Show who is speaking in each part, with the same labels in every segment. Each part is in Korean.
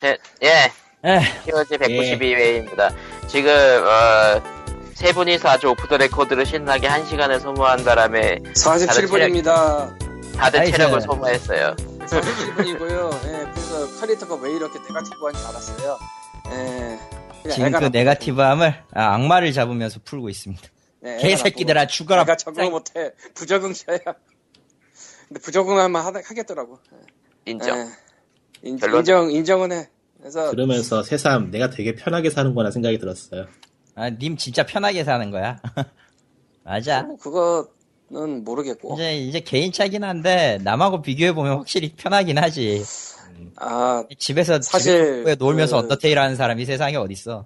Speaker 1: 셋, 예,
Speaker 2: 에, 예.
Speaker 1: POG 192회입니다. 지금, 어, 세 분이서 아주 오프 더 레코드를 신나게 한 시간을 소모한 바람에
Speaker 3: 47분입니다.
Speaker 1: 다들
Speaker 2: 아이고.
Speaker 1: 체력을 소모했어요.
Speaker 3: 47분이고요. 예, 그래서 캐릭터가 왜 이렇게 네가티브한지 알았어요. 예. 그냥
Speaker 2: 지금
Speaker 3: 애가
Speaker 2: 그
Speaker 3: 나쁘고.
Speaker 2: 네가티브함을 아, 악마를 잡으면서 풀고 있습니다.
Speaker 3: 예, 애가
Speaker 2: 개새끼들아
Speaker 3: 나쁘고.
Speaker 2: 죽어라.
Speaker 3: 애가 적응 못해. 부적응자야. 근데 부적응하면 하, 하겠더라고.
Speaker 1: 인정.
Speaker 3: 예. 인,
Speaker 1: 별로-
Speaker 3: 인정, 인정은 해. 그래서
Speaker 4: 그러면서 새삼 내가 되게 편하게 사는구나 생각이 들었어요.
Speaker 2: 아, 님 진짜 편하게 사는 거야. 맞아.
Speaker 3: 뭐 그거는 모르겠고.
Speaker 2: 이제 이제 개인차긴 한데 남하고 비교해 보면 확실히 편하긴 하지.
Speaker 3: 아,
Speaker 2: 집에서
Speaker 3: 사실
Speaker 2: 집에 놀면서
Speaker 3: 그-
Speaker 2: 언더테일 하는 사람이 세상에 어디 있어?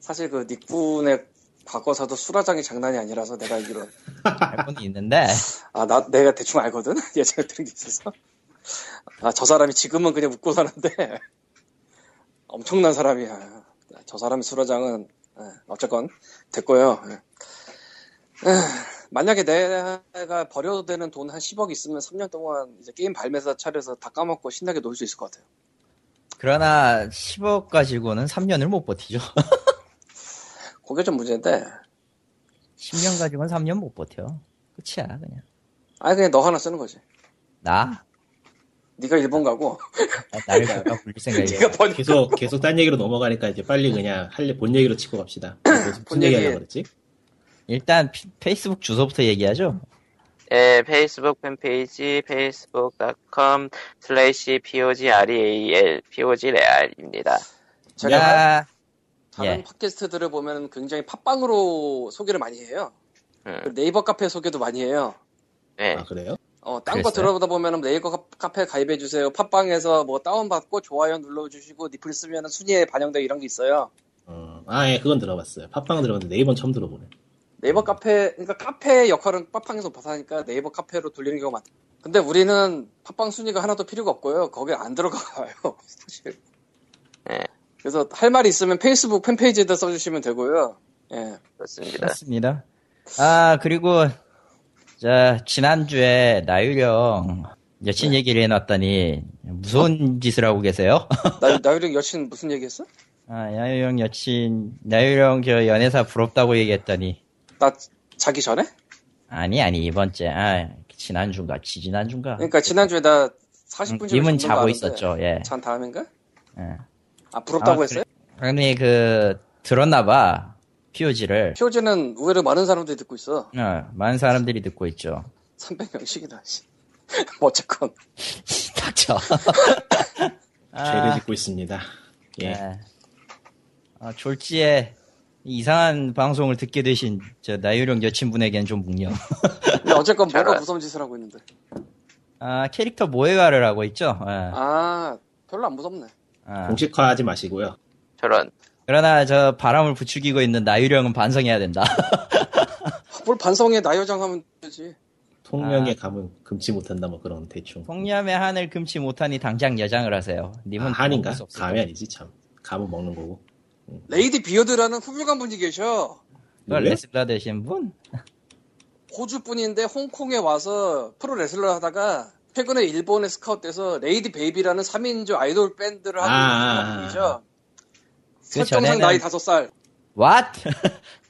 Speaker 3: 사실 그 닉분의 과거사도 수라장이 장난이 아니라서 내가 알기로.
Speaker 2: 알고는 있는데
Speaker 3: 아, 나, 내가 대충 알거든? 예전에 들은 게 있어서. 아, 저 사람이 지금은 그냥 웃고 사는데, 엄청난 사람이야. 저 사람의 수라장은, 예, 어쨌건, 됐고요. 예. 에, 만약에 내가 버려도 되는 돈 한 10억 있으면 3년 동안 이제 게임 발매사 차려서 다 까먹고 신나게 놀 수 있을 것 같아요.
Speaker 2: 그러나 10억 가지고는 3년을 못 버티죠.
Speaker 3: 그게 좀 문제인데,
Speaker 2: 10년 가지고는 3년 못 버텨. 끝이야 그냥.
Speaker 3: 아니, 그냥 너 하나 쓰는 거지.
Speaker 2: 나
Speaker 3: 네가 일본 가고,
Speaker 2: 나- 나를 갖다 굴릴 생각이야.
Speaker 3: 네가 번,
Speaker 4: 예, 계속 계속 딴 얘기로 넘어가니까 이제 빨리 그냥 할본 얘기로 치고 갑시다. 무슨
Speaker 3: 본
Speaker 4: 얘기
Speaker 3: 얘기.
Speaker 4: 하려고 그랬지?
Speaker 2: 일단 피- 페이스북 주소부터 얘기하죠.
Speaker 1: 예, 페이스북 팬페이지 facebook.com slash E pogreal, pogreal입니다.
Speaker 3: 제가
Speaker 2: 야,
Speaker 3: 다른
Speaker 2: 예.
Speaker 3: 팟캐스트들을 보면 굉장히 팟빵으로 소개를 많이 해요.
Speaker 1: 음.
Speaker 3: 그리고 네이버 카페 소개도 많이 해요.
Speaker 1: 예,
Speaker 2: 네.
Speaker 4: 아 그래요?
Speaker 3: 어, 딴 거
Speaker 2: 그랬어요?
Speaker 3: 들어보다 보면 네이버 카- 카페 가입해 주세요. 팟빵에서 뭐 다운받고 좋아요 눌러주시고 리플 쓰면 순위에 반영되고 이런 게 있어요.
Speaker 4: 음, 아예 그건 들어봤어요. 팟빵은 들어봤는데 네이버는 처음 들어보네.
Speaker 2: 음.
Speaker 3: 네이버 카페, 그러니까 카페의 역할은 팟빵에서 벗하니까 네이버 카페로 돌리는 경우가 많다. 근데 우리는 팟빵 순위가 하나도 필요가 없고요. 거기에 안 들어가요. 사실.
Speaker 1: 예.
Speaker 3: 그래서 할 말이 있으면 페이스북 팬페이지에다 써주시면 되고요. 예.
Speaker 1: 그렇습니다.
Speaker 2: 그렇습니다. 아 그리고 자 지난주에 나유령 여친
Speaker 3: 네.
Speaker 2: 얘기를 해놨더니
Speaker 3: 어?
Speaker 2: 무서운 짓을 하고 계세요.
Speaker 3: 나, 나유령 여친 무슨 얘기 했어?
Speaker 2: 아 나유령 여친 나유령 저 연애사 부럽다고 얘기했더니
Speaker 3: 나 자기 전에?
Speaker 2: 아니 아니 이번째 아 지난주인가 지지난주인가
Speaker 3: 그러니까 지난주에 나
Speaker 2: 아, 음,
Speaker 3: 40분 전에
Speaker 2: 님은 자고 있었죠. 예.
Speaker 3: 잔 다음인가?
Speaker 2: 예.
Speaker 3: 아 부럽다고
Speaker 2: 아,
Speaker 3: 했어요?
Speaker 2: 아니 그 들었나봐 POG를
Speaker 3: 표지는 의외로 많은 사람들이 듣고 있어.
Speaker 2: 어, 많은 사람들이 듣고 있죠.
Speaker 3: 300명씩이다. 어쨌건
Speaker 2: 닥쳐.
Speaker 4: 죄를 짓고 있습니다. 예.
Speaker 2: 아. 네. 아, 졸지에 이 이상한 방송을 듣게 되신 저 나유령 여친분에겐 좀 묵념.
Speaker 3: 근데 어쨌건
Speaker 1: 잘
Speaker 3: 뭐가
Speaker 1: 알았어.
Speaker 3: 무서운 짓을 하고 있는데.
Speaker 2: 네. 아, 캐릭터 모해가를 하고 있죠. 예.
Speaker 3: 아 별로 안 무섭네.
Speaker 2: 아.
Speaker 4: 공식화하지 마시고요.
Speaker 1: 저런.
Speaker 2: 그러나 저 바람을 부추기고 있는 나유령은 반성해야 된다.
Speaker 3: 뭘 반성해 나 여장 하면 되지.
Speaker 2: 아.
Speaker 4: 통영의 감은 금치 못한다 뭐 그런 대충.
Speaker 2: 폭염의 한을 금치 못하니 당장 여장을 하세요.
Speaker 4: 아,
Speaker 2: 님은
Speaker 4: 한인가?
Speaker 2: 먹을 수 없을
Speaker 4: 감이 아니지 참. 감은 먹는 거고.
Speaker 3: 레이디 비어드라는 훌륭한 분이 계셔.
Speaker 2: 그걸
Speaker 4: 왜?
Speaker 2: 아, 레슬러 되신 분?
Speaker 3: 호주 분인데 홍콩에 와서 프로 레슬러 하다가 최근에 일본에 스카웃돼서 레이디 베이비라는 3인조 아이돌 밴드를 하고
Speaker 4: 아,
Speaker 3: 있는 분이죠. 설정상
Speaker 2: 전에는-
Speaker 3: 나이 5살.
Speaker 2: What?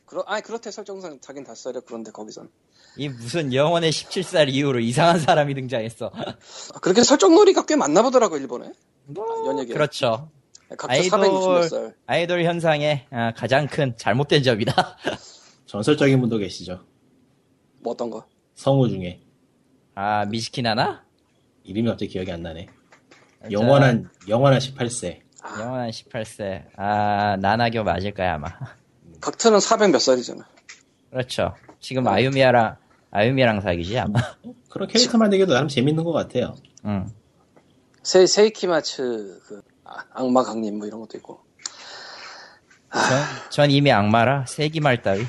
Speaker 3: 그러, 아니 그렇대 설정상 자긴 5살이야 그런데 거기선.
Speaker 2: 이 무슨 영혼의 17살 이후로 이상한 사람이 등장했어.
Speaker 3: 아, 그렇게 설정놀이가 꽤 많나 보더라고 일본에. 아, 연예계.
Speaker 2: 뭐, 그렇죠.
Speaker 3: 각자
Speaker 2: 아이돌
Speaker 3: 460살.
Speaker 2: 아이돌 현상의 아, 가장 큰 잘못된 점이다.
Speaker 4: 전설적인 분도 계시죠.
Speaker 3: 뭐 어떤 거?
Speaker 4: 성우 중에
Speaker 2: 아 미즈키나나?
Speaker 4: 이름이 갑자기 기억이 안 나네.
Speaker 2: 아,
Speaker 4: 영원한 영원한 18세.
Speaker 2: 영원한 18세. 아, 나나교 맞을 거야, 아마.
Speaker 3: 각트는 400 몇 살이잖아.
Speaker 2: 그렇죠. 지금 아유미야랑, 아유미랑 사귀지, 아마.
Speaker 4: 그런 캐릭터 만들기도 나름 재밌는 것 같아요.
Speaker 2: 응.
Speaker 3: 세 세이키마츠 그 아, 악마 강림 뭐 이런 것도 있고.
Speaker 2: 전, 전 이미 악마라, 세기말 따위.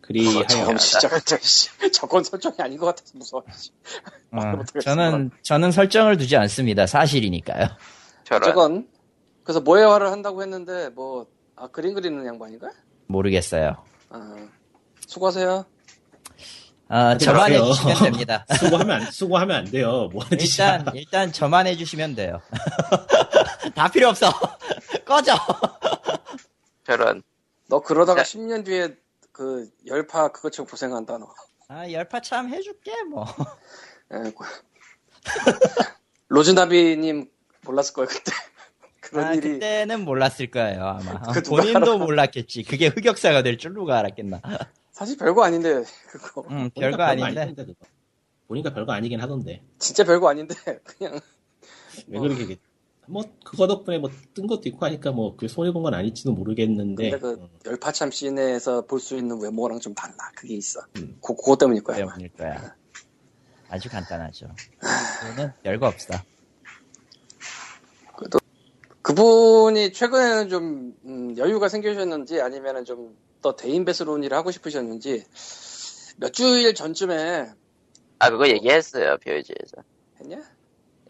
Speaker 4: 그리
Speaker 3: 어, 저건
Speaker 4: 하여
Speaker 3: 진짜 씨, 저건 설정이 아닌 것 같아서 무서워. 씨.
Speaker 2: 어,
Speaker 3: 말을 못하겠어,
Speaker 2: 저는, 저는 설정을 두지 않습니다. 사실이니까요.
Speaker 1: 저런.
Speaker 3: 저건 그래서 모해화를 한다고 했는데 뭐 아, 그림 그리는 양반인가?
Speaker 2: 모르겠어요.
Speaker 3: 아, 수고하세요.
Speaker 2: 아,
Speaker 4: 하지
Speaker 2: 저만
Speaker 4: 마세요.
Speaker 2: 해주시면 됩니다.
Speaker 4: 수고하면 안, 수고하면 안 돼요. 뭐 하는 짓이야.
Speaker 2: 일단, 예, 일단 저만 해주시면 돼요. 다 필요 없어. 꺼져.
Speaker 1: 저런.
Speaker 3: 너 그러다가
Speaker 1: 네.
Speaker 3: 10년 뒤에 그 열파 그것 좀 고생한다 너.
Speaker 2: 아, 열파 참 해줄게, 뭐.
Speaker 3: 에, 예, 고- 로즈나비님 몰랐을 거예요 그때. 그런
Speaker 2: 아,
Speaker 3: 일이
Speaker 2: 그때는 몰랐을 거예요, 아마. 아,
Speaker 3: 그 누가
Speaker 2: 본인도
Speaker 3: 알아?
Speaker 2: 몰랐겠지. 그게 흑역사가 될 줄 누가 알았겠나.
Speaker 3: 사실 별거 아닌데 그거
Speaker 2: 음,
Speaker 4: 보니까
Speaker 2: 별거 아닌데.
Speaker 4: 아니던데, 그거. 보니까 별거 아니긴 하던데.
Speaker 3: 진짜 별거 아닌데 그냥
Speaker 4: 왜 그렇게 뭐 그거 덕분에 뭐 뜬 것도 있고 하니까 뭐그 손해 본 건 아닐지도
Speaker 2: 네.
Speaker 4: 모르겠는데.
Speaker 3: 근데 그
Speaker 4: 어,
Speaker 3: 열파참 시내에서 볼 수 있는 외모랑 좀 달라 그게 있어.
Speaker 2: 음.
Speaker 3: 그, 그거 때문일 거야. 아. 아마.
Speaker 2: 때문일 거야. 아주 간단하죠. 저는 별거 없어.
Speaker 3: 그분이 최근에는 좀 음, 여유가 생기셨는지 아니면은 좀 더 대인배스러운 일을 하고 싶으셨는지 몇 주일 전쯤에
Speaker 1: 아, 그거 얘기했어요, 뷰지에서.
Speaker 3: 했냐?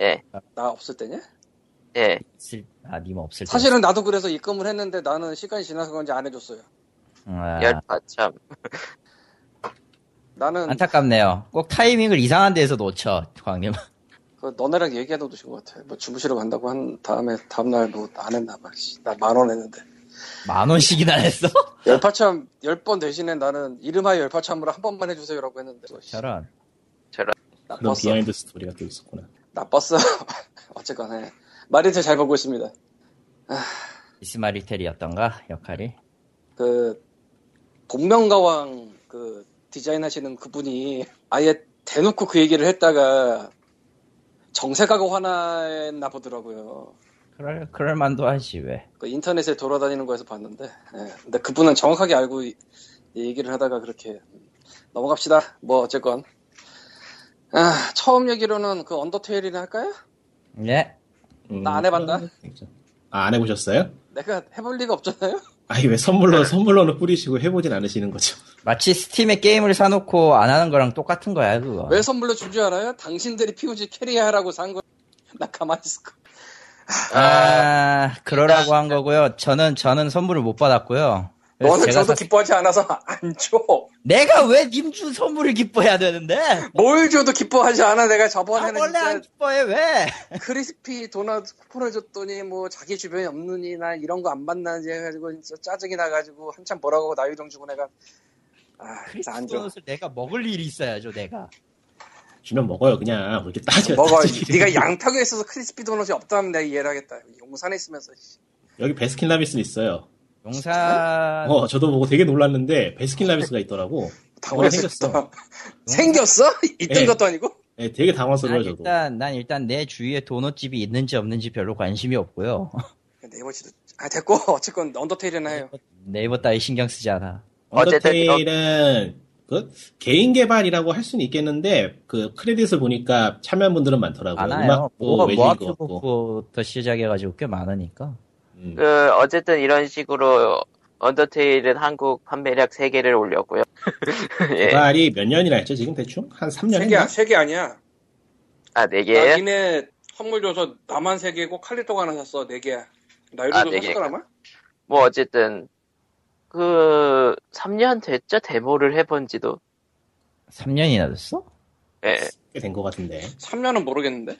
Speaker 1: 예,
Speaker 3: 나 없을 때냐?
Speaker 1: 예.
Speaker 2: 없을- 아, 님 없을 때.
Speaker 3: 사실은 나도 그래서 입금을 했는데 나는 시간이 지나서 그런지 안 해줬어요.
Speaker 2: 아,
Speaker 1: 열파 참.
Speaker 3: 나는
Speaker 2: 안타깝네요. 꼭 타이밍을 이상한 데에서 놓쳐, 광님.
Speaker 3: 그 너네랑 얘기해도 놓으신 것 같아. 뭐 주무시러 간다고 한 다음에 다음날 뭐 안 했나 봐. 나 만 원 했는데.
Speaker 2: 만 원씩이나 했어?
Speaker 3: 열파참 열 번 대신에 나는 이름하여 열파참으로 한 번만 해주세요라고 했는데 또 씨,
Speaker 2: 저런.
Speaker 4: 그런
Speaker 3: 나빴어.
Speaker 4: 비하인드 스토리가 또 있었구나.
Speaker 3: 나빴어. 어쨌거나 마리테 잘 보고 있습니다.
Speaker 2: 이스마리텔이었던가, 역할이?
Speaker 3: 그 복면가왕 그 디자인하시는 그분이 아예 대놓고 그 얘기를 했다가 정색하고 화났나 보더라고요.
Speaker 2: 그럴, 그럴만도 하지, 왜.
Speaker 3: 그 인터넷에 돌아다니는 거에서 봤는데, 예. 근데 그분은 정확하게 알고 이- 얘기를 하다가 그렇게 넘어갑시다. 뭐 어쨌건 아, 처음 얘기로는 그 언더테일이나 할까요?
Speaker 2: 네.
Speaker 4: 음,
Speaker 3: 나안 해봤나?
Speaker 4: 아, 안 해보셨어요?
Speaker 3: 내가 해볼 리가 없잖아요.
Speaker 4: 아니 왜 선물로 선물로는 뿌리시고 해보진 않으시는 거죠?
Speaker 2: 마치 스팀에 게임을 사놓고 안 하는 거랑 똑같은 거야, 그거.
Speaker 3: 왜 선물로 준 줄 알아요? 당신들이 피우지 캐리하라고 산 거. 나 가만히 있을 거.
Speaker 2: 아, 그러라고 한 거고요. 저는, 저는 선물을 못 받았고요. 그래서
Speaker 3: 너는 저도
Speaker 2: 네, 사-
Speaker 3: 기뻐하지 않아서 안 줘.
Speaker 2: 내가 왜 님 준 선물을 기뻐해야 되는데?
Speaker 3: 뭘 줘도 기뻐하지 않아. 내가
Speaker 2: 아,
Speaker 3: 저번에는
Speaker 2: 원래 안
Speaker 3: 진짜
Speaker 2: 기뻐해, 왜?
Speaker 3: 크리스피 도넛 쿠폰을 줬더니 뭐 자기 주변에 없느니 나 이런 거 안 만나지 해가지고 진짜 짜증이 나가지고 한참 뭐라고 하고 나유정 주고 내가 아, 그래서 안 줘.
Speaker 2: 크리스마스를 내가 먹을 일이 있어야죠, 내가.
Speaker 4: 주면 먹어요 그냥 그렇게 따져.
Speaker 3: 먹어.
Speaker 4: 따지기를.
Speaker 3: 네가 양파에 있어서 크리스피 도넛이 없다면 내가 이해를 하겠다. 용산에 있으면서 씨.
Speaker 4: 여기 베스킨라빈스 있어요.
Speaker 2: 용산,
Speaker 4: 어 저도 보고 되게 놀랐는데 베스킨라빈스가 있더라고.
Speaker 3: 당황했었다. 생겼어? 있던
Speaker 4: 예.
Speaker 3: 것도 아니고?
Speaker 4: 네, 되게
Speaker 2: 난
Speaker 4: 당황스러워요
Speaker 2: 아,
Speaker 4: 저도.
Speaker 2: 일단, 난 일단 내 주위에 도넛집이 있는지 없는지 별로 관심이 없고요.
Speaker 3: 네이버치도 아 됐고 어쨌건 언더테일이나 해요.
Speaker 2: 네이버 따위 신경 쓰지 않아.
Speaker 1: 어쨌든
Speaker 4: 언더테일은 그 개인 개발이라고 할 수는 있겠는데 그 크레딧을 보니까 참여한 분들은 많더라고요.
Speaker 2: 많아요.
Speaker 4: 음악도
Speaker 2: 뭐가
Speaker 4: 외주인 것 같고.
Speaker 2: 모아큐부터 시작해가지고 꽤 많으니까.
Speaker 4: 음.
Speaker 1: 그, 어쨌든 이런 식으로 언더테일은 한국 판매량 3개를 올렸고요. 예.
Speaker 3: 아,
Speaker 4: 개발이 몇 년이나 했죠 지금 대충 한 3년
Speaker 3: 세개
Speaker 4: 했나?
Speaker 3: 세개 아니야.
Speaker 1: 아,
Speaker 3: 나
Speaker 1: 4개예요
Speaker 3: 니네 선물 줘서 나만 세 개고 칼리토가 하나 샀어 네 개야.
Speaker 1: 아,
Speaker 3: 나유정도
Speaker 1: 네
Speaker 3: 샀더라 아마?
Speaker 1: 뭐, 어쨌든, 그, 3년 됐죠? 데모를 해본 지도.
Speaker 2: 3년이나 됐어?
Speaker 1: 예.
Speaker 4: 된것 같은데.
Speaker 3: 3년은 모르겠는데.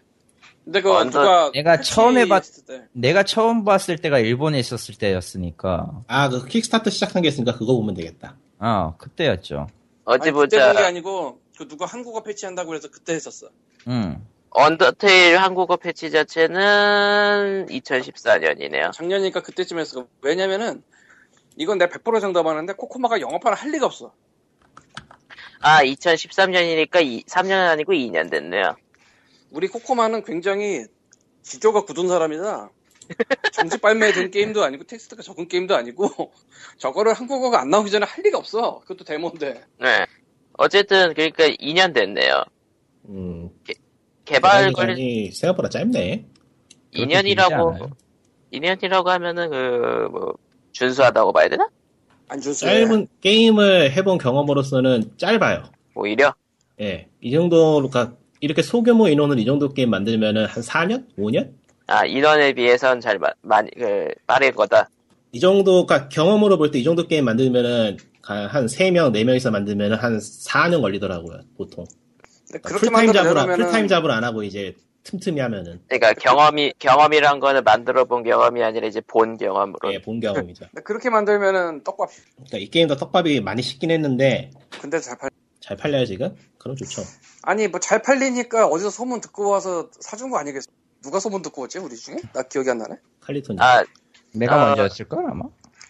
Speaker 3: 근데 그
Speaker 1: 완전-
Speaker 3: 누가
Speaker 2: 내가
Speaker 3: 패치
Speaker 2: 처음 해봤-
Speaker 3: 했을 때
Speaker 2: 내가 처음 봤을 때가 일본에 있었을 때였으니까.
Speaker 4: 아 그 킥스타트 시작한 게 있으니까 그거 보면 되겠다.
Speaker 2: 아, 그때였죠.
Speaker 1: 어찌
Speaker 3: 아니, 그때
Speaker 1: 보자.
Speaker 3: 본 게 아니고 그 누가 한국어 패치한다고 그래서 그때 했었어.
Speaker 2: 응.
Speaker 1: 언더테일 한국어 패치 자체는 2014년이네요.
Speaker 3: 작년이니까 그때쯤 했어. 왜냐면은 이건 내가 100% 장담하는데 코코마가 영업하는 할 리가 없어.
Speaker 1: 아, 2013년이니까 3년은 아니고 2년 됐네요.
Speaker 3: 우리 코코마는 굉장히 기조가 굳은 사람이라 정지 발매에 된 게임도 아니고 텍스트가 적은 게임도 아니고 저거를 한국어가 안 나오기 전에 할 리가 없어. 그것도 데모인데.
Speaker 1: 네. 어쨌든, 그러니까 2년 됐네요.
Speaker 4: 음.
Speaker 1: 개발
Speaker 4: 기간이
Speaker 1: 걸린
Speaker 4: 생각보다 짧네.
Speaker 2: 그렇게
Speaker 1: 2년이라고
Speaker 2: 길지 않아요.
Speaker 1: 2년이라고 하면은 그, 뭐, 준수하다고 봐야 되나?
Speaker 3: 안 준수해.
Speaker 4: 짧은 게임을 해본 경험으로서는 짧아요.
Speaker 1: 오히려?
Speaker 4: 예. 이 정도로, 가- 이렇게 소규모 인원을 이 정도 게임 만들면은 한 4년? 5년?
Speaker 1: 아, 인원에 비해선 잘, 마- 많이, 그, 빠른 거다.
Speaker 4: 이 정도, 가 경험으로 볼 때 이 정도 게임 만들면은 한 3명, 4명이서 만들면 한 4년 걸리더라고요, 보통.
Speaker 5: 근데
Speaker 4: 그러니까
Speaker 5: 그렇게만
Speaker 4: 풀타임 잡으로,
Speaker 5: 하려면은
Speaker 4: 풀타임 잡으로 안 하고 이제 틈틈이 하면은,
Speaker 1: 그러니까 경험이 경험이란 거는 만들어 본 경험이 아니라 이제 본 경험으로.
Speaker 4: 예, 본 경험이죠.
Speaker 5: 근데 그렇게 만들면은 떡밥.
Speaker 4: 그러니까 이 게임도 떡밥이 많이 식긴 했는데,
Speaker 5: 근데 잘 팔.
Speaker 4: 잘 팔려요, 지금? 그럼 좋죠.
Speaker 5: 아니 뭐 잘 팔리니까 어디서 소문 듣고 와서 사준 거 아니겠어? 누가 소문 듣고 왔지 우리 중에? 나 기억이 안 나네.
Speaker 4: 칼리토님.
Speaker 1: 아,
Speaker 2: 내가
Speaker 1: 아.
Speaker 2: 먼저였을 걸 아마.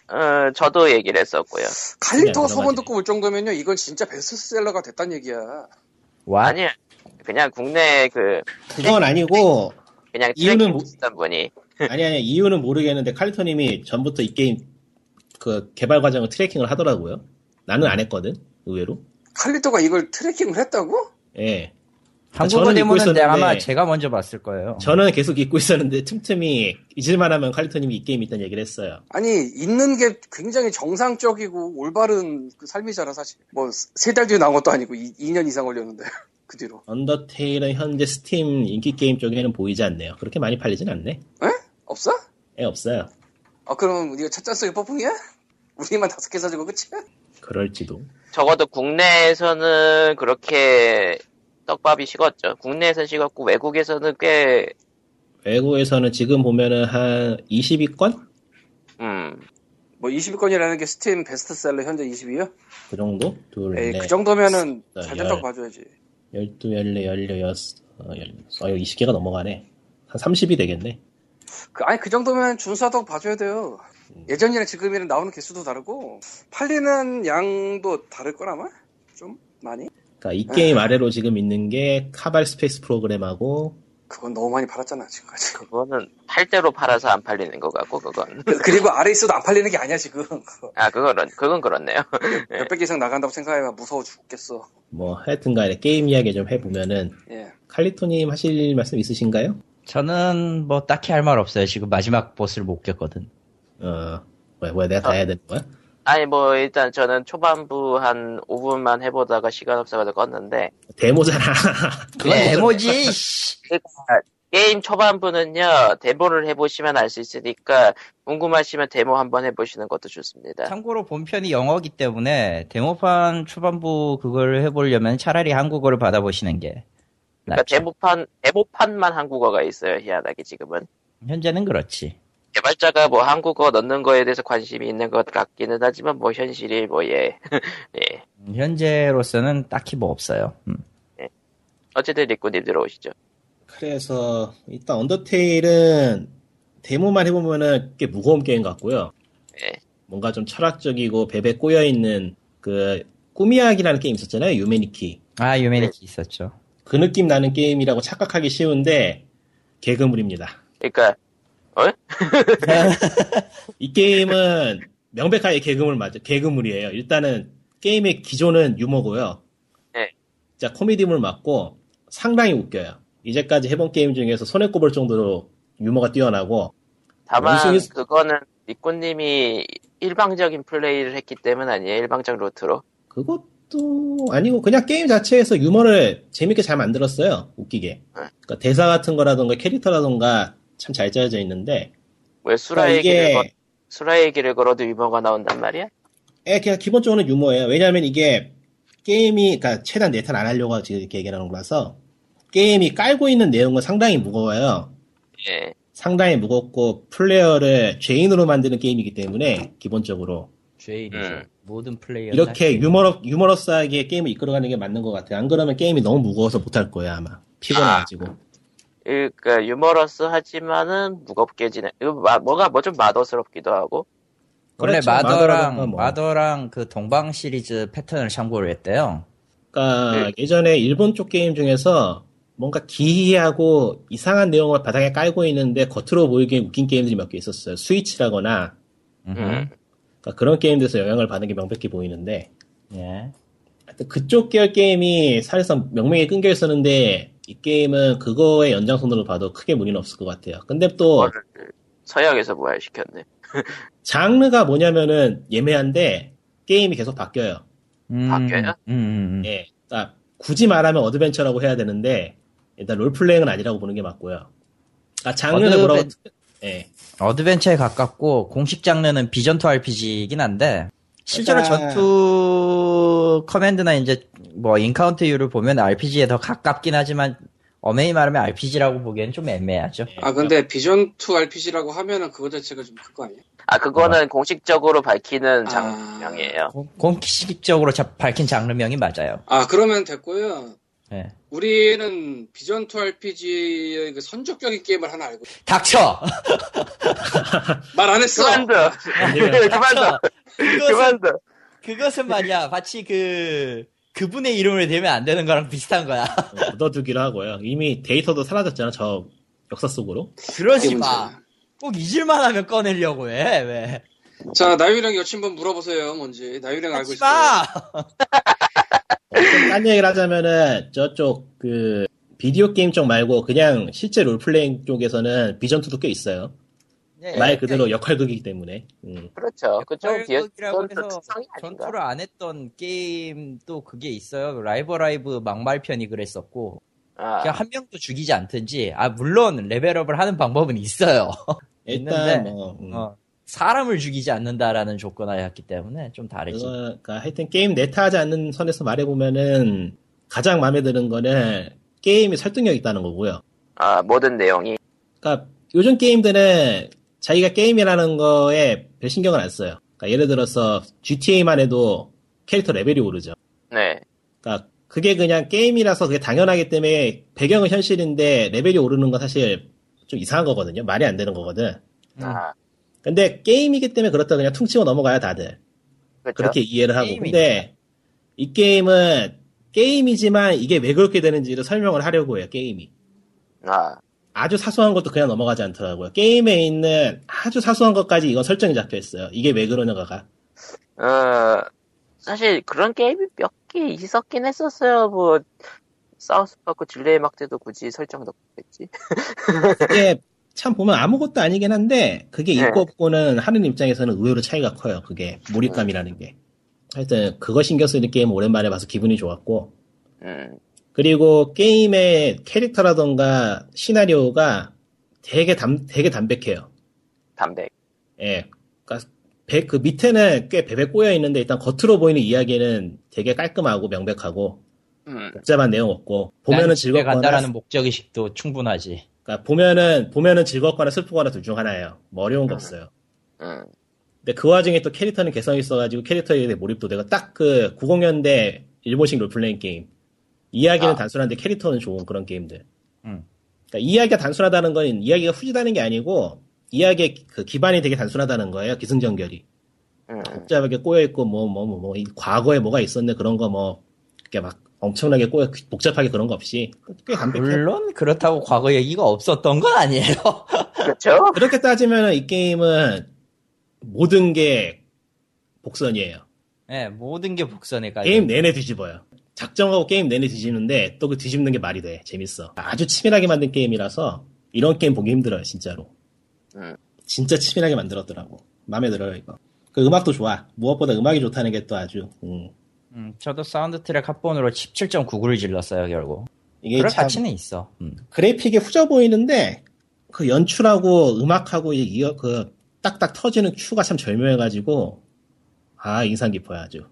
Speaker 1: 어, 저도 얘기를 했었고요.
Speaker 5: 갈리토가
Speaker 4: 그냥
Speaker 5: 소문
Speaker 4: 들어가지.
Speaker 5: 듣고 올 정도면요, 이건 진짜 베스트셀러가 됐단 얘기야.
Speaker 2: 와.
Speaker 1: 아니 그냥 국내 그
Speaker 4: 그건 아니고,
Speaker 1: 그냥
Speaker 4: 이유는
Speaker 1: 트래킹
Speaker 4: 뭐-
Speaker 1: 했던 분이
Speaker 4: 아니, 아니, 이유는 모르겠는데, 칼리토님이 전부터 이 게임, 그, 개발 과정을 트래킹을 하더라고요. 나는 안 했거든, 의외로.
Speaker 5: 칼리토가 이걸 트래킹을 했다고?
Speaker 4: 예.
Speaker 2: 한국어
Speaker 4: 저는 잊고
Speaker 2: 데모는
Speaker 4: 있었는데-
Speaker 2: 아마 제가 먼저 봤을 거예요.
Speaker 4: 저는 계속 잊고 있었는데, 틈틈이 잊을만 하면 칼리토님이 이 게임이 있다는 얘기를 했어요.
Speaker 5: 아니 있는 게 굉장히 정상적이고 올바른 그 삶이잖아 사실. 뭐 세 달 뒤에 나온 것도 아니고 이, 2년 이상 걸렸는데 그 뒤로.
Speaker 4: 언더테일은 현재 스팀 인기 게임 쪽에는 보이지 않네요. 그렇게 많이 팔리진 않네.
Speaker 5: 에? 없어?
Speaker 4: 예, 없어요.
Speaker 5: 아 그럼 우리가 첫잔 속에 뽀풍이야? 우리만 다섯 개 사준 거 끝이야?
Speaker 4: 그럴지도.
Speaker 1: 적어도 국내에서는 그렇게 떡밥이 식었죠. 국내에서 식었고 외국에서는 꽤
Speaker 4: 외국에서는 지금 보면은 한 20위권?
Speaker 1: 음.
Speaker 5: 뭐 20위권이라는 게 스팀 베스트셀러 현재 20위요?
Speaker 4: 그 정도? 둘,
Speaker 5: 에이
Speaker 4: 넷,
Speaker 5: 그 정도면은
Speaker 4: 네,
Speaker 5: 잘 된다고 예.
Speaker 4: 열.
Speaker 5: 봐줘야지.
Speaker 4: 12, 14, 16, 16, 어, 16. 어, 이거 20개가 넘어가네. 한 30이 되겠네.
Speaker 5: 그, 아니 그 정도면 준수하다고 봐줘야 돼요. 예전이랑 지금이랑 나오는 개수도 다르고 팔리는 양도 다를 걸 아마 좀 많이.
Speaker 4: 그니까 그러니까 이 게임 아래로 지금 있는 게 카발 스페이스 프로그램하고,
Speaker 5: 그건 너무 많이 팔았잖아 지금까지.
Speaker 1: 그거는 팔대로 팔아서 안 팔리는 것 같고 그건
Speaker 5: 그- 그리고 아래 있어도 안 팔리는 게 아니야 지금. 그거.
Speaker 1: 아 그건 그건 그렇네요.
Speaker 3: 예.
Speaker 5: 몇백 개 이상 나간다고 생각하면 무서워 죽겠어.
Speaker 4: 뭐, 하여튼 간에 게임 이야기 좀 해보면은,
Speaker 5: 예.
Speaker 4: 칼리토님 하실 말씀 있으신가요?
Speaker 2: 저는 뭐 딱히 할 말 없어요. 지금 마지막 보스를 못 꼈거든.
Speaker 4: 어, 뭐야, 뭐야, 내가 다
Speaker 1: 아.
Speaker 4: 해야 되는 거야?
Speaker 1: 아니 뭐 일단 저는 초반부 한 5분만 해보다가 시간 없어가지고 껐는데
Speaker 4: 데모잖아. 예,
Speaker 2: 그건
Speaker 1: 네.
Speaker 2: 데모지. 씨.
Speaker 1: 그러니까 게임 초반부는요 데모를 해보시면 알 수 있으니까 궁금하시면 데모 한번 해보시는 것도 좋습니다.
Speaker 2: 참고로 본편이 영어기 때문에 데모판 초반부 그걸 해보려면 차라리 한국어를 받아보시는 게
Speaker 1: 그러니까
Speaker 2: 낫죠.
Speaker 1: 데모판 데모판만 한국어가 있어요 희한하게 지금은
Speaker 2: 현재는 그렇지.
Speaker 1: 개발자가 뭐 한국어 넣는 거에 대해서 관심이 있는 것 같기는 하지만 뭐 현실이 뭐예 예.
Speaker 2: 음, 현재로서는 딱히 뭐 없어요. 음.
Speaker 1: 어쨌든 리꾸님 들어오시죠.
Speaker 4: 그래서 일단 언더테일은 데모만 해보면은 꽤 무거운 게임 같고요.
Speaker 1: 예.
Speaker 4: 뭔가 좀 철학적이고 베베 꼬여 있는 그 꿈이야기라는 게임 있었잖아요. 유메니키.
Speaker 2: 아
Speaker 1: 네.
Speaker 2: 유메니티 있었죠.
Speaker 4: 그 느낌 나는 게임이라고 착각하기 쉬운데 개그물입니다.
Speaker 1: 그러니까
Speaker 4: 이 게임은 명백하게 개그물 맞죠. 개그물이에요. 일단은 게임의 기조는 유머고요.
Speaker 1: 네.
Speaker 4: 자 코미디물 맞고 상당히 웃겨요. 이제까지 해본 게임 중에서 손에 꼽을 정도로 유머가 뛰어나고
Speaker 1: 다만
Speaker 4: 원숭이-
Speaker 1: 그거는 리꾸님이 일방적인 플레이를 했기 때문 아니에요 일방적 루트로.
Speaker 4: 그것도 아니고 그냥 게임 자체에서 유머를 재밌게 잘 만들었어요. 웃기게.
Speaker 1: 네.
Speaker 4: 그러니까 대사 같은 거라던가 캐릭터라던가 참 잘 짜여져 있는데
Speaker 1: 왜
Speaker 4: 그러니까
Speaker 1: 수라의 길을 걸,
Speaker 4: 이게
Speaker 1: 수라의 길을 걸어도 유머가 나온단 말이야?
Speaker 4: 예, 그냥 기본적으로는 유머예요. 왜냐하면 이게 게임이 그러니까 최대한 내탓 안 하려고 지금 이렇게 얘기하는 거라서 게임이 깔고 있는 내용은 상당히 무거워요.
Speaker 1: 예.
Speaker 4: 상당히 무겁고 플레이어를 죄인으로 만드는 게임이기 때문에 기본적으로
Speaker 2: 죄인이죠.
Speaker 1: 음.
Speaker 2: 모든 플레이어
Speaker 4: 이렇게 유머러, 유머러스하게 게임을 이끌어가는 게 맞는 것 같아요. 안 그러면 게임이 너무 무거워서 못할 거예요 아마 피곤해가지고.
Speaker 1: 그러니까 유머러스 하지만은 무겁게 지내. 이거 마- 뭐가 뭐 좀 마더스럽기도 하고.
Speaker 2: 원래
Speaker 4: 그렇죠. 마더라던가
Speaker 2: 마더랑
Speaker 4: 뭐.
Speaker 2: 마더랑 그 동방 시리즈 패턴을 참고를 했대요.
Speaker 4: 그러니까 예전에 일본 쪽 게임 중에서 뭔가 기이하고 이상한 내용을 바닥에 깔고 있는데 겉으로 보이게 웃긴 게임들이 몇 개 있었어요. 스위치라거나
Speaker 1: 음.
Speaker 4: 그런 게임들에서 영향을 받는 게 명백히 보이는데
Speaker 2: 예.
Speaker 4: 하여튼 그쪽 계열 게임이 사실상 명맥이 끊겨 있었는데 이 게임은 그거의 연장선으로 봐도 크게 무리는 없을 것 같아요. 근데 또
Speaker 1: 그거를 서양에서 부활시켰네.
Speaker 4: 장르가 뭐냐면은 예매한데 게임이 계속 바뀌어요.
Speaker 2: 음,
Speaker 1: 바뀌어요?
Speaker 2: 음, 음, 음.
Speaker 4: 예, 그러니까 굳이 말하면 어드벤처라고 해야 되는데 일단 롤플레잉은 아니라고 보는 게 맞고요. 아 장르는
Speaker 2: 어드벤-
Speaker 4: 뭐라고? 예,
Speaker 2: 어드벤처에 가깝고 공식 장르는 비전투 RPG이긴 한데 실제로
Speaker 3: 네.
Speaker 4: 약간-
Speaker 2: 전투 커맨드나 이제 뭐 인카운트율을 보면 RPG에 더 가깝긴 하지만 엄연히 말하면 RPG라고 보기엔 좀 애매하죠.
Speaker 3: 아 근데 비전 2 RPG라고 하면은 그거 자체가 좀 클 거 아니야?
Speaker 1: 아 그거는 공식적으로 밝히는
Speaker 3: 아.
Speaker 1: 장면이에요.
Speaker 2: 공- 공식적으로 자- 밝힌 장르명이 맞아요.
Speaker 3: 아 그러면 됐고요.
Speaker 2: 예.
Speaker 3: 우리는 비전 2 RPG의 그 선적적인 게임을 하나 알고
Speaker 2: 닥쳐!
Speaker 3: 말 안 했어.
Speaker 1: 그만둬. 그만둬.
Speaker 2: 그것은,
Speaker 1: 그만둬.
Speaker 2: 그것은 말이야. 마치 그, 그분의 이름을 대면 안 되는 거랑 비슷한 거야.
Speaker 4: 그러니까 묻어두기로 하고요. 이미 데이터도 사라졌잖아, 저 역사 속으로.
Speaker 2: 그러지
Speaker 3: 그게
Speaker 2: 마.
Speaker 3: 문제야.
Speaker 2: 꼭 잊을만 하면 꺼내려고 해, 왜.
Speaker 3: 자 나유령 여친분 물어보세요. 뭔지 나유령 알고
Speaker 2: 하지
Speaker 3: 있어요.
Speaker 2: 마!
Speaker 4: 딴 얘기를 하자면은 저쪽 그 비디오 게임 쪽 말고 그냥 실제 롤플레잉 쪽에서는 비전2도 꽤 있어요.
Speaker 2: 예,
Speaker 4: 말 그대로 역할극이기 때문에. 음.
Speaker 1: 그렇죠. 그쪽 뒤에
Speaker 2: 헐극이라고
Speaker 1: 그건
Speaker 2: 해서
Speaker 1: 특성이 아닌가.
Speaker 2: 전투를 안 했던 게임도 그게 있어요. 라이버라이브 막말편이 그랬었고
Speaker 1: 아,
Speaker 2: 그냥 한 명도 죽이지 않든지 아 물론 레벨업을 하는 방법은 있어요.
Speaker 4: 일단
Speaker 2: 있는데,
Speaker 4: 뭐 음.
Speaker 2: 어, 사람을 죽이지 않는다라는 조건하였기 때문에 좀 다르지.
Speaker 4: 그러니까 하여튼 게임 내타하지 않는 선에서 말해보면은 가장 마음에 드는 거는 게임이 설득력 있다는 거고요.
Speaker 1: 아, 모든 내용이
Speaker 4: 그러니까 요즘 게임들은 자기가 게임이라는 거에 별 신경을 안 써요. 그러니까 예를 들어서 GTA만 해도 캐릭터 레벨이 오르죠.
Speaker 1: 네.
Speaker 4: 그러니까 그게 그냥 게임이라서 그게 당연하기 때문에 배경은 현실인데 레벨이 오르는 건 사실 좀 이상한 거거든요. 말이 안 되는 거거든.
Speaker 1: 아,
Speaker 4: 근데 게임이기 때문에 그렇다 그냥 퉁치고 넘어가요 다들.
Speaker 1: 그렇죠.
Speaker 4: 그렇게 이해를 하고.
Speaker 2: 아, 게임이니까.
Speaker 4: 근데 이 게임은 게임이지만 이게 왜 그렇게 되는지를 설명을 하려고 해요, 게임이.
Speaker 1: 아,
Speaker 4: 아주 사소한 것도 그냥 넘어가지 않더라고요. 게임에 있는 아주 사소한 것까지 이건 설정이 잡혀 있어요. 이게 왜 그러냐가.
Speaker 1: 어, 사실 그런 게임이 몇 개 있었긴 했었어요. 뭐 사우스파크 딜레이 막 때도 굳이 설정 넣고 했지.
Speaker 4: 이게 참 보면 아무것도 아니긴 한데 그게
Speaker 1: 네.
Speaker 4: 있고 없고는 하는 입장에서는 의외로 차이가 커요. 그게 몰입감이라는 게. 하여튼 그거 신경 쓰는 게임 오랜만에 봐서 기분이 좋았고
Speaker 1: 음,
Speaker 4: 그리고 게임의 캐릭터라던가 시나리오가 되게 담 되게 담백해요.
Speaker 1: 담백.
Speaker 4: 예. 그러니까 배- 그 밑에는 꽤 베베 꼬여 있는데 일단 겉으로 보이는 이야기는 되게 깔끔하고 명백하고
Speaker 1: 음,
Speaker 4: 복잡한 내용 없고 보면은
Speaker 2: 난 집에 간다라는
Speaker 4: 즐겁거나
Speaker 2: 목적의식도 충분하지.
Speaker 4: 그러니까 보면은 보면은 즐겁거나 슬프거나 둘 중 하나예요. 뭐 어려운
Speaker 2: 아.
Speaker 4: 거 없어요.
Speaker 1: 음,
Speaker 4: 근데 그 와중에 또 캐릭터는 개성이 있어가지고 캐릭터에 대해 몰입도 되고 딱 그 90년대 일본식 롤플레잉 게임 이야기는
Speaker 1: 아.
Speaker 4: 단순한데 캐릭터는 좋은 그런 게임들.
Speaker 2: 음.
Speaker 4: 그러니까 이야기가 단순하다는 건 이야기가 후지다는 게 아니고 이야기의 그 기반이 되게 단순하다는 거예요. 기승전결이.
Speaker 1: 음.
Speaker 4: 복잡하게 꼬여있고, 뭐, 뭐, 뭐, 뭐, 이 과거에 뭐가 있었네, 그런 거 뭐, 이렇게 막 엄청나게 꼬여, 복잡하게 그런 거 없이. 꽤 담백해요.
Speaker 2: 물론 그렇다고 과거 얘기가 없었던 건 아니에요.
Speaker 1: 그렇죠.
Speaker 4: 그렇게 따지면 이 게임은 모든 게 복선이에요.
Speaker 2: 예, 모든 게 복선에 깔려.
Speaker 4: 게임 내내 뒤집어요. 작정하고 게임 내내 뒤집는데 또 그 뒤집는 게 말이 돼. 재밌어. 아주 치밀하게 만든 게임이라서 이런 게임 보기 힘들어요, 진짜로.
Speaker 1: 음.
Speaker 4: 진짜 치밀하게 만들었더라고. 마음에 들어요, 이거. 그 음악도 좋아. 무엇보다 음악이 좋다는 게 또 아주, 음.
Speaker 2: 음, 저도 사운드 트랙 합본으로 17.99를 질렀어요, 결국.
Speaker 4: 이게
Speaker 2: 그럴
Speaker 4: 참
Speaker 2: 가치는 있어. 음.
Speaker 4: 그래픽이 후져 보이는데 그 연출하고 음악하고 이- 이어 그 딱딱 터지는 큐가 참 절묘해가지고 아 인상 깊어요 아주.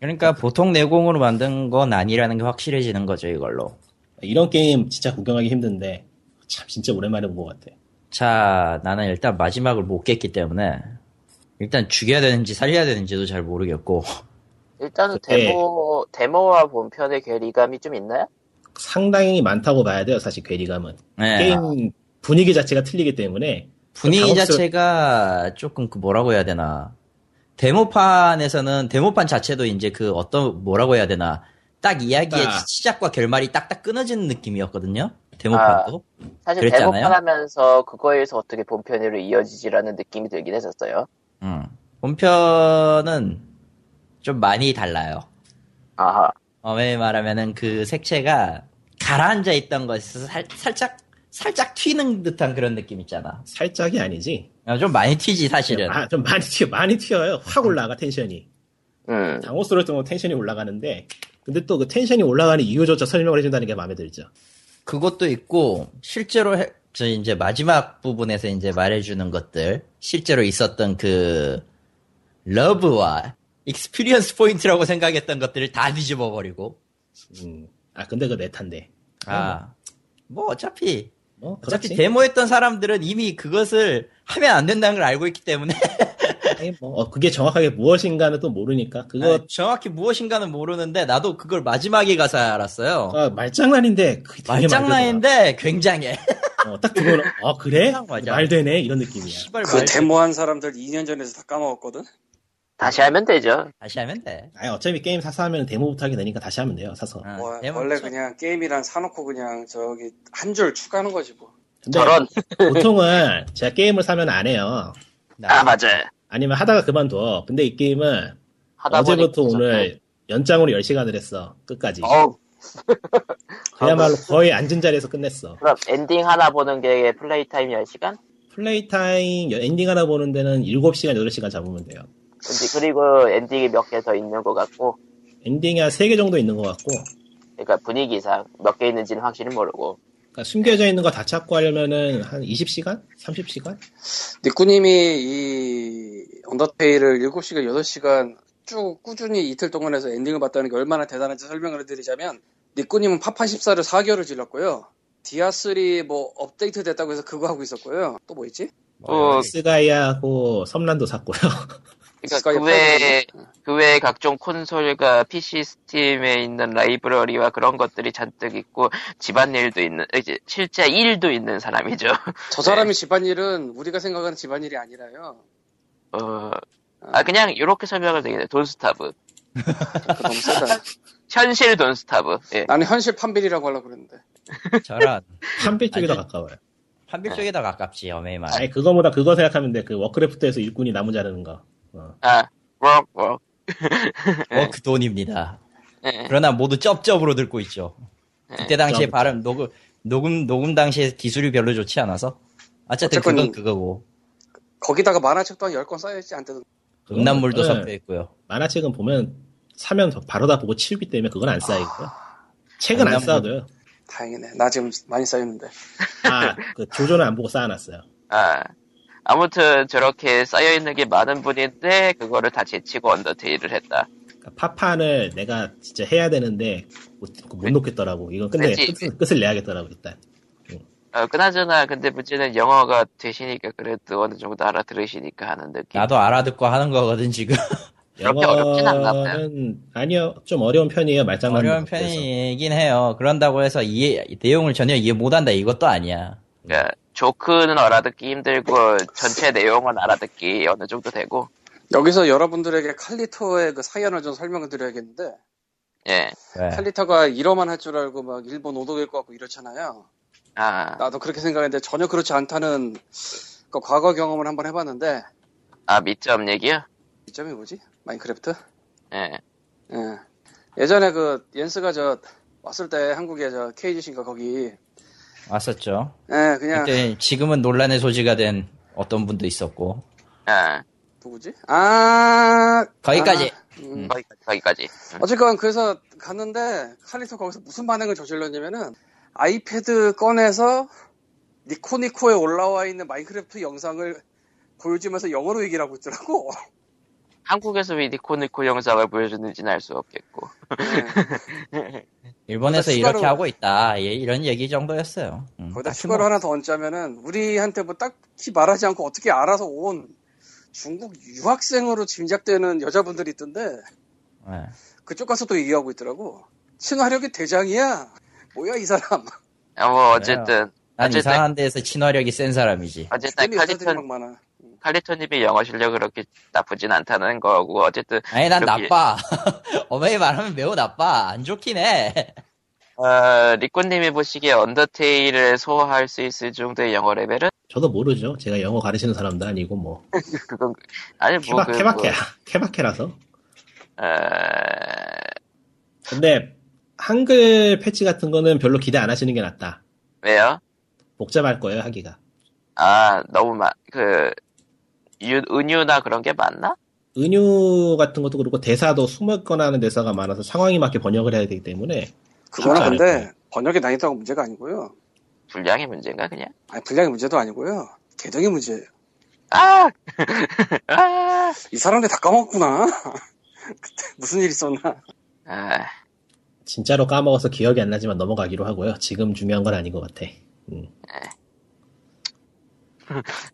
Speaker 2: 그러니까 보통 내공으로 만든 건 아니라는 게 확실해지는 거죠, 이걸로.
Speaker 4: 이런 게임 진짜 구경하기 힘든데 참 진짜 오랜만에 본 것 같아.
Speaker 2: 자, 나는 일단 마지막을 못 깼기 때문에, 일단 죽여야 되는지 살려야 되는지도 잘 모르겠고,
Speaker 1: 일단은
Speaker 4: 네.
Speaker 1: 데모 데모와 본편의 괴리감이 좀 있나요?
Speaker 4: 상당히 많다고 봐야 돼요 사실 괴리감은
Speaker 2: 네,
Speaker 4: 게임 그 분위기 자체가 틀리기 때문에
Speaker 2: 분위기
Speaker 4: 당혹스러-
Speaker 2: 자체가 조금 그 뭐라고 해야 되나. 데모판에서는, 데모판 자체도 이제 그 어떤, 뭐라고 해야 되나. 딱 이야기의
Speaker 4: 딱.
Speaker 2: 시작과 결말이 딱딱 끊어지는 느낌이었거든요? 데모판도.
Speaker 1: 사실
Speaker 2: 그랬잖아요.
Speaker 1: 데모판 하면서 그거에서 어떻게 본편으로 이어지지라는 느낌이 들긴 했었어요.
Speaker 4: 아.
Speaker 2: 음. 본편은 좀 많이 달라요.
Speaker 1: 아하.
Speaker 2: 어메 말하면은 그 색채가 가라앉아 있던 것에서 살, 살짝 살짝 튀는 듯한 그런 느낌 있잖아.
Speaker 4: 살짝이 아니지
Speaker 2: 아, 좀 많이 튀지 사실은.
Speaker 4: 아, 좀 많이 튀어 많이 튀어요 확 올라가 텐션이
Speaker 1: 음.
Speaker 4: 당호스러울 정도 텐션이 올라가는데 근데 또 그 텐션이 올라가는 이유조차 설명을 해준다는 게 마음에 들죠.
Speaker 2: 그것도 있고 실제로 해, 저 이제 마지막 부분에서 이제 말해주는 것들 실제로 있었던 그 러브와 익스피리언스 포인트라고 생각했던 것들을 다 뒤집어 버리고.
Speaker 4: 음. 아 근데 그 메타인데.
Speaker 2: 아, 뭐 어차피
Speaker 4: 뭐
Speaker 2: 어차피
Speaker 4: 음. 그렇지.
Speaker 2: 데모했던 사람들은 이미 그것을 하면 안 된다는 걸 알고 있기 때문에
Speaker 4: 아니, 뭐, 어, 그게 정확하게 무엇인가는 또 모르니까 그거
Speaker 2: 아니, 정확히 무엇인가는 모르는데 나도 그걸 마지막에 가서 알았어요.
Speaker 4: 아, 말장난인데 그게 되게
Speaker 2: 말장난인데 굉장해.
Speaker 4: 말도 안 와. 어, 딱 그거는 어 그래
Speaker 2: 맞아.
Speaker 4: 말되네 이런 느낌이야.
Speaker 2: 씨발
Speaker 3: 그
Speaker 2: 말
Speaker 3: 데모한 사람들 2년 전에서 다 까먹었거든.
Speaker 1: 다시 하면 되죠.
Speaker 2: 다시 하면 돼.
Speaker 4: 아니 어차피 게임 사서 하면 데모부터 하게 되니까 다시 하면 돼요 사서.
Speaker 2: 아,
Speaker 3: 뭐,
Speaker 2: 데모
Speaker 3: 원래
Speaker 2: 쳐-
Speaker 3: 그냥 게임이란 사놓고 그냥 저기 한 줄 추가하는 거지 뭐.
Speaker 4: 근데
Speaker 1: 저런.
Speaker 4: 보통은 제가 게임을 사면 안 해요.
Speaker 1: 아,
Speaker 2: 나-
Speaker 1: 맞아요.
Speaker 4: 아니면 하다가 그만둬. 근데 이 게임은
Speaker 1: 하다
Speaker 4: 어제부터
Speaker 1: 보니까
Speaker 4: 오늘 연장으로 10시간을 했어. 끝까지.
Speaker 1: 어우,
Speaker 4: 그야말로 거의 앉은 자리에서 끝냈어.
Speaker 1: 그럼 엔딩 하나 보는 게 플레이 타임 10시간?
Speaker 4: 플레이 타임 엔딩 하나 보는 데는 7시간, 8시간 잡으면 돼요.
Speaker 1: 근데 그리고 엔딩이 몇 개 더 있는 것 같고,
Speaker 4: 엔딩이 한 3개 정도 있는 것 같고,
Speaker 1: 그러니까 분위기상 몇 개 있는지는 확실히 모르고.
Speaker 4: 그러니까 숨겨져 있는 거 다 찾고 하려면은 한 20시간? 30시간?
Speaker 3: 니꾸님이 이 언더테일을 7시간, 6시간 쭉 꾸준히 이틀 동안 해서 엔딩을 봤다는 게 얼마나 대단한지 설명을 해드리자면 니꾸님은 파파14를 4개월을 질렀고요. 디아3 뭐 업데이트 됐다고 해서 그거 하고 있었고요. 또 뭐 있지?
Speaker 1: 또,
Speaker 4: 스가이하고 섬란도 샀고요.
Speaker 1: 어, 그러니까
Speaker 3: 스카이
Speaker 1: 그 외에, 그 외에 각종 콘솔과 PC 스팀에 있는 라이브러리와 그런 것들이 잔뜩 있고, 집안일도 있는, 이제 실제 일도 있는 사람이죠.
Speaker 3: 저 사람이 집안일은 우리가 생각하는 집안일이 아니라요.
Speaker 1: 어, 아, 그냥 이렇게 설명을 되겠네. 돈스타브.
Speaker 3: 그거 너무 세다.
Speaker 1: 현실 돈스타브. 예.
Speaker 3: 나는 현실 판빌이라고 하려고 그랬는데. 아.
Speaker 2: 저런
Speaker 4: 한필 쪽이 더
Speaker 2: 아니.
Speaker 4: 가까워요.
Speaker 2: 판빌 쪽에 더 가깝지 어메이 말.
Speaker 4: 아니, 그거보다 그거 생각하면 돼. 그 워크래프트에서 일꾼이 나무 자르는 거. 어.
Speaker 1: 아, 웍, 웍.
Speaker 3: 네.
Speaker 2: 어, 그 돈입니다.
Speaker 1: 예.
Speaker 2: 그러나 모두 쩝쩝으로 듣고 있죠.
Speaker 3: 네.
Speaker 2: 그때 당시에
Speaker 4: 쩝쩝.
Speaker 2: 발음 녹음 녹음 녹음 당시에 기술이 별로 좋지 않아서 어쨌든
Speaker 3: 어쨌건
Speaker 2: 그건 그거고
Speaker 3: 거기다가 만화책도 한 10권 쌓여있지 않던
Speaker 4: 그거는-
Speaker 2: 음란물도
Speaker 4: 네.
Speaker 2: 섞여있고요.
Speaker 4: 만화책은 보면 사면 더- 바로 다 보고 치우기 때문에 그건 안 쌓이고요. 책은
Speaker 2: 장난감.
Speaker 4: 안 쌓아둬요.
Speaker 3: 다행이네. 나 지금 많이 쌓였는데.
Speaker 4: 아, 그 조조는 안 보고 쌓아놨어요.
Speaker 1: 아, 아무튼 저렇게 쌓여있는 게 많은 분인데, 그거를 다 제치고 언더테일을 했다.
Speaker 4: 그러니까 파판을 내가 진짜 해야 되는데 못,
Speaker 1: 네.
Speaker 4: 못 놓겠더라고. 이건 끝내
Speaker 1: 왠지-
Speaker 4: 끝을, 끝을 내야겠더라고 일단.
Speaker 1: 어, 그나저나, 근데 문제는 영어가 되시니까 그래도 어느 정도 알아들으시니까 하는 느낌.
Speaker 2: 나도 알아듣고 하는 거거든 지금.
Speaker 1: 그렇게 어렵진 않나 봐요.
Speaker 4: 영어는 아니요, 좀 어려운 편이에요. 말장난
Speaker 2: 어려운 편이긴 해요. 그런다고 해서 이해 내용을 전혀 이해 못한다 이것도 아니야.
Speaker 1: 그러니까 조크는 알아듣기 힘들고, 전체 내용은 알아듣기 어느 정도 되고,
Speaker 3: 여기서 여러분들에게 칼리토의 그 사연을 좀 설명을 드려야겠는데
Speaker 1: 예.
Speaker 2: 왜?
Speaker 3: 칼리토가 이러만 할 줄 알고 막 일본 오도될 것 같고 이렇잖아요.
Speaker 1: 아,
Speaker 3: 나도 그렇게 생각했는데 전혀 그렇지 않다는 그 과거 경험을 한번 해봤는데
Speaker 1: 아, 밑점 얘기요?
Speaker 3: 이점이 뭐지? 마인크래프트?
Speaker 1: 예.
Speaker 3: 예. 예전에 그 옌스가 저 왔을 때 한국에 저 KGC인가 거기
Speaker 2: 왔었죠.
Speaker 3: 예 그냥
Speaker 2: 그때 지금은 논란의 소지가 된 어떤 분도 있었고
Speaker 1: 아,
Speaker 3: 누구지? 아
Speaker 2: 거기까지.
Speaker 3: 아, 음.
Speaker 1: 거기까지, 거기까지. 음.
Speaker 3: 어쨌건 그래서 갔는데 칼리토 거기서 무슨 반응을 저질렀냐면은 아이패드 꺼내서 니코니코에 올라와 있는 마인크래프트 영상을 보여주면서 영어로 얘기를 하고 있더라고.
Speaker 1: 한국에서 왜 니코니코 영상을 보여주는지는 알 수 없겠고.
Speaker 2: 일본에서
Speaker 3: 거기다
Speaker 2: 이렇게
Speaker 3: 추가로-
Speaker 2: 하고 있다 예, 이런 얘기 정도였어요. 음,
Speaker 3: 거기다
Speaker 2: 딱히
Speaker 3: 추가로
Speaker 2: 뭐-
Speaker 3: 하나 더 얹자면은 우리한테 뭐 딱히 말하지 않고 어떻게 알아서 온 중국 유학생으로 짐작되는 여자분들이 있던데
Speaker 2: 예.
Speaker 3: 그쪽 가서 또 얘기하고 있더라고. 친화력이 대장이야. 뭐야 이 사람.
Speaker 1: 아, 뭐, 어쨌든.
Speaker 2: 난
Speaker 1: 어쨌든-
Speaker 2: 이상한 데에서 친화력이 센 사람이지.
Speaker 1: 어쨌든
Speaker 3: 주변에 여자들이
Speaker 1: 칼리턴
Speaker 3: 막 많아.
Speaker 1: 칼리토님의 영어 실력 그렇게 나쁘진 않다는 거고 어쨌든
Speaker 2: 아니 난
Speaker 1: 그렇게-
Speaker 2: 나빠. 어메이 말하면 매우 나빠. 안 좋긴 해.
Speaker 1: 어, 리코님이 보시기에 언더테일을 소화할 수 있을 정도의 영어 레벨은
Speaker 4: 저도 모르죠. 제가 영어 가르치는 사람도 아니고 뭐
Speaker 1: 그건 아니 뭐 어, 그
Speaker 4: 케바 케바케 케바케라서.
Speaker 1: 뭐, 어,
Speaker 4: 근데 한글 패치 같은 거는 별로 기대 안 하시는 게 낫다.
Speaker 1: 왜요?
Speaker 4: 복잡할 거예요 하기가.
Speaker 1: 아 너무 막그 은유나 그런 게 맞나?
Speaker 4: 은유 같은 것도 그렇고 대사도 숨었거나 하는 대사가 많아서 상황에 맞게 번역을 해야 되기 때문에
Speaker 3: 그거는
Speaker 4: 쉽지 않을
Speaker 3: 근데 번역이 난이도가 문제가 아니고요.
Speaker 1: 분량의 문제인가 그냥?
Speaker 3: 아니 분량의 문제도 아니고요. 개정의 문제예요.
Speaker 1: 아, 아,
Speaker 3: 이 사람들 다 까먹구나.
Speaker 5: 무슨 일 있었나?
Speaker 1: 아,
Speaker 4: 진짜로 까먹어서 기억이 안 나지만 넘어가기로 하고요. 지금 중요한 건 아닌 것 같아. 음.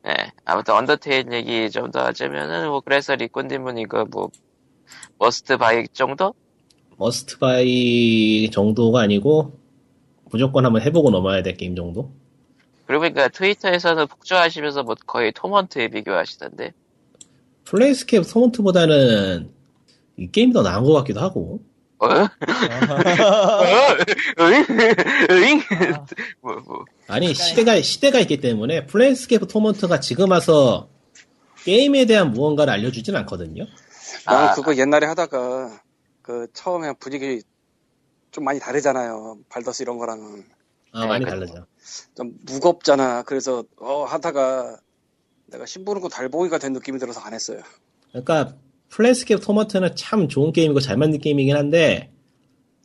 Speaker 1: 예. 아무튼 언더테일 얘기 좀 더 하자면은 뭐 그래서 리콘님은 이거 뭐 머스트 바이 정도?
Speaker 4: 머스트 바이 정도가 아니고 무조건 한번 해보고 넘어야 될 게임 정도?
Speaker 1: 그리고 그러니까 트위터에서는 폭주하시면서 뭐 거의 토먼트에 비교하시던데.
Speaker 4: 플레이스케이프 소먼트보다는 이 게임이 더 나은 것 같기도 하고
Speaker 1: 어? 어? 으잉? 으잉?
Speaker 4: 아.
Speaker 1: 뭐, 뭐.
Speaker 4: 아니 시대가 시대가 있기 때문에 플레이스케이프 토먼트가 지금 와서 게임에 대한 무언가를 알려주진 않거든요.
Speaker 5: 나는
Speaker 1: 아.
Speaker 5: 그거 옛날에 하다가 그 처음에 분위기 좀 많이 다르잖아요. 발더스 이런 거랑은
Speaker 4: 아
Speaker 1: 네,
Speaker 4: 많이
Speaker 1: 그렇죠.
Speaker 4: 달라져.
Speaker 5: 좀 무겁잖아. 그래서 어 하다가 내가 신부는 거 달봉이가 된 느낌이 들어서 안 했어요.
Speaker 4: 그러니까 플레이스케이프 토먼트는 참 좋은 게임이고 잘 만든 게임이긴 한데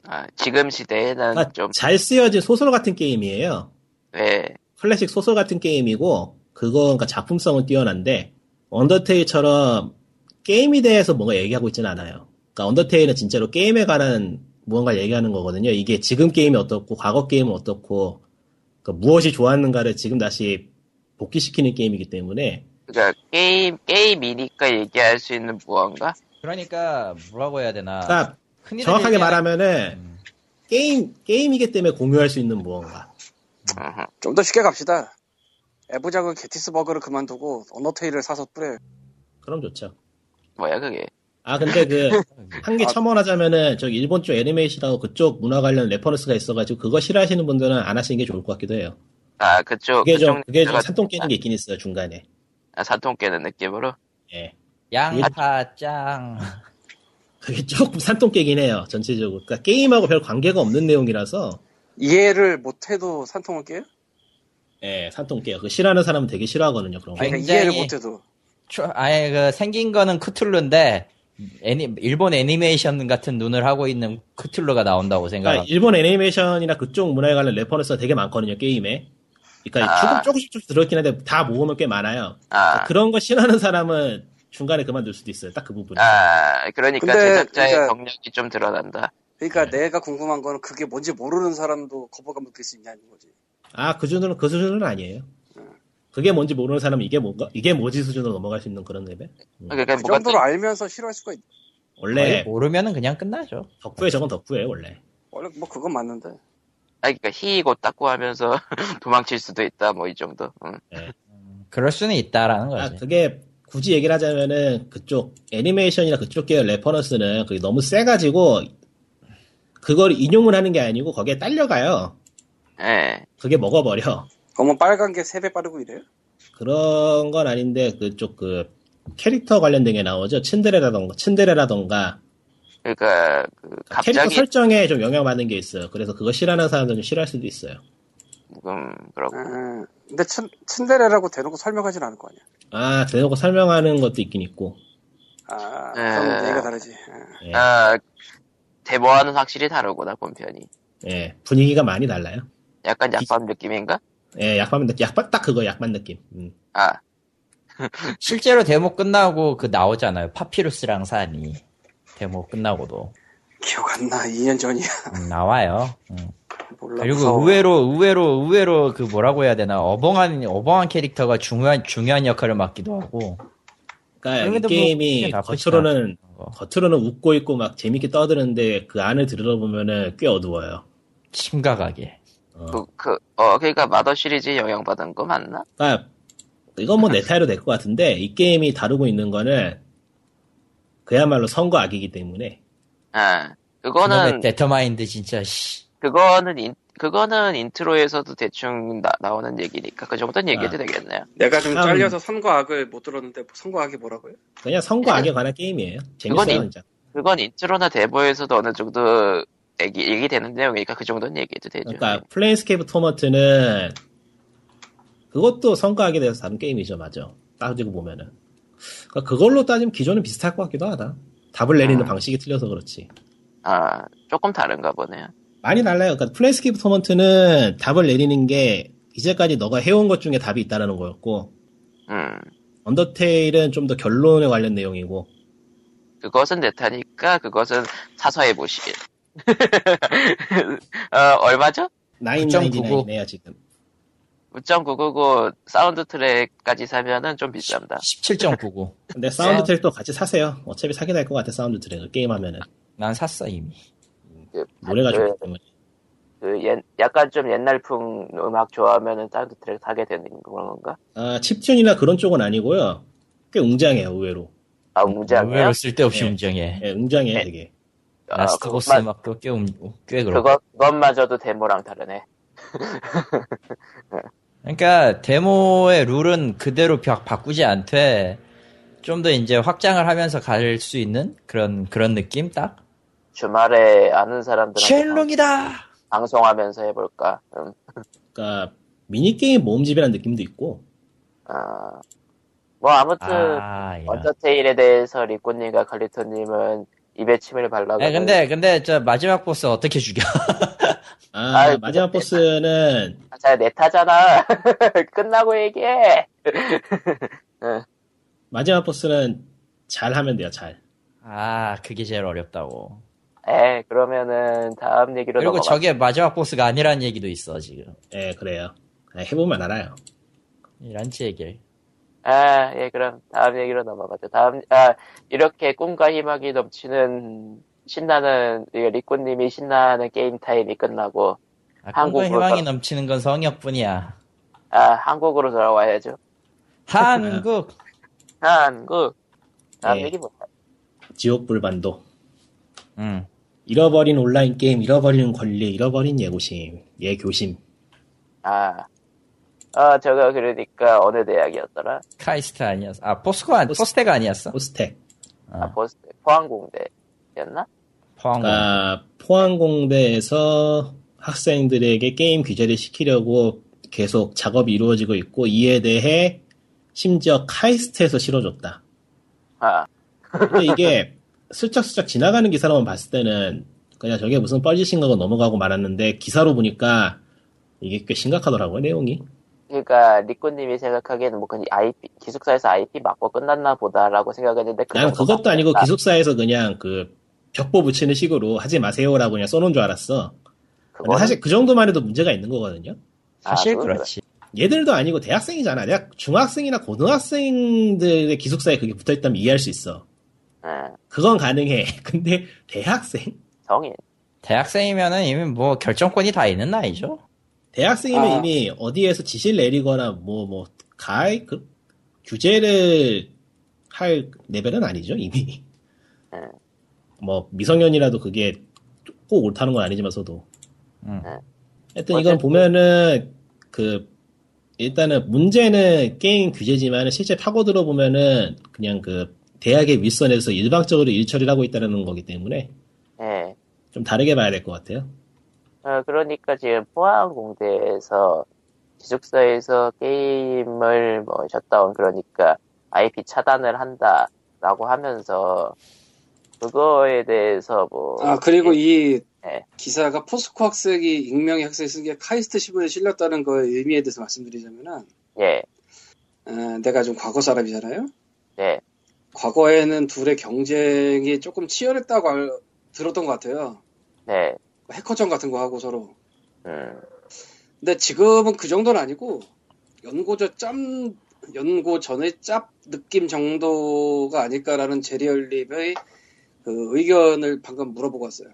Speaker 1: 아, 지금 시대에는
Speaker 4: 그러니까
Speaker 1: 좀,
Speaker 4: 잘 쓰여진 소설 같은 게임이에요.
Speaker 1: 예.
Speaker 4: 클래식 소설 같은 게임이고 그거 그러니까 작품성은 뛰어난데 언더테일처럼 게임에 대해서 뭔가 얘기하고 있지는 않아요. 그러니까 언더테일은 진짜로 게임에 관한 무언가 얘기하는 거거든요. 이게 지금 게임이 어떻고 과거 게임은 어떻고 그러니까 무엇이 좋았는가를 지금 다시 복귀시키는 게임이기 때문에
Speaker 1: 그러니까 게임 게임이니까 얘기할 수 있는 무언가?
Speaker 2: 그러니까 뭐라고 해야 되나.
Speaker 4: 그러니까
Speaker 2: 흔히들
Speaker 4: 정확하게
Speaker 2: 얘기하는-
Speaker 4: 말하면은
Speaker 2: 아, 음.
Speaker 4: 게임 게임이기 때문에 공유할 수 있는 무언가.
Speaker 1: 어허.
Speaker 5: 좀 더 쉽게 갑시다. 애부작은 게티스버그를 그만두고 언어테일을 사서 뿌려요.
Speaker 4: 그럼 좋죠.
Speaker 1: 뭐야 그게?
Speaker 4: 아 근데 그 한
Speaker 1: 아.
Speaker 4: 개 첨언하자면은 저 일본 쪽 애니메이션하고 그쪽 문화 관련 레퍼런스가 있어가지고 그거 싫어하시는 분들은 안 하시는 게 좋을 것 같기도 해요.
Speaker 1: 아 그쪽
Speaker 4: 그게 좀 그게 좀
Speaker 1: 내가-
Speaker 4: 산통 깨는 게 있긴 있어요 중간에.
Speaker 1: 아, 산통 깨는 느낌으로.
Speaker 4: 예.
Speaker 2: 양파 짱.
Speaker 4: 그게 조금 산통 깨긴 해요 전체적으로. 그러니까 게임하고 별 관계가 없는 내용이라서
Speaker 5: 이해를 못해도 산통을 깨요?
Speaker 4: 예 산통 깨요. 그 싫어하는 사람은 되게 싫어하거든요 그런 거.
Speaker 2: 아니,
Speaker 5: 그러니까
Speaker 2: 굉장히-
Speaker 5: 이해를 못해도
Speaker 2: 초- 아예 그 생긴 거는 크툴루인데 애니, 일본 애니메이션 같은 눈을 하고 있는 크툴루가 나온다고
Speaker 4: 그러니까
Speaker 2: 생각합니다.
Speaker 4: 일본 애니메이션이나 그쪽 문화에 관련 레퍼런스가 되게 많거든요 게임에. 그러니까
Speaker 1: 아.
Speaker 4: 조금 조금씩 조금씩 들어있긴 한데 다 모으면 꽤 많아요. 그러니까
Speaker 1: 아, 그...
Speaker 4: 그런 거 싫어하는 사람은 중간에 그만둘 수도 있어요. 딱 그 부분.
Speaker 1: 아 그러니까
Speaker 5: 근데
Speaker 1: 제작자의
Speaker 5: 그러니까-
Speaker 1: 경력이 좀 드러난다.
Speaker 5: 그러니까 내가 궁금한 거는 그게 뭔지 모르는 사람도 거부감 느낄 수 있냐는 거지.
Speaker 4: 아, 그 수준은, 그 수준은 아니에요. 그게 뭔지 모르는 사람은 이게 뭔가, 이게 뭐지 수준으로 넘어갈 수 있는 그런 레벨?
Speaker 1: 그러니까
Speaker 5: 그
Speaker 1: 뭐가
Speaker 5: 정도로
Speaker 1: 또
Speaker 5: 알면서 싫어할 수가 있.
Speaker 2: 거의 뭐
Speaker 4: 원래,
Speaker 2: 모르면은 그냥 끝나죠.
Speaker 4: 덕후에 저건 덕후예요, 원래.
Speaker 5: 원래 뭐 그건 맞는데.
Speaker 1: 아 그러니까 희이고 닦고 하면서 도망칠 수도 있다 뭐 이 정도. 음.
Speaker 2: 그럴 수는 있다라는
Speaker 4: 아,
Speaker 2: 거지.
Speaker 4: 그게, 굳이 얘기를 하자면은, 그쪽, 애니메이션이나 그쪽 계열 레퍼런스는 그게 너무 세가지고, 그걸 인용을 하는 게 아니고, 거기에 딸려가요.
Speaker 1: 예.
Speaker 4: 그게 먹어버려.
Speaker 5: 그러면 뭐 빨간 게 3배 빠르고 이래요?
Speaker 4: 그런 건 아닌데, 그쪽 그, 캐릭터 관련된 게 나오죠. 츤데레라던가, 츤데레라던가,
Speaker 1: 그러니까 그
Speaker 4: 캐릭터
Speaker 1: 갑자기
Speaker 4: 설정에 좀 영향받는 게 있어요. 그래서 그거 싫어하는 사람들은 좀 싫어할 수도 있어요.
Speaker 1: 음 그러고.
Speaker 5: 음, 근데 츤, 츤데레라고 대놓고 설명하진 않을 거 아니야.
Speaker 4: 아, 대놓고 설명하는 것도 있긴 있고.
Speaker 5: 아,
Speaker 1: 에.
Speaker 5: 그럼 얘기가 다르지. 아,
Speaker 4: 예.
Speaker 1: 아 대모와는 확실히 다르구나 본편이.
Speaker 4: 예, 분위기가 많이 달라요.
Speaker 1: 약간 약밤 느낌인가?
Speaker 4: 예, 약반 느낌. 약반, 딱 그거, 약반 느낌. 음.
Speaker 1: 아
Speaker 2: 실제로 데모 끝나고 그 나오잖아요. 파피루스랑 산이 데모 끝나고도
Speaker 5: 기억 안 나. 2년 전이야.
Speaker 2: 음, 나와요. 음.
Speaker 5: 몰라.
Speaker 1: 그렇죠.
Speaker 2: 그리고
Speaker 5: 무서워.
Speaker 2: 의외로 의외로 의외로 그 뭐라고 해야 되나 어벙한 어벙한 캐릭터가 중요한 중요한 역할을 맡기도 하고
Speaker 4: 그러니까 이
Speaker 2: 그래도 뭐
Speaker 4: 게임이
Speaker 2: 크게 나쁘진
Speaker 4: 겉으로는,
Speaker 2: 않은 거.
Speaker 4: 겉으로는 웃고 있고 막 재밌게 떠드는데 그 안을 들여다보면은 꽤 어두워요.
Speaker 2: 심각하게
Speaker 1: 그, 그, 어, 그니까 마더 시리즈에 영향받은 거 맞나?
Speaker 4: 그러니까 이건 뭐 내 타이로 될 것 같은데 이 게임이 다루고 있는 거는 그야말로 선거 악이기 때문에
Speaker 1: 아,
Speaker 2: 그놈의
Speaker 1: 그거는,
Speaker 2: 데터마인드 진짜 씨.
Speaker 1: 그거는, 인, 그거는 인트로에서도 대충 나, 나오는 얘기니까 그 정도는 얘기해도
Speaker 4: 아.
Speaker 1: 되겠네요.
Speaker 5: 내가 좀
Speaker 4: 참.
Speaker 5: 잘려서 선과악을 못 들었는데 선과악이 뭐라고요?
Speaker 4: 그냥 선거 악에 관한 게임이에요. 재밌어요,
Speaker 1: 그건
Speaker 4: 진짜.
Speaker 1: 그건 인트로나 데모에서도 어느 정도 얘기, 얘기되는 내용이니까 그 정도는 얘기해도 되죠. 예.
Speaker 4: 그러니까 플레인스케이프 토마트는 그것도 성과하게 돼서 다른 게임이죠, 맞아. 따지고 보면은. 그걸로 따지면 기존은 비슷할 것 같기도 하다. 답을 내리는
Speaker 1: 아.
Speaker 4: 방식이 틀려서 그렇지.
Speaker 1: 아, 조금 다른가 보네요.
Speaker 4: 많이 달라요. 그러니까 플레인스케이프 토마트는 답을 내리는 게 이제까지 너가 해온 것 중에 답이 있다라는 거였고
Speaker 1: 음.
Speaker 4: 언더테일은 좀 더 결론에 관련 내용이고
Speaker 1: 그것은 내 타니까 그것은 사서 해보시길. 어, 얼마죠?
Speaker 4: 9.99네요 지금.
Speaker 1: 9.999 사운드 트랙까지 사면은 좀 비쌉니다.
Speaker 2: 17.99.
Speaker 4: 근데 사운드 트랙도 같이 사세요. 어차피 사게 될 것 같아 사운드 트랙을 게임하면은
Speaker 2: 난 샀어 이미.
Speaker 4: 노래가
Speaker 1: 네.
Speaker 4: 좋기 때문에.
Speaker 1: 그 옛, 약간 좀 옛날풍 음악 좋아하면은 사운드 트랙 사게 되는 그런 건가?
Speaker 4: 아 칩튠이나 그런 쪽은 아니고요. 꽤 웅장해요 의외로.
Speaker 1: 아,
Speaker 2: 음,
Speaker 1: 웅장해요?
Speaker 2: 의외로 쓸데없이
Speaker 4: 네.
Speaker 2: 움직여.
Speaker 4: 예, 웅장해 되게.
Speaker 1: 아,
Speaker 2: 라스트 보스
Speaker 1: 그것만-
Speaker 2: 음악도 꽤, 움, 꽤 그렇고.
Speaker 1: 그것, 그것마저도 데모랑 다르네.
Speaker 2: 그러니까 데모의 룰은 그대로 벽 바꾸지 않되 좀 더 이제 확장을 하면서 갈 수 있는 그런 그런 느낌 딱.
Speaker 1: 주말에 아는 사람들한테 방-
Speaker 2: 쉘롱이다.
Speaker 1: 방송하면서 해볼까? 음,
Speaker 4: 그러니까 미니 게임 모음집이라는 느낌도 있고.
Speaker 1: 아, 뭐 아무튼 네,
Speaker 2: 아, 이런.
Speaker 1: 언더테일에 대해서 리꼬님과 칼리토님은 입에 침을 발라가.
Speaker 2: 아 근데 근데 저 마지막 보스 어떻게 죽여?
Speaker 4: 아
Speaker 1: 아이,
Speaker 4: 마지막
Speaker 1: 그거-
Speaker 4: 보스는
Speaker 1: 자, 내 타잖아. 끝나고 얘기해.
Speaker 4: 마지막 보스는 잘 하면 돼요 잘.
Speaker 2: 아 그게 제일 어렵다고.
Speaker 1: 에 그러면은 다음 얘기로
Speaker 2: 그리고
Speaker 1: 넘어가.
Speaker 2: 저게 마지막 보스가 아니라는 얘기도 있어 지금.
Speaker 4: 예 그래요. 아, 해보면 알아요.
Speaker 2: 이런지 얘기를.
Speaker 1: 아, 예, 그럼 다음 얘기로 넘어가죠. 다음, 아, 이렇게 꿈과 희망이 넘치는 신나는 예, 리꼬님이 신나는 게임 타임이 끝나고
Speaker 2: 아, 꿈과
Speaker 1: 한국으로
Speaker 2: 희망이
Speaker 1: 가-
Speaker 2: 넘치는 건 성역뿐이야.
Speaker 1: 아 한국으로 돌아와야죠.
Speaker 2: 한국.
Speaker 1: 한국. 다음
Speaker 4: 예.
Speaker 1: 얘기 뭐야?
Speaker 4: 지옥불반도.
Speaker 2: 응.
Speaker 4: 잃어버린 온라인 게임, 잃어버리는 권리, 잃어버린 예고심, 예교심.
Speaker 1: 아, 아 저거 그러니까 어느 대학이었더라?
Speaker 2: 카이스트 아니었어. 아 포스코 아니
Speaker 4: 포스-
Speaker 2: 포스테가 아니었어.
Speaker 4: 포스텍.
Speaker 1: 아, 보스 포항공대였나?
Speaker 2: 포항공.
Speaker 4: 그러니까 포항공대에서 학생들에게 게임 규제를 시키려고 계속 작업이 이루어지고 있고 이에 대해 심지어 카이스트에서 실어줬다.
Speaker 1: 아,
Speaker 4: 근데 이게 슬쩍슬쩍 지나가는 기사로만 봤을 때는 그냥 저게 무슨 뻘짓인가고 넘어가고 말았는데 기사로 보니까 이게 꽤 심각하더라고요 내용이.
Speaker 1: 그러니까 리코님이 생각하기에는 뭐 그냥 IP 기숙사에서 IP 맞고 끝났나 보다라고 생각했는데 그
Speaker 4: 나는
Speaker 1: 정도가
Speaker 4: 그것도 아니고
Speaker 1: 아니다.
Speaker 4: 기숙사에서 그냥 그 벽보 붙이는 식으로 하지 마세요라고 그냥 써놓은 줄 알았어. 근데
Speaker 1: 그거는- 아,
Speaker 4: 사실 그 정도만 해도 문제가 있는 거거든요.
Speaker 2: 사실
Speaker 1: 그건
Speaker 2: 그렇지.
Speaker 4: 얘들도 아니고 대학생이잖아. 내가 중학생이나 고등학생들의 기숙사에 그게 붙어있다면 이해할 수 있어.
Speaker 1: 그래. 예,
Speaker 4: 그건 가능해. 근데 대학생?
Speaker 1: 성인.
Speaker 2: 대학생이면은 이미 뭐 결정권이 다 있는 나이죠.
Speaker 4: 대학생이면
Speaker 3: 아.
Speaker 4: 이미 어디에서 지시를 내리거나 뭐, 뭐, 가해? 그, 규제를 할 레벨은 아니죠, 이미.
Speaker 1: 네.
Speaker 4: 뭐, 미성년이라도 그게 꼭 옳다는 건 아니지만서도.
Speaker 2: 음.
Speaker 1: 네.
Speaker 4: 하여튼 이건
Speaker 1: 어쨌든-
Speaker 4: 보면은, 그, 일단은 문제는 게임 규제지만 실제 파고들어 보면은 그냥 그 대학의 윗선에서 일방적으로 일처리를 하고 있다는 거기 때문에
Speaker 1: 예.
Speaker 4: 좀 다르게 봐야 될 것 같아요.
Speaker 1: 어, 그러니까 지금 포항공대에서 기숙사에서 게임을 뭐 셧다운 그러니까 IP 차단을 한다라고 하면서 그거에 대해서 뭐
Speaker 5: 어,
Speaker 3: 아 그리고 이
Speaker 1: 네.
Speaker 3: 기사가 포스코 학생이 익명의 학생이 쓴 게 카이스트 신문에 실렸다는 그 의미에 대해서 말씀드리자면은
Speaker 1: 예,
Speaker 3: 어, 내가 좀 과거 사람이잖아요.
Speaker 1: 네,
Speaker 3: 과거에는 둘의 경쟁이 조금 치열했다고 알- 들었던 것 같아요.
Speaker 1: 네,
Speaker 3: 해커전 같은 거 하고 서로.
Speaker 1: 음,
Speaker 3: 근데 지금은 그 정도는 아니고 연고저 짬 연고 전의 짭 느낌 정도가 아닐까라는 제리얼립의 그 의견을 방금 물어보고 왔어요.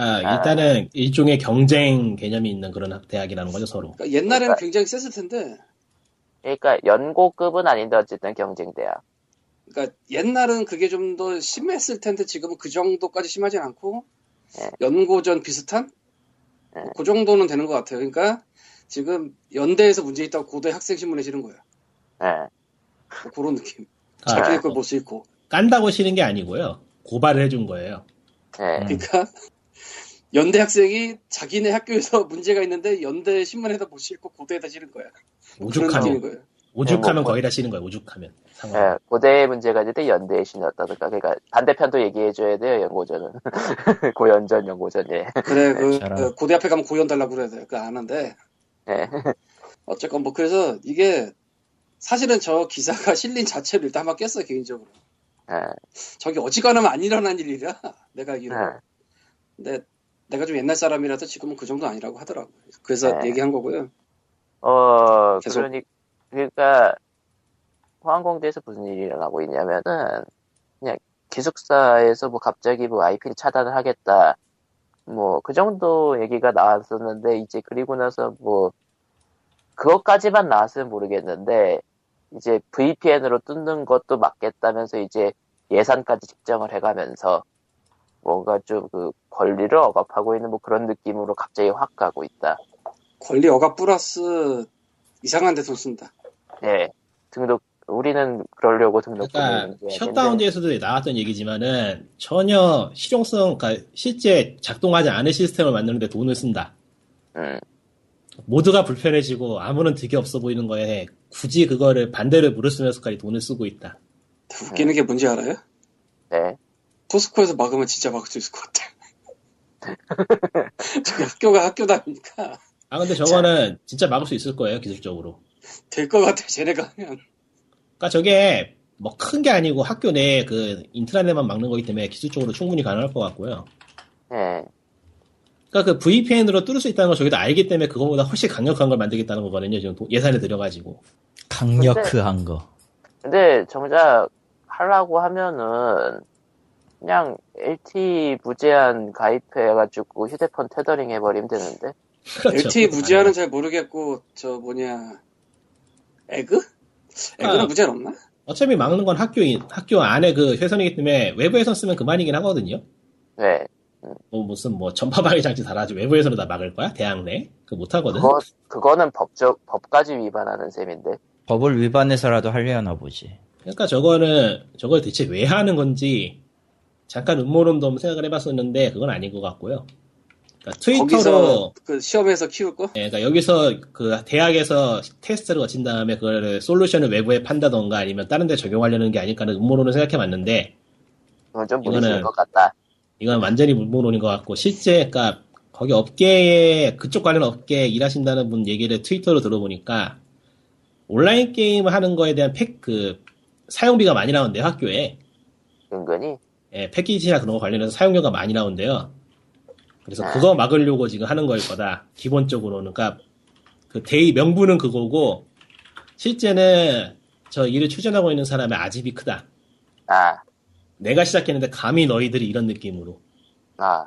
Speaker 4: 아, 일단은 일종의 경쟁 개념이 있는 그런 대학이라는 거죠, 서로.
Speaker 3: 그러니까 옛날에는
Speaker 1: 그러니까-
Speaker 3: 굉장히 셌을 텐데
Speaker 1: 그러니까 연고급은 아닌데 어쨌든 경쟁대야.
Speaker 3: 그러니까 옛날은 그게 좀 더 심했을 텐데 지금은 그 정도까지 심하진 않고
Speaker 1: 예.
Speaker 3: 연고전 비슷한
Speaker 1: 예.
Speaker 3: 그 정도는 되는 것 같아요. 그러니까 지금 연대에서 문제 있다고 고대 학생 신문에 실은 거예요.
Speaker 1: 예,
Speaker 3: 뭐 그런 느낌.
Speaker 4: 아,
Speaker 3: 자기네
Speaker 4: 어,
Speaker 3: 걸못 싣고.
Speaker 4: 깐다고 싫은 게 아니고요. 고발을 해준 거예요.
Speaker 1: 예,
Speaker 2: 음.
Speaker 3: 그러니까 연대 학생이 자기네 학교에서 문제가 있는데 연대 신문에다 못 싣고 고대에다 실은 거야. 그런 느낌인
Speaker 4: 오죽하면,
Speaker 3: 거예요.
Speaker 1: 네,
Speaker 4: 오죽하면
Speaker 1: 뭐-
Speaker 4: 거의 다 싫은 거예요, 오죽하면. 상황.
Speaker 1: 예, 고대의 문제가 아닌데 연대의 신이었다든가. 그러니까 반대편도 얘기해줘야 돼요 연고전은. 고연전, 연고전, 예,
Speaker 3: 그래 그,
Speaker 2: 저런.
Speaker 3: 그 고대 앞에 가면 고연 달라고 그래야 돼. 그거 안 한대.
Speaker 1: 예,
Speaker 3: 어쨌건 뭐 그래서 이게 사실은 저 기사가 실린 자체를 일단 한번 깼어요 개인적으로.
Speaker 1: 네.
Speaker 3: 저기 어지간하면 안 일어난 일이라 내가 알기로.
Speaker 1: 네.
Speaker 3: 근데 내가 좀 옛날 사람이라서 지금은 그 정도 아니라고 하더라고. 그래서
Speaker 1: 네.
Speaker 3: 얘기한 거고요.
Speaker 1: 어,
Speaker 3: 계속.
Speaker 1: 그러니, 그러니까, 포항공대에서 무슨 일이 일어나고 있냐면은, 그냥 기숙사에서 뭐 갑자기 뭐 IP를 차단을 하겠다. 뭐, 그 정도 얘기가 나왔었는데, 이제 그리고 나서 뭐, 그것까지만 나왔으면 모르겠는데, 이제 VPN으로 뜯는 것도 막겠다면서 이제 예산까지 측정을 해가면서, 뭔가 좀 그 권리를 억압하고 있는 뭐 그런 느낌으로 갑자기 확 가고 있다.
Speaker 3: 권리 억압 플러스 이상한 데 돈 쓴다.
Speaker 1: 예. 등록, 우리는 그러려고 등록을
Speaker 4: 그러니까
Speaker 1: 하는 게
Speaker 4: 셧다운제에서도 나왔던 얘기지만은 전혀 실용성, 그러니까 실제 작동하지 않은 시스템을 만드는데 돈을 쓴다.
Speaker 1: 아닌데,
Speaker 4: 모두가 불편해지고 아무런 득이 없어 보이는 거에 굳이 그거를 반대를 무릅쓰면서까지 돈을 쓰고 있다.
Speaker 3: 웃기는
Speaker 1: 네.
Speaker 3: 게 뭔지 알아요?
Speaker 1: 음, 네.
Speaker 3: 포스코에서 막으면 진짜 막을 수 있을 것 같아. 저기 학교가 학교다 보니까
Speaker 4: 아 근데 저거는 진짜 막을 수 있을 거예요 기술적으로.
Speaker 3: 될 것 같아. 쟤네가 하면
Speaker 4: 그러니까 저게 뭐 큰 게 아니고 학교 내 그 인트라넷만 막는 거기 때문에 기술적으로 충분히 가능할 것 같고요.
Speaker 1: 예.
Speaker 4: 그러니까 그 VPN으로 뚫을 수 있다는 걸 저기도 알기 때문에 그거보다 훨씬 강력한 걸 만들겠다는 거거든요. 지금 도- 예산을 들여가지고.
Speaker 2: 강력한 거.
Speaker 1: 근데 정작 하려고 하면은 그냥 LTE 무제한 가입해가지고 휴대폰 테더링 해버리면 되는데
Speaker 4: 그렇죠.
Speaker 3: LTE 무제한은 잘 모르겠고 저 뭐냐 에그? 에그는
Speaker 4: 아.
Speaker 3: 무제한 없나?
Speaker 4: 어차피 막는 건 학교, 인- 학교 안에 그 회선이기 때문에 외부에선 쓰면 그만이긴 하거든요.
Speaker 1: 네
Speaker 4: 뭐 무슨 뭐 전파방해 장치 달아가지고 외부에서는 다 막을 거야? 대학 내? 그거 못하거든.
Speaker 1: 그거 그거는 법적 법까지 위반하는 셈인데
Speaker 2: 법을 위반해서라도 하려나 보지.
Speaker 4: 그러니까 저거는, 저걸 대체 왜 하는 건지 잠깐 음모론도 한번 생각을 해봤었는데 그건 아닌 것 같고요. 그러니까 트위터로,
Speaker 3: 거기서 그 시험에서 키울 거?
Speaker 4: 예, 그러니까 여기서 그 대학에서 테스트를 거친 다음에 그거를 솔루션을 외부에 판다던가 아니면 다른 데 적용하려는 게 아닐까 하는 음모론을 생각해봤는데
Speaker 1: 그건 좀
Speaker 4: 이거는-
Speaker 1: 무리인 것 같다
Speaker 4: 이건 완전히 물모론인 것 같고 실제 그러니까 거기 업계에 그쪽 관련 업계에 일하신다는 분 얘기를 트위터로 들어보니까 온라인 게임을 하는 거에 대한 팩 그 사용비가 많이 나온대요 학교에
Speaker 1: 은근히
Speaker 4: 예, 패키지나 그런 거 관련해서 사용료가 많이 나온대요 그래서 그거 막으려고 지금 하는 거일 거다 기본적으로는 그러니까 그 대의 명분은 그거고 실제는 저 일을 추진하고 있는 사람의 아집이 크다
Speaker 1: 아
Speaker 4: 내가 시작했는데 감히 너희들이 이런 느낌으로
Speaker 1: 아,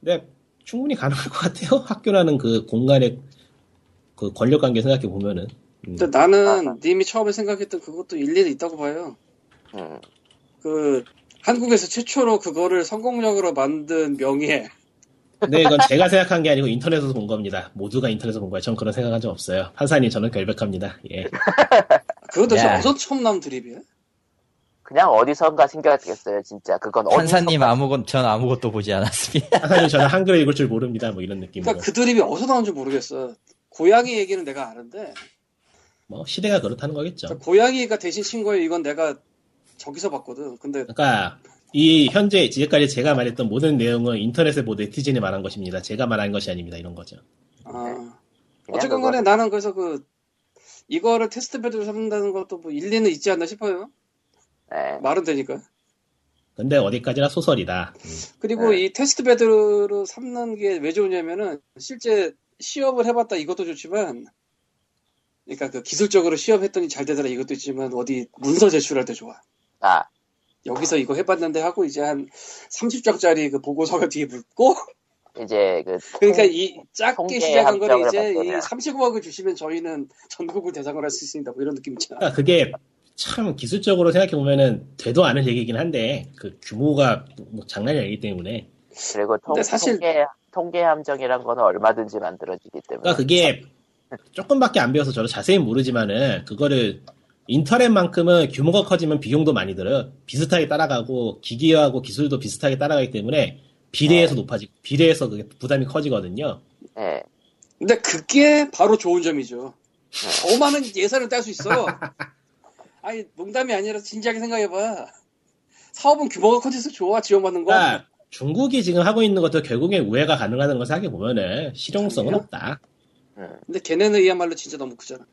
Speaker 4: 네, 충분히 가능할 것 같아요. 학교라는 그 공간의 그 권력 관계 생각해 보면은.
Speaker 3: 근데 나는 네 님이 처음에 생각했던 그것도 일리는 있다고 봐요.
Speaker 1: 음,
Speaker 3: 그 한국에서 최초로 그거를 성공적으로 만든 명예
Speaker 4: 근데 이건 제가 생각한 게 아니고 인터넷에서 본 겁니다. 모두가 인터넷에서 본 거예요. 전 그런 생각한 적 없어요. 판사님, 저는 결백합니다. 예.
Speaker 3: 그거 도대체
Speaker 4: 네.
Speaker 2: 야.
Speaker 3: 어디서 처음 나온 드립이야?
Speaker 1: 그냥 어디선가 생겼겠어요 진짜 그건
Speaker 2: 판사님
Speaker 1: 어디선가-
Speaker 2: 아무건 전 아무것도 보지 않았습니다.
Speaker 4: 판사님, 저는 한글을 읽을 줄 모릅니다. 뭐 이런 느낌으로.
Speaker 3: 그러니까 그 드립이 어디서 나온지 모르겠어. 고양이 얘기는 내가 아는데
Speaker 4: 뭐 시대가 그렇다는
Speaker 3: 자,
Speaker 4: 거겠죠.
Speaker 3: 고양이가 대신 친 거예요. 이건 내가 저기서 봤거든. 근데
Speaker 4: 그러니까 이 현재 지금까지 제가 말했던 모든 내용은 인터넷에 뭐 네티즌이 말한 것입니다. 제가 말한 것이 아닙니다. 이런 거죠.
Speaker 3: 아,
Speaker 1: 그냥
Speaker 3: 어쨌건
Speaker 1: 그건-
Speaker 3: 간에 나는 그래서 그 이거를 테스트 배드로 삼는다는 것도 뭐 일리는 있지 않나 싶어요.
Speaker 1: 네.
Speaker 3: 말은 되니까.
Speaker 4: 근데 어디까지나 소설이다.
Speaker 3: 그리고
Speaker 1: 네.
Speaker 3: 이 테스트 배드로 삼는 게 왜 좋으냐면은 실제 시험을 해봤다 이것도 좋지만 그러니까 그 기술적으로 시험했더니 잘 되더라 이것도 있지만 어디 문서 제출할 때 좋아.
Speaker 1: 아
Speaker 3: 여기서 이거 해봤는데 하고 이제 한 30장짜리 그 보고서가 뒤에 묻고
Speaker 1: 이제 그
Speaker 3: 그러니까 이
Speaker 1: 통계
Speaker 3: 작게 시작한 거를
Speaker 1: 함정을
Speaker 3: 이제 이
Speaker 1: 만들어야.
Speaker 3: 35억을 주시면 저희는 전국을 대상으로 할 수 있습니다. 뭐 이런 느낌 있잖아.
Speaker 4: 그러니까 그게 참 기술적으로 생각해 보면은 되도 않을 얘기긴 한데 그 규모가 뭐 장난이 아니기 때문에
Speaker 1: 그리고 통,
Speaker 3: 근데 사실-
Speaker 1: 통계, 통계 함정이란 거는 얼마든지 만들어지기 때문에.
Speaker 3: 아,
Speaker 4: 그러니까 그게 조금밖에 안 배워서 저도 자세히 모르지만은 그거를 인터넷만큼은 규모가 커지면 비용도 많이 들어요. 비슷하게 따라가고 기기하고 기술도 비슷하게 따라가기 때문에 비례해서 높아지 비례해서 그게 부담이 커지거든요.
Speaker 1: 예.
Speaker 3: 근데 그게 바로 좋은 점이죠. 더 많은 예산을 딸 수 있어. 아니 농담이 아니라 진지하게 생각해봐. 사업은 규모가 커져서 좋아 지원받는 거.
Speaker 4: 그러니까 중국이 지금 하고 있는 것도 결국엔 우회가 가능하다는 걸 생각해 보면은 실용성은 없다.
Speaker 3: 근데 걔네는 이야말로 진짜 너무 크잖아.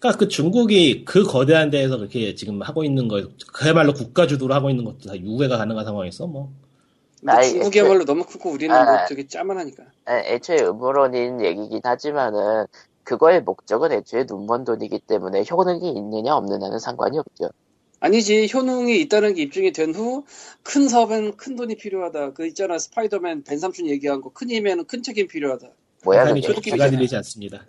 Speaker 4: 그러니까 그 중국이 그 거대한 데에서 그렇게 지금 하고 있는 거, 그야말로 국가 주도로 하고 있는 것도 다 유예가 가능한 상황에서 뭐
Speaker 3: 근데
Speaker 1: 아이,
Speaker 3: 중국이야말로 너무 크고 우리는
Speaker 1: 아.
Speaker 3: 뭐 되게 짜만하니까.
Speaker 1: 아, 애초에 음모론인 얘기긴 하지만은 그거의 목적은 애초에 눈먼 돈이기 때문에 효능이 있느냐 없느냐는 상관이 없죠.
Speaker 3: 아니지 효능이 있다는 게 입증이 된 후 큰 사업엔 큰 돈이 필요하다. 그 있잖아 스파이더맨 벤 삼촌 얘기한 거 큰 힘에는 큰 책임 필요하다.
Speaker 1: 뭐야
Speaker 4: 사람이
Speaker 1: 그게?
Speaker 3: 저렇게
Speaker 4: 조끼가 들리지 않습니다.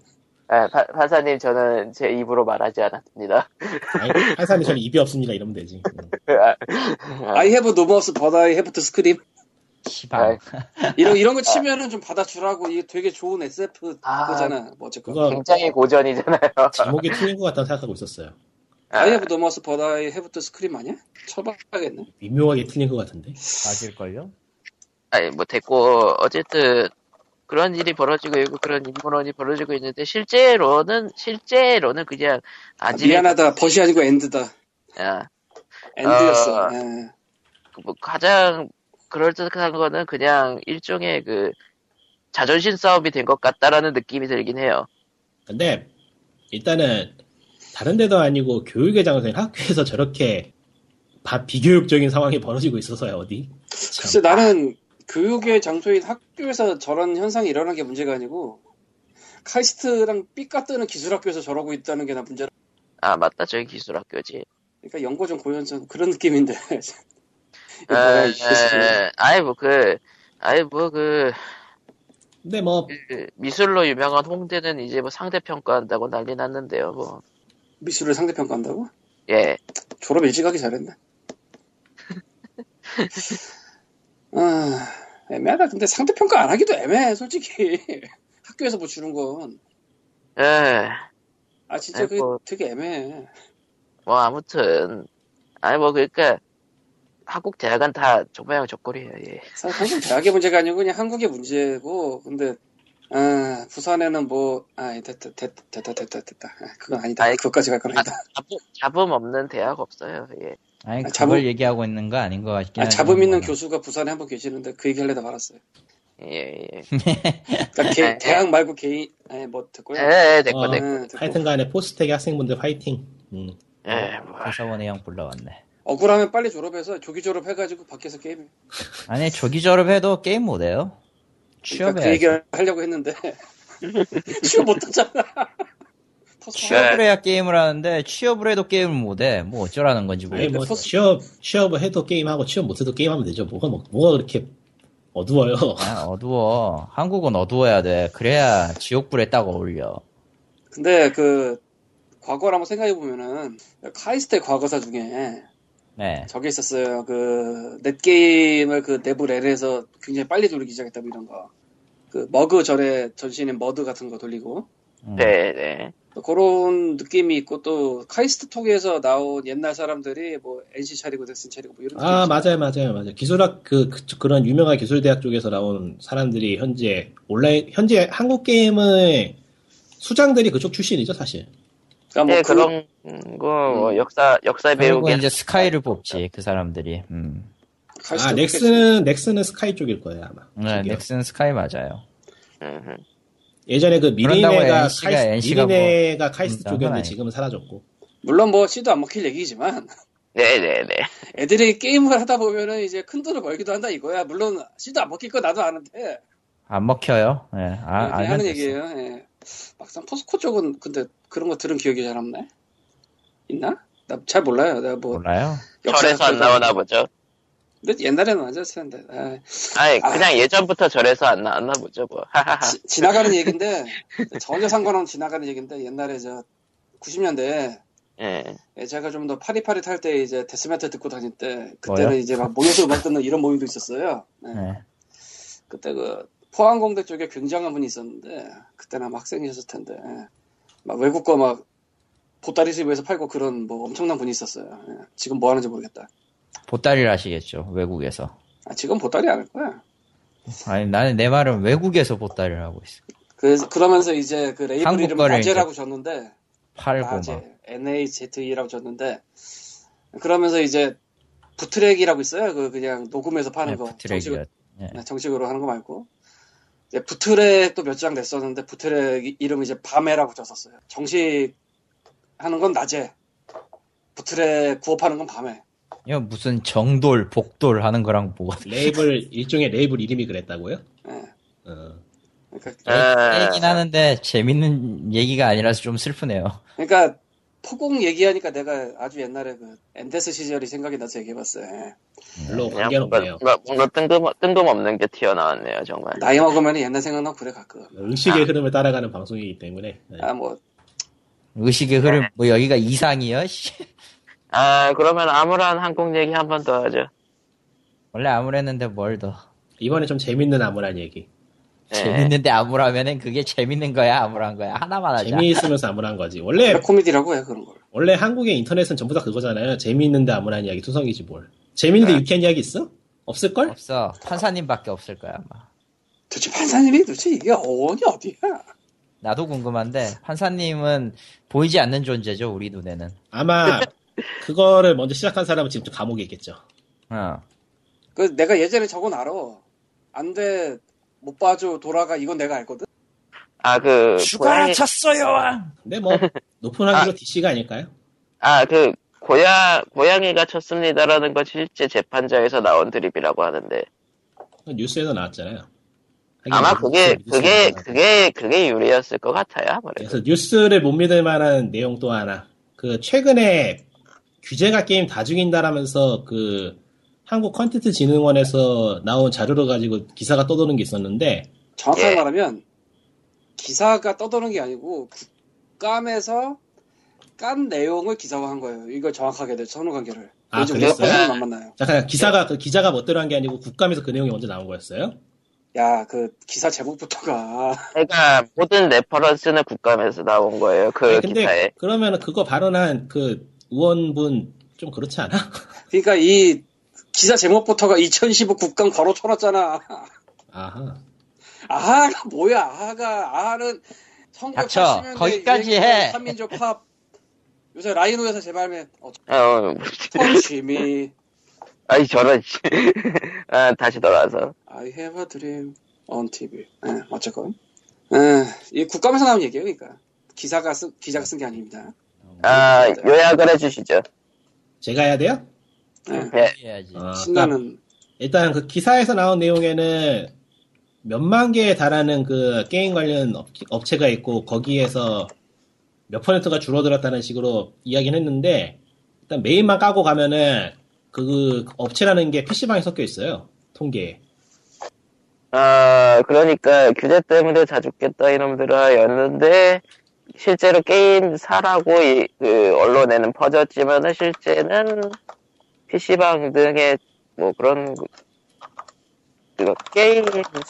Speaker 1: 아, 파, 판사님 저는 제 입으로 말하지 않았습니다.
Speaker 4: 한 사람이 저는 입이 없습니다 이러면 되지. 음.
Speaker 1: 아,
Speaker 3: I have no more but I have to scream.
Speaker 2: 시발.
Speaker 3: 이런 이런 거 치면은 좀 받아주라고 이게 되게 좋은 SF
Speaker 1: 아.
Speaker 3: 그거잖아. 뭐 어쨌건
Speaker 4: 그거
Speaker 1: 굉장히 고전이잖아요.
Speaker 4: 제목이 틀린 것 같다고 생각하고 있었어요.
Speaker 3: I have no more but I have to scream 아니야? 쳐봐야겠네.
Speaker 4: 미묘하게 틀린 것 같은데.
Speaker 2: 맞을걸요?
Speaker 1: 아니 뭐 됐고 어쨌든 그런 일이 벌어지고 있고 그런 음모론이 벌어지고 있는데 실제로는 실제로는 그냥 아직
Speaker 3: 미안하다. 벗이 아니고 엔드다.
Speaker 1: 아,
Speaker 3: 엔드였어. 예.
Speaker 1: 아. 그뭐 가장 그럴듯한 거는 그냥 일종의 그 자존심 싸움이 된 것 같다라는 느낌이 들긴 해요.
Speaker 4: 근데 일단은 다른 데도 아니고 교육의 장소인 학교에서 저렇게 바, 비교육적인 상황이 벌어지고 있어서요 어디? 참.
Speaker 3: 글쎄 나는 교육의 장소인 학교에서 저런 현상이 일어난 게 문제가 아니고 카이스트랑 삐까 뜨는 기술학교에서 저러고 있다는 게 나 문제.
Speaker 1: 아 맞다 저기 기술학교지.
Speaker 3: 그러니까 연고 좀 고연전 그런 느낌인데. 이거 그 뭐야,
Speaker 1: 에,
Speaker 3: 이 기술.
Speaker 1: 에, 아이 뭐그 아이 뭐그
Speaker 4: 근데 뭐
Speaker 3: 예, 네,
Speaker 1: 미술로 유명한 홍대는 이제 뭐 상대 평가한다고 난리 났는데요. 뭐
Speaker 3: 미술을 상대평가한다고?
Speaker 1: 예.
Speaker 3: 졸업 일찍하기 잘했네. 아, 애매하다. 근데 상대평가 안 하기도 애매해, 솔직히. 학교에서 뭐 주는 건.
Speaker 1: 예.
Speaker 3: 아, 진짜 그게
Speaker 1: 아이고.
Speaker 3: 되게 애매해.
Speaker 1: 뭐 아무튼 아니 뭐 그러니까 한국 대학은 다 정말 적거리예요. 예.
Speaker 3: 사실 한국 대학의 문제가 아니고 그냥 한국의 문제고, 근데, 아, 부산에는 뭐, 아, 됐다, 됐다, 됐다, 됐다, 됐다. 아, 그건 아니다.
Speaker 1: 아이,
Speaker 3: 그것까지 갈 건 아니다.
Speaker 1: 잡음, 잡음 없는 대학 없어요. 예.
Speaker 2: 아니,
Speaker 3: 아,
Speaker 2: 그걸
Speaker 3: 잡음-
Speaker 2: 얘기하고 있는 거 아닌 것 같긴 뭐.
Speaker 3: 아, 잡음 있는
Speaker 2: 하지만
Speaker 3: 교수가 부산에 한 번 계시는데 그 얘기 하려다 말았어요.
Speaker 1: 예, 예.
Speaker 3: 음. 그러니까 개-
Speaker 1: 네.
Speaker 3: 대학 말고 개인, 아니, 네. 뭐, 됐고요.
Speaker 1: 예, 예, 됐고,
Speaker 4: 어.
Speaker 1: 됐고.
Speaker 3: 응, 됐고.
Speaker 4: 하여튼간에 포스텍의 학생분들 파이팅. 음.
Speaker 1: 예, 뭐.
Speaker 2: 회사원의 형 불러왔네.
Speaker 3: 억울하면 빨리 졸업해서 조기 졸업해가지고 밖에서 게임.
Speaker 2: 아니, 조기 졸업해도 게임 못해요.
Speaker 3: 그러니까
Speaker 2: 취업해야
Speaker 3: 그 얘기를 하려고 했는데 취업 못하잖아.
Speaker 1: 취업.
Speaker 2: 취업을
Speaker 3: 네.
Speaker 2: 해야 게임을 하는데 취업을 해도 게임을 못해. 뭐 어쩌라는 건지
Speaker 4: 아니
Speaker 2: 모르겠어.
Speaker 4: 뭐
Speaker 3: 네, 포스-
Speaker 4: 취업 취업을 해도 게임하고 취업 못해도 게임하면 되죠. 뭐가 뭐, 뭐가 그렇게 어두워요.
Speaker 2: 아, 어두워. 한국은 어두워야 돼. 그래야 지옥불에 딱 어울려.
Speaker 3: 근데 그 과거를 한번 생각해 보면은 카이스트 과거사 중에
Speaker 2: 네.
Speaker 3: 저게 있었어요. 그 넷게임을 그 내부 렐에서 굉장히 빨리 돌리기 시작했다고 이런 거. 그 머그 전에 전신인 머드 같은 거 돌리고
Speaker 2: 음.
Speaker 1: 네, 네.
Speaker 3: 또 그런 느낌이 있고 또 카이스트 톡에서 나온 옛날 사람들이 뭐 NC 차리고 넥슨 차리고 뭐 이런
Speaker 4: 아
Speaker 3: 느낌이지.
Speaker 4: 맞아요 맞아요 맞아요. 기술학 그, 그, 런 유명한 기술대학 쪽에서 나온 사람들이 현재 온라인 현재 한국 게임의 수장들이 그쪽 출신이죠 사실.
Speaker 3: 그러니까 뭐
Speaker 1: 예,
Speaker 3: 그-
Speaker 1: 그런 거, 뭐
Speaker 3: 음.
Speaker 1: 역사, 역사
Speaker 2: 그리고
Speaker 1: 배우기.
Speaker 2: 이제 스카이를 뽑지 그 사람들이. 음.
Speaker 3: 카이스트
Speaker 4: 아
Speaker 3: 톡에서-
Speaker 4: 넥슨은 넥슨은 스카이 쪽일 거예요 아마.
Speaker 2: 네,
Speaker 4: 저기요.
Speaker 2: 넥슨 스카이 맞아요.
Speaker 1: 음, 음.
Speaker 4: 예전에 그
Speaker 2: 그런다고
Speaker 4: 미리네가
Speaker 2: NC 가
Speaker 4: 카이스트,
Speaker 2: NC 가 뭐-
Speaker 4: 미리네가 카이스트
Speaker 2: 음, 그건
Speaker 4: 쪽이었는데
Speaker 2: 아니고.
Speaker 4: 지금은 사라졌고.
Speaker 3: 물론 뭐 씨도 안 먹힐 얘기지만
Speaker 1: 네, 네, 네.
Speaker 3: 애들이 게임을 하다 보면은 이제 큰 돈을 벌기도 한다 이거야. 물론 씨도 안 먹힐 거 나도 아는데
Speaker 2: 안 먹혀요. 예. 아,
Speaker 3: 아, 그냥
Speaker 2: 알면
Speaker 3: 하는
Speaker 2: 됐어.
Speaker 3: 얘기예요. 예. 막상 포스코 쪽은 근데 그런 거 들은 기억이 잘 없네. 있나? 나 잘 몰라요. 내가 뭐
Speaker 2: 몰라요?
Speaker 1: 절에서 안 나오나 보죠.
Speaker 3: 근데 옛날에는 안 잤을 텐데 아,
Speaker 1: 아니,
Speaker 3: 아.
Speaker 1: 그냥 예전부터 절에서 안 나왔나 보죠, 뭐. 하하하.
Speaker 3: 지- 지나가는 얘긴데 전혀 상관없는 지나가는 얘긴데 옛날에 저 90년대
Speaker 1: 예.
Speaker 3: 제가 좀 더 파리파릿할 때 이제 데스메탈 듣고 다닐 때 그때는
Speaker 2: 뭐요?
Speaker 3: 이제 막 모여서 음악 듣는 이런 모임도 있었어요. 예.
Speaker 2: 네.
Speaker 3: 그때 그 포항공대 쪽에 굉장한 분이 있었는데 그때는 아마 학생이셨을 텐데 예. 막 외국 거 막 보따리 집에서 팔고 그런 뭐 엄청난 분이 있었어요. 예. 지금 뭐 하는지 모르겠다.
Speaker 2: 보따리를 하시겠죠. 외국에서.
Speaker 3: 아, 지금 보따리 안 할 거야.
Speaker 2: 아니 나는 내 말은 외국에서 보따리를 하고 있어.
Speaker 3: 그래서 그러면서 이제 그 레이블
Speaker 2: 한국
Speaker 3: 이름
Speaker 2: 거를
Speaker 3: 나제라고 줬는데 아,
Speaker 2: 팔고 막.
Speaker 3: 나제 NAZE라고 줬는데 그러면서 이제 부트랙이라고 있어요. 그 그냥 녹음해서 파는
Speaker 2: 네,
Speaker 3: 거
Speaker 2: 부트랙이요.
Speaker 3: 정식- 네, 정식으로 하는 거 말고 이제 부트랙 또 몇 장 냈었는데 부트랙 이름 이제 밤에라고 줬었어요. 정식 하는 건 낮에 부틀에 구업하는 건 밤에
Speaker 2: 이거 무슨 정돌, 복돌 하는 거랑 뭐.
Speaker 4: 레이블 일종의 레이블 이름이 그랬다고요?
Speaker 3: 예.
Speaker 4: 어.
Speaker 3: 그러니까,
Speaker 4: 네,
Speaker 1: 에,
Speaker 2: 얘긴 하는데 재밌는 얘기가 아니라서 좀 슬프네요.
Speaker 3: 그러니까 포공 얘기하니까 내가 아주 옛날에 그 엔데스 시절이 생각이 나서 얘기해봤어요 예.
Speaker 4: 별로
Speaker 1: 그냥
Speaker 4: 관계는
Speaker 1: 뭔가-
Speaker 4: 없네요.
Speaker 1: 뭔가, 뭔가 뜬금, 뜬금없는 게 튀어나왔네요, 정말.
Speaker 3: 나이 먹으면 옛날 생각나고 그래 가끔
Speaker 4: 음식의
Speaker 2: 아.
Speaker 4: 흐름을 따라가는 방송이기 때문에 네.
Speaker 3: 아뭐
Speaker 2: 의식의
Speaker 3: 네.
Speaker 2: 흐름, 뭐 여기가 이상이요? 씨.
Speaker 1: 아, 그러면 아무런 한국 얘기 한 번 더 하죠.
Speaker 2: 원래 아무랬는데 뭘 더.
Speaker 4: 이번에 좀 재밌는 암울한 얘기.
Speaker 3: 네.
Speaker 1: 예.
Speaker 2: 재밌는데 암울하면은 그게 재밌는 거야, 암울한 거야. 하나만 하자.
Speaker 4: 재미있으면서 암울한 거지. 원래
Speaker 3: 코미디라고 해 그런 걸
Speaker 4: 원래 한국의 인터넷은 전부 다 그거잖아요. 재미있는데 암울한 이야기 투성이지 뭘.
Speaker 1: 네.
Speaker 4: 재미있는데 유쾌한 이야기 있어? 없을 걸?
Speaker 2: 없어. 판사님밖에 없을 거야, 아마.
Speaker 3: 도대체 판사님이 도대체 이게 어디 어디야
Speaker 2: 나도 궁금한데 판사님은 보이지 않는 존재죠, 우리 눈에는.
Speaker 4: 아마 그거를 먼저 시작한 사람은 지금 좀 감옥에 있겠죠.
Speaker 2: 어.
Speaker 3: 그 내가 예전에 저건 알아 안돼 못 봐줘 돌아가 이건 내가 알거든
Speaker 1: 아, 그, 고양이,
Speaker 2: 쳤어요,
Speaker 4: 근데 뭐 높은 확률로 DC가 아닐까요?
Speaker 1: 아, 그, 고양, 고양이가 쳤습니다라는 건 실제 재판장에서 나온 드립이라고 하는데.
Speaker 4: 뉴스에서 나왔잖아요. 하긴
Speaker 1: 아마
Speaker 4: 뭐
Speaker 1: 그게, 그게,
Speaker 4: 뉴스에 나왔나.
Speaker 1: 그게, 그게 유리였을 것 같아요, 아무래도.
Speaker 4: 그래서 뉴스를 못 믿을 만한 내용 또 하나. 그 최근에 규제가 게임 다 죽인다라면서 그 한국 컨텐츠 진흥원에서 나온 자료를 가지고 기사가 떠도는 게 있었는데
Speaker 3: 정확하게
Speaker 1: 예.
Speaker 3: 말하면 기사가 떠도는 게 아니고 국감에서 깐 내용을 기사화한 거예요. 이걸 정확하게 돼 선후 관계를.
Speaker 4: 아,
Speaker 3: 요즘
Speaker 4: 그랬어요?
Speaker 3: 우리가 안 만나요.
Speaker 4: 잠깐 기사가 그 기자가 멋대로 한 게 아니고 국감에서 그 내용이 먼저 나온 거였어요.
Speaker 3: 야, 그 기사 제목부터가
Speaker 1: 그러니까 모든 레퍼런스는 국감에서 나온 거예요, 그
Speaker 4: 아니, 근데
Speaker 1: 기사에.
Speaker 4: 그러면은 그거 발언한 그 의원분 좀 그렇지 않아?
Speaker 3: 그러니까 이 기사 제목부터가 2015 국감 걸어 쳐놨잖아.
Speaker 4: 아하.
Speaker 3: 아하가 뭐야? 아하가 아하는
Speaker 2: 닥쳐.
Speaker 3: 1980년대
Speaker 2: 거기까지 해.
Speaker 3: 한민족 팝 요새 라이노에서 재발매 어,
Speaker 1: 어,
Speaker 3: 펀치미
Speaker 1: 아이, 저런, 씨. 아, 다시 돌아와서.
Speaker 3: I have a dream on TV. 예, 어쨌건. 예, 이 국감에서 나온 얘기예요, 그러니까. 기사가 쓴, 기자가 쓴 게 아닙니다.
Speaker 1: 아, 요약을 해주시죠. 네.
Speaker 4: 제가 해야 돼요?
Speaker 3: 예,
Speaker 2: 해야지.
Speaker 4: 아,
Speaker 3: 신나는,
Speaker 4: 일단 그 기사에서 나온 내용에는 몇만 개에 달하는 그 게임 관련 업, 업체가 있고 거기에서 몇 퍼센트가 줄어들었다는 식으로 이야기는 했는데 일단 메인만 까고 가면은 그 업체라는 게 PC방에 섞여 있어요. 통계에.
Speaker 1: 아, 그러니까 규제 때문에 다 죽겠다 이놈들아였는데 실제로 게임 사라고 이, 그 언론에는 퍼졌지만은 실제는 PC방 등의 뭐 그런 그- 그 게임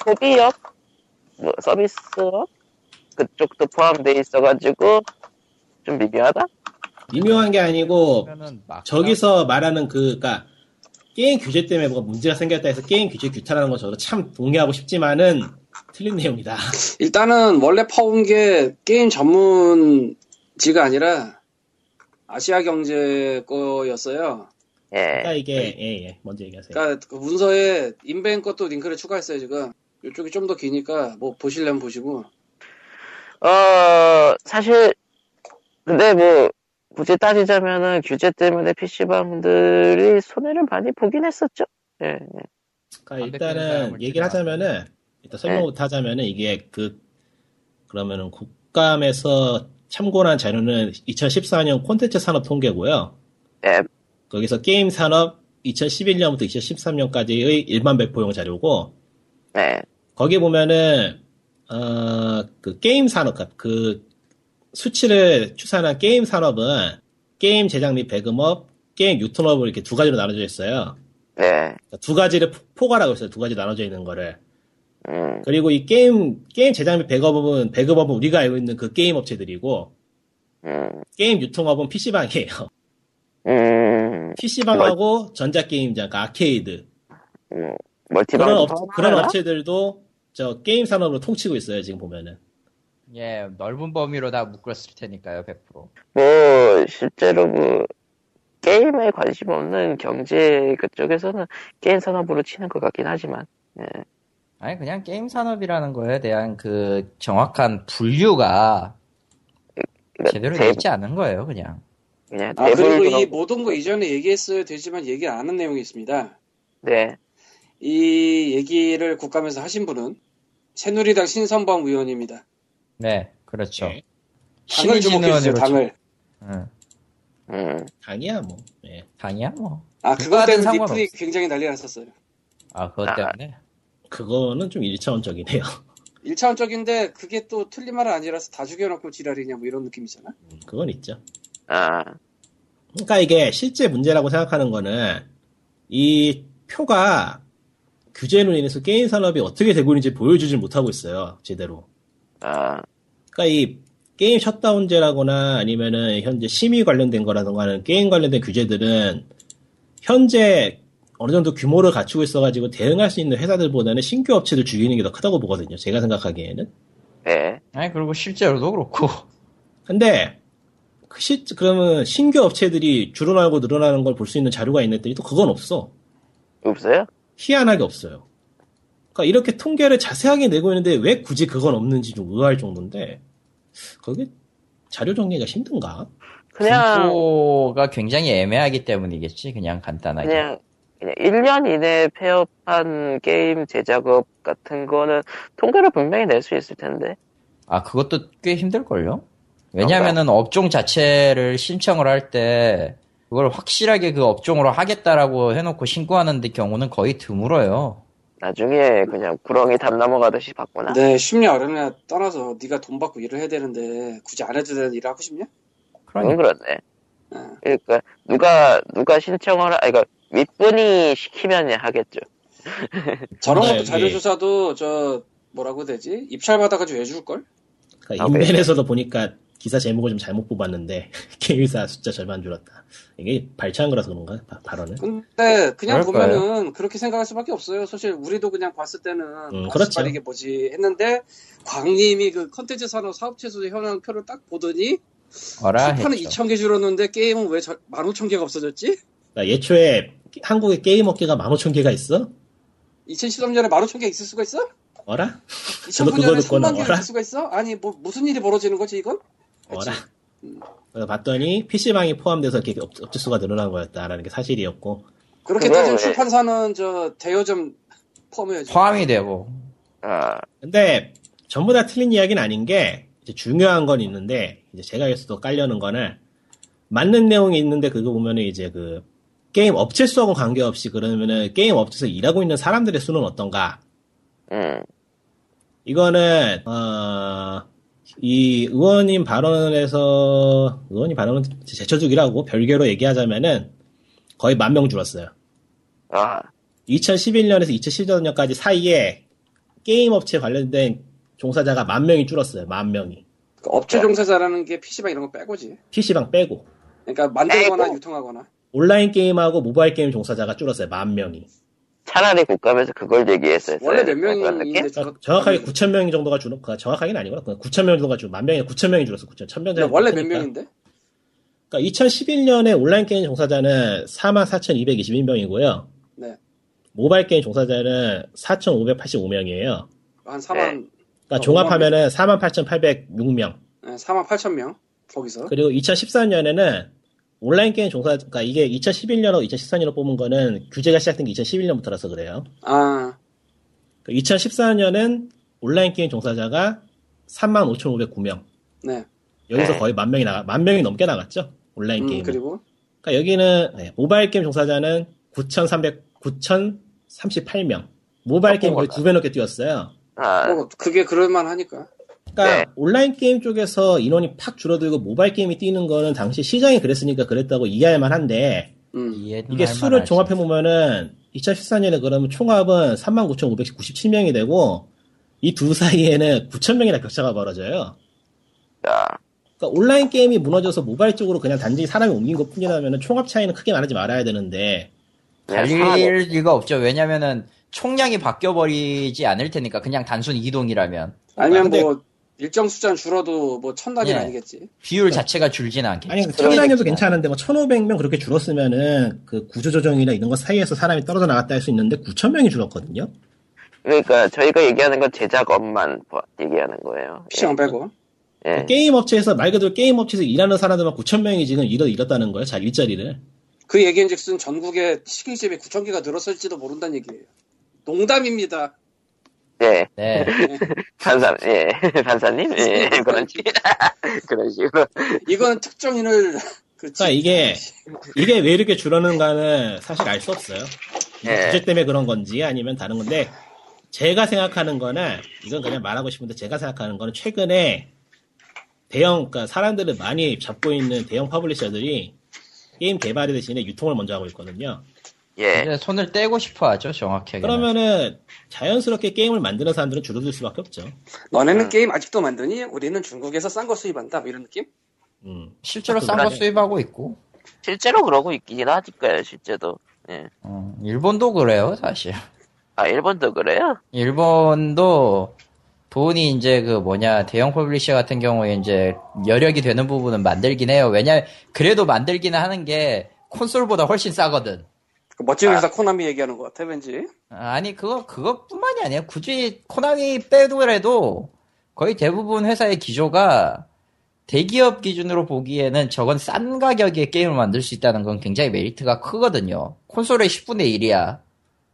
Speaker 1: 소비업 뭐 서비스업 그쪽도 포함돼 있어가지고 좀 미묘하다.
Speaker 4: 미묘한 게 아니고
Speaker 2: 그러면은 막
Speaker 4: 저기서 말하는 그, 그니까, 게임 규제 때문에 뭐가 문제가 생겼다 해서 게임 규제 규탄하는 건 저도 참 동의하고 싶지만은, 틀린 내용이다.
Speaker 3: 네. 일단은 원래 퍼온 게 게임 전문지가 아니라 아시아 경제 거였어요.
Speaker 1: 예.
Speaker 4: 그니까 이게, 예, 예, 먼저 얘기하세요.
Speaker 3: 네. 그러니까 그 문서에 인벤 것도 링크를 추가했어요, 지금. 이쪽이 좀 더 기니까 뭐 보시려면 보시고.
Speaker 1: 어 사실 근데 뭐 굳이 따지자면은 규제 때문에 PC방들이 손해를 많이 보긴 했었죠. 예.
Speaker 2: 담배
Speaker 4: 그러니까
Speaker 2: 피는 사람을
Speaker 4: 일단은,
Speaker 2: 찍어놨어요.
Speaker 4: 얘기를 하자면은, 일단
Speaker 3: 네.
Speaker 4: 설명부터 하자면은, 이게 그, 그러면은 국감에서 참고한 자료는 2014년 콘텐츠 산업 통계고요.
Speaker 1: 예.
Speaker 4: 거기서 게임 산업 2011년부터 2013년까지의 일반 배포용 자료고,
Speaker 1: 네.
Speaker 4: 거기 보면은 어, 그 게임 산업 그 수치를 추산한 게임 산업은 게임 제작 및 배급업, 게임 유통업을 이렇게 두 가지로 나눠져 있어요.
Speaker 1: 네.
Speaker 4: 그러니까 두 가지를 포- 포괄하고 있어요. 두 가지 나눠져 있는 거를.
Speaker 1: 음.
Speaker 4: 그리고 이 게임 게임 제작 및 배급업은 배급업은 우리가 알고 있는 그 게임 업체들이고
Speaker 1: 음.
Speaker 4: 게임 유통업은 PC방이에요.
Speaker 1: 음.
Speaker 4: PC방하고 전자 게임장, 그러니까 아케이드
Speaker 1: 음.
Speaker 4: 그런
Speaker 1: 멀티방도
Speaker 4: 업 그런 업체들도 저 게임 산업으로 통치고 있어요. 지금 보면은.
Speaker 2: 예, 넓은 범위로 다 묶었을 테니까요, 100%.
Speaker 1: 뭐 실제로 뭐 게임에 관심 없는 경제 그쪽에서는 게임 산업으로 치는 것 같긴 하지만. 예.
Speaker 2: 아니 그냥 게임 산업이라는 거에 대한 그 정확한 분류가
Speaker 1: 그러니까
Speaker 2: 제대로 돼
Speaker 1: 대,
Speaker 2: 있지 않은 거예요, 그냥.
Speaker 1: 그냥
Speaker 3: 아,
Speaker 1: 대부분
Speaker 3: 그리고 이
Speaker 1: 그런-
Speaker 3: 모든 거 이전에 얘기했어야 되지만 얘기 안 한 내용이 있습니다.
Speaker 1: 네.
Speaker 3: 이 얘기를 국감에서 하신 분은 새누리당 신선범 의원입니다.
Speaker 2: 네, 그렇죠.
Speaker 4: 예.
Speaker 3: 당을 주목해주세요, 당을.
Speaker 2: 응.
Speaker 1: 음.
Speaker 4: 당이야 뭐. 예.
Speaker 2: 당이야 뭐.
Speaker 3: 아, 그것
Speaker 2: 국가든
Speaker 3: 때문에
Speaker 2: 상관없어.
Speaker 3: 리플이 굉장히 난리 났었어요.
Speaker 2: 아 그것
Speaker 1: 아.
Speaker 2: 때문에.
Speaker 4: 그거는 좀 일차원적이네요.
Speaker 3: 1차원적인데 그게 또 틀린 말은 아니라서 다 죽여놓고 지랄이냐 뭐 이런 느낌이잖아.
Speaker 4: 그건 있죠.
Speaker 1: 아,
Speaker 4: 그러니까 이게 실제 문제라고 생각하는 거는 이 표가 규제로 인해서 게임 산업이 어떻게 되고 있는지 보여주질 못하고 있어요. 제대로.
Speaker 1: 아,
Speaker 4: 그러니까 이 게임 셧다운제라거나 아니면은 현재 심의 관련된 거라던가 하는 게임 관련된 규제들은 현재 어느 정도 규모를 갖추고 있어가지고 대응할 수 있는 회사들보다는 신규 업체들 죽이는 게 더 크다고 보거든요. 제가 생각하기에는.
Speaker 1: 네.
Speaker 2: 아니 그리고 실제로도 그렇고.
Speaker 4: 근데 그 시, 그러면 신규 업체들이 줄어나고 늘어나는 걸 볼 수 있는 자료가 있는데 또 그건 없어.
Speaker 1: 없어요?
Speaker 4: 희한하게 없어요. 그러니까 이렇게 통계를 자세하게 내고 있는데 왜 굳이 그건 없는지 좀 의아할 정도인데 그게 자료 정리가 힘든가?
Speaker 1: 그냥,
Speaker 2: 분포가 굉장히 애매하기 때문이겠지. 그냥 간단하게.
Speaker 1: 그냥, 그냥 1년 이내에 폐업한 게임 제작업 같은 거는 통계를 분명히 낼 수 있을 텐데.
Speaker 2: 아 그것도 꽤 힘들걸요. 왜냐면은 업종 자체를 신청을 할 때 그걸 확실하게 그 업종으로 하겠다라고 해놓고 신고하는 데 경우는 거의 드물어요.
Speaker 1: 나중에 그냥 구렁이 담 넘어가듯이 봤구나.
Speaker 3: 네, 쉽냐 어렵냐 떠나서 네가 돈 받고 일을 해야 되는데 굳이 안 해도 되는 일을 하고 싶냐?
Speaker 1: 그건
Speaker 2: 그러니까
Speaker 1: 그렇네.
Speaker 3: 응.
Speaker 1: 그러니까, 누가, 누가 신청을, 하, 아, 그러니까, 윗분이 시키면 하겠죠.
Speaker 2: 네,
Speaker 3: 저런
Speaker 4: 정말
Speaker 3: 것도
Speaker 4: 이게-
Speaker 3: 자료조사도 저 뭐라고 되지? 입찰 받아가지고 해줄걸?
Speaker 4: 그러니까
Speaker 1: 아,
Speaker 4: 인벤에서도 보니까 기사 제목을 좀 잘못 뽑았는데 게임사 숫자 절반 줄었다. 이게 발췌한 거라서 그런가? 바- 발언은.
Speaker 3: 근데 그냥
Speaker 2: 그럴
Speaker 3: 보면은 그렇게 생각할 수밖에 없어요. 사실 우리도 그냥 봤을 때는
Speaker 4: 음,
Speaker 3: 아,
Speaker 4: 그렇죠.
Speaker 3: 씨발 이게 뭐지 했는데 광님이 그 컨텐츠 산업 사업체수 현황표를 딱 보더니
Speaker 2: 어라
Speaker 3: 출판은
Speaker 2: 했죠.
Speaker 3: 2,000개 줄었는데 게임은 왜 15,000개가 없어졌지?
Speaker 4: 그러니까 예초에 한국의 게임 업계가 15,000개가 있어?
Speaker 3: 2013년에 15,000개 있을 수가 있어?
Speaker 4: 어라? 저도 그거
Speaker 3: 2009년에
Speaker 4: 듣고
Speaker 3: 3만 개가
Speaker 4: 나와라.
Speaker 3: 있을 수가 있어? 아니 뭐 무슨 일이 벌어지는 거지 이건? 그치.
Speaker 4: 어라? 그래서 봤더니 PC방이 포함돼서 이렇게 업- 업체 수가 늘어난 거였다라는 게 사실이었고
Speaker 3: 그렇게
Speaker 1: 그건
Speaker 3: 따지면
Speaker 1: 왜-
Speaker 3: 출판사는 저 대여점 포함해야지.
Speaker 2: 포함이 되고
Speaker 1: 아,
Speaker 4: 근데 전부 다 틀린 이야기는 아닌 게 이제 중요한 건 있는데 이제 제가 여기서 또 깔려는 거는 맞는 내용이 있는데 그거 보면은 이제 그 게임 업체 수하고 관계없이 그러면은 게임 업체에서 일하고 있는 사람들의 수는 어떤가?
Speaker 1: 음,
Speaker 4: 이거는 어, 이 의원님 발언에서 의원님 발언은 제쳐주기라고 별개로 얘기하자면은 거의 만 명 줄었어요.
Speaker 1: 아,
Speaker 4: 2011년에서 2014년까지 사이에 게임 업체 관련된 종사자가 만 명이 줄었어요. 만 명이.
Speaker 3: 그 업체 종사자라는 게 PC방 이런 거 빼고지.
Speaker 4: PC방 빼고.
Speaker 3: 그러니까 만들거나
Speaker 1: 빼고.
Speaker 3: 유통하거나.
Speaker 4: 온라인 게임하고 모바일 게임 종사자가 줄었어요. 만 명이.
Speaker 1: 차라리 국감에서 그걸 얘기했어요.
Speaker 3: 원래 몇
Speaker 1: 그런 느낌?
Speaker 3: 명인데 음.
Speaker 4: 그러니까
Speaker 3: 저
Speaker 4: 정확하게 9천 명 정도가 줄었, 그 정확하게는 아니구나. 9천 명 정도가 줄었, 만 명이 9천 명이 줄었어. 9천, 천 명.
Speaker 3: 근데 원래 몇 명인데?
Speaker 4: 그러니까 2011년에 온라인 게임 종사자는 44,221명이고요.
Speaker 3: 네.
Speaker 4: 모바일 게임 종사자는 4,585명이에요.
Speaker 3: 한 4만
Speaker 4: 그러니까
Speaker 3: 아,
Speaker 4: 종합하면은 48,806명.
Speaker 3: 네, 4만 8천 명 거기서.
Speaker 4: 그리고 2014년에는 온라인 게임 종사, 그러니까 이게 2011년하고 2014년으로 뽑은 거는 규제가 시작된 게 2011년부터라서 그래요. 그러니까
Speaker 3: 아
Speaker 4: 2014년은 온라인 게임 종사자가 35,509명.
Speaker 3: 네.
Speaker 4: 여기서
Speaker 1: 네.
Speaker 4: 거의 만 명이 나가, 만 명이 넘게 나갔죠. 온라인
Speaker 3: 음,
Speaker 4: 네, 게임. 은
Speaker 3: 그리고
Speaker 4: 그러니까 여기는 네, 모바일 게임 종사자는 9,300, 9,038명. 모바일
Speaker 1: 어,
Speaker 4: 게임 거의
Speaker 1: 올랐다.
Speaker 4: 두 배 넘게 뛰었어요.
Speaker 1: 아,
Speaker 3: 뭐 그게 그럴만 하니까.
Speaker 4: 그러니까
Speaker 1: 네.
Speaker 4: 온라인 게임 쪽에서 인원이 팍 줄어들고 모바일 게임이 뛰는 거는 당시 시장이 그랬으니까 그랬다고 이해할 만한데
Speaker 3: 음.
Speaker 2: 이해는
Speaker 4: 이게
Speaker 2: 할
Speaker 4: 수를
Speaker 2: 만하지.
Speaker 4: 종합해 보면은 2014년에 그러면 총합은 39,597명이 되고 이 두 사이에는 9,000명이나 격차가 벌어져요.
Speaker 1: 아,
Speaker 4: 그러니까 온라인 게임이 무너져서 모바일 쪽으로 그냥 단지 사람이 옮긴 것뿐이라면 총합 차이는 크게 말하지 말아야 되는데
Speaker 1: 그냥
Speaker 2: 달릴 리가 없죠. 왜냐면은 총량이 바뀌어 버리지 않을 테니까 그냥 단순 이동이라면
Speaker 3: 아니면
Speaker 4: 근데- 네.
Speaker 3: 뭐 일정 숫자는 줄어도 뭐천 단위는
Speaker 2: 예.
Speaker 3: 아니겠지.
Speaker 2: 비율 자체가 줄진 않겠죠.
Speaker 4: 그러니까 아니 천
Speaker 1: 그러니까.
Speaker 4: 명에도 괜찮은데 뭐 1,500명 그렇게 줄었으면은 그 구조조정이나 이런 것 사이에서 사람이 떨어져 나갔다 할 수 있는데 9,000명이 줄었거든요.
Speaker 1: 그러니까 저희가 얘기하는 건 제작업만 보- 얘기하는 거예요.
Speaker 4: 네.
Speaker 3: PC방 빼고.
Speaker 1: 예.
Speaker 2: 네.
Speaker 1: 예.
Speaker 4: 게임 업체에서 말 그대로 게임 업체에서 일하는 사람들만 9천 명이 지금 잃어 잃었다는 거예요. 자 일자리를.
Speaker 3: 그 얘기인즉슨 전국에 치킨집이 9천 개가 늘었을지도 모른다는 얘기예요. 농담입니다.
Speaker 1: 예.
Speaker 2: 네.
Speaker 1: 판사, 예. 판사님? 예. 그런, 식- 그런 식으로.
Speaker 3: 이건 특정인을 그렇지.
Speaker 4: 그러니까 이게 이게 왜 이렇게 줄어드는가는 사실 알 수 없어요.
Speaker 1: 예.
Speaker 4: 규제 때문에 그런 건지 아니면 다른 건데 제가 생각하는 거는 이건 그냥 말하고 싶은데 제가 생각하는 거는 최근에 대형 그러니까 사람들을 많이 잡고 있는 대형 파블리셔들이 게임 개발에 대신에 유통을 먼저 하고 있거든요.
Speaker 1: 예.
Speaker 2: 이제 손을 떼고 싶어 하죠, 정확하게.
Speaker 4: 그러면은 자연스럽게 게임을 만드는 사람들은 줄어들 수밖에 없죠.
Speaker 3: 너네는
Speaker 1: 음.
Speaker 3: 게임 아직도 만드니? 우리는 중국에서 싼 거 수입한다. 뭐 이런 느낌?
Speaker 4: 음.
Speaker 2: 실제로
Speaker 4: 그
Speaker 2: 싼 거
Speaker 4: 말이에요.
Speaker 2: 수입하고 있고.
Speaker 1: 실제로 그러고 있긴 하니까요, 실제도. 예.
Speaker 2: 어, 일본도 그래요, 사실.
Speaker 1: 아, 일본도 그래요?
Speaker 2: 일본도 돈이 이제 그 뭐냐 대형 퍼블리셔 같은 경우에 이제 여력이 되는 부분은 만들긴 해요. 왜냐 그래도 만들기는 하는 게 콘솔보다 훨씬 싸거든.
Speaker 3: 그 멋진
Speaker 1: 아.
Speaker 3: 회사 코나미 얘기하는 것 같아 왠지.
Speaker 2: 아니 그거 그것뿐만이 아니에요. 굳이 코나미 빼도라도 거의 대부분 회사의 기조가 대기업 기준으로 보기에는 저건 싼 가격에 게임을 만들 수 있다는 건 굉장히 메리트가 크거든요. 콘솔의 10분의 1이야.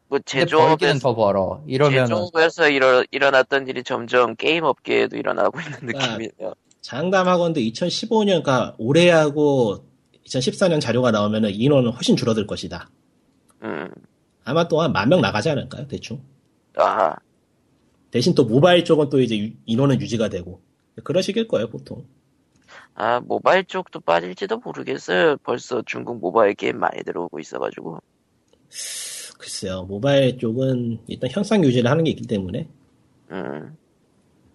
Speaker 1: 뭐,
Speaker 2: 근데 벌기는
Speaker 1: 제조업에서,
Speaker 2: 더 벌어. 이러면은
Speaker 1: 제조업에서 일어, 일어났던 일이 점점 게임 업계에도 일어나고 있는
Speaker 2: 네.
Speaker 1: 느낌이에요.
Speaker 4: 장담하건데 2015년 그러니까 올해하고 2014년 자료가 나오면은 인원은 훨씬 줄어들 것이다.
Speaker 1: 음.
Speaker 4: 아마 또 한 만 명 나가지 않을까요? 대충.
Speaker 1: 아하.
Speaker 4: 대신 또 모바일 쪽은 또 이제 유- 인원은 유지가 되고 그러시길 거예요 보통.
Speaker 1: 아, 모바일 쪽도 빠질지도 모르겠어요. 벌써 중국 모바일 게임 많이 들어오고 있어가지고.
Speaker 4: 글쎄요 모바일 쪽은 일단 현상 유지를 하는 게 있기 때문에
Speaker 1: 음.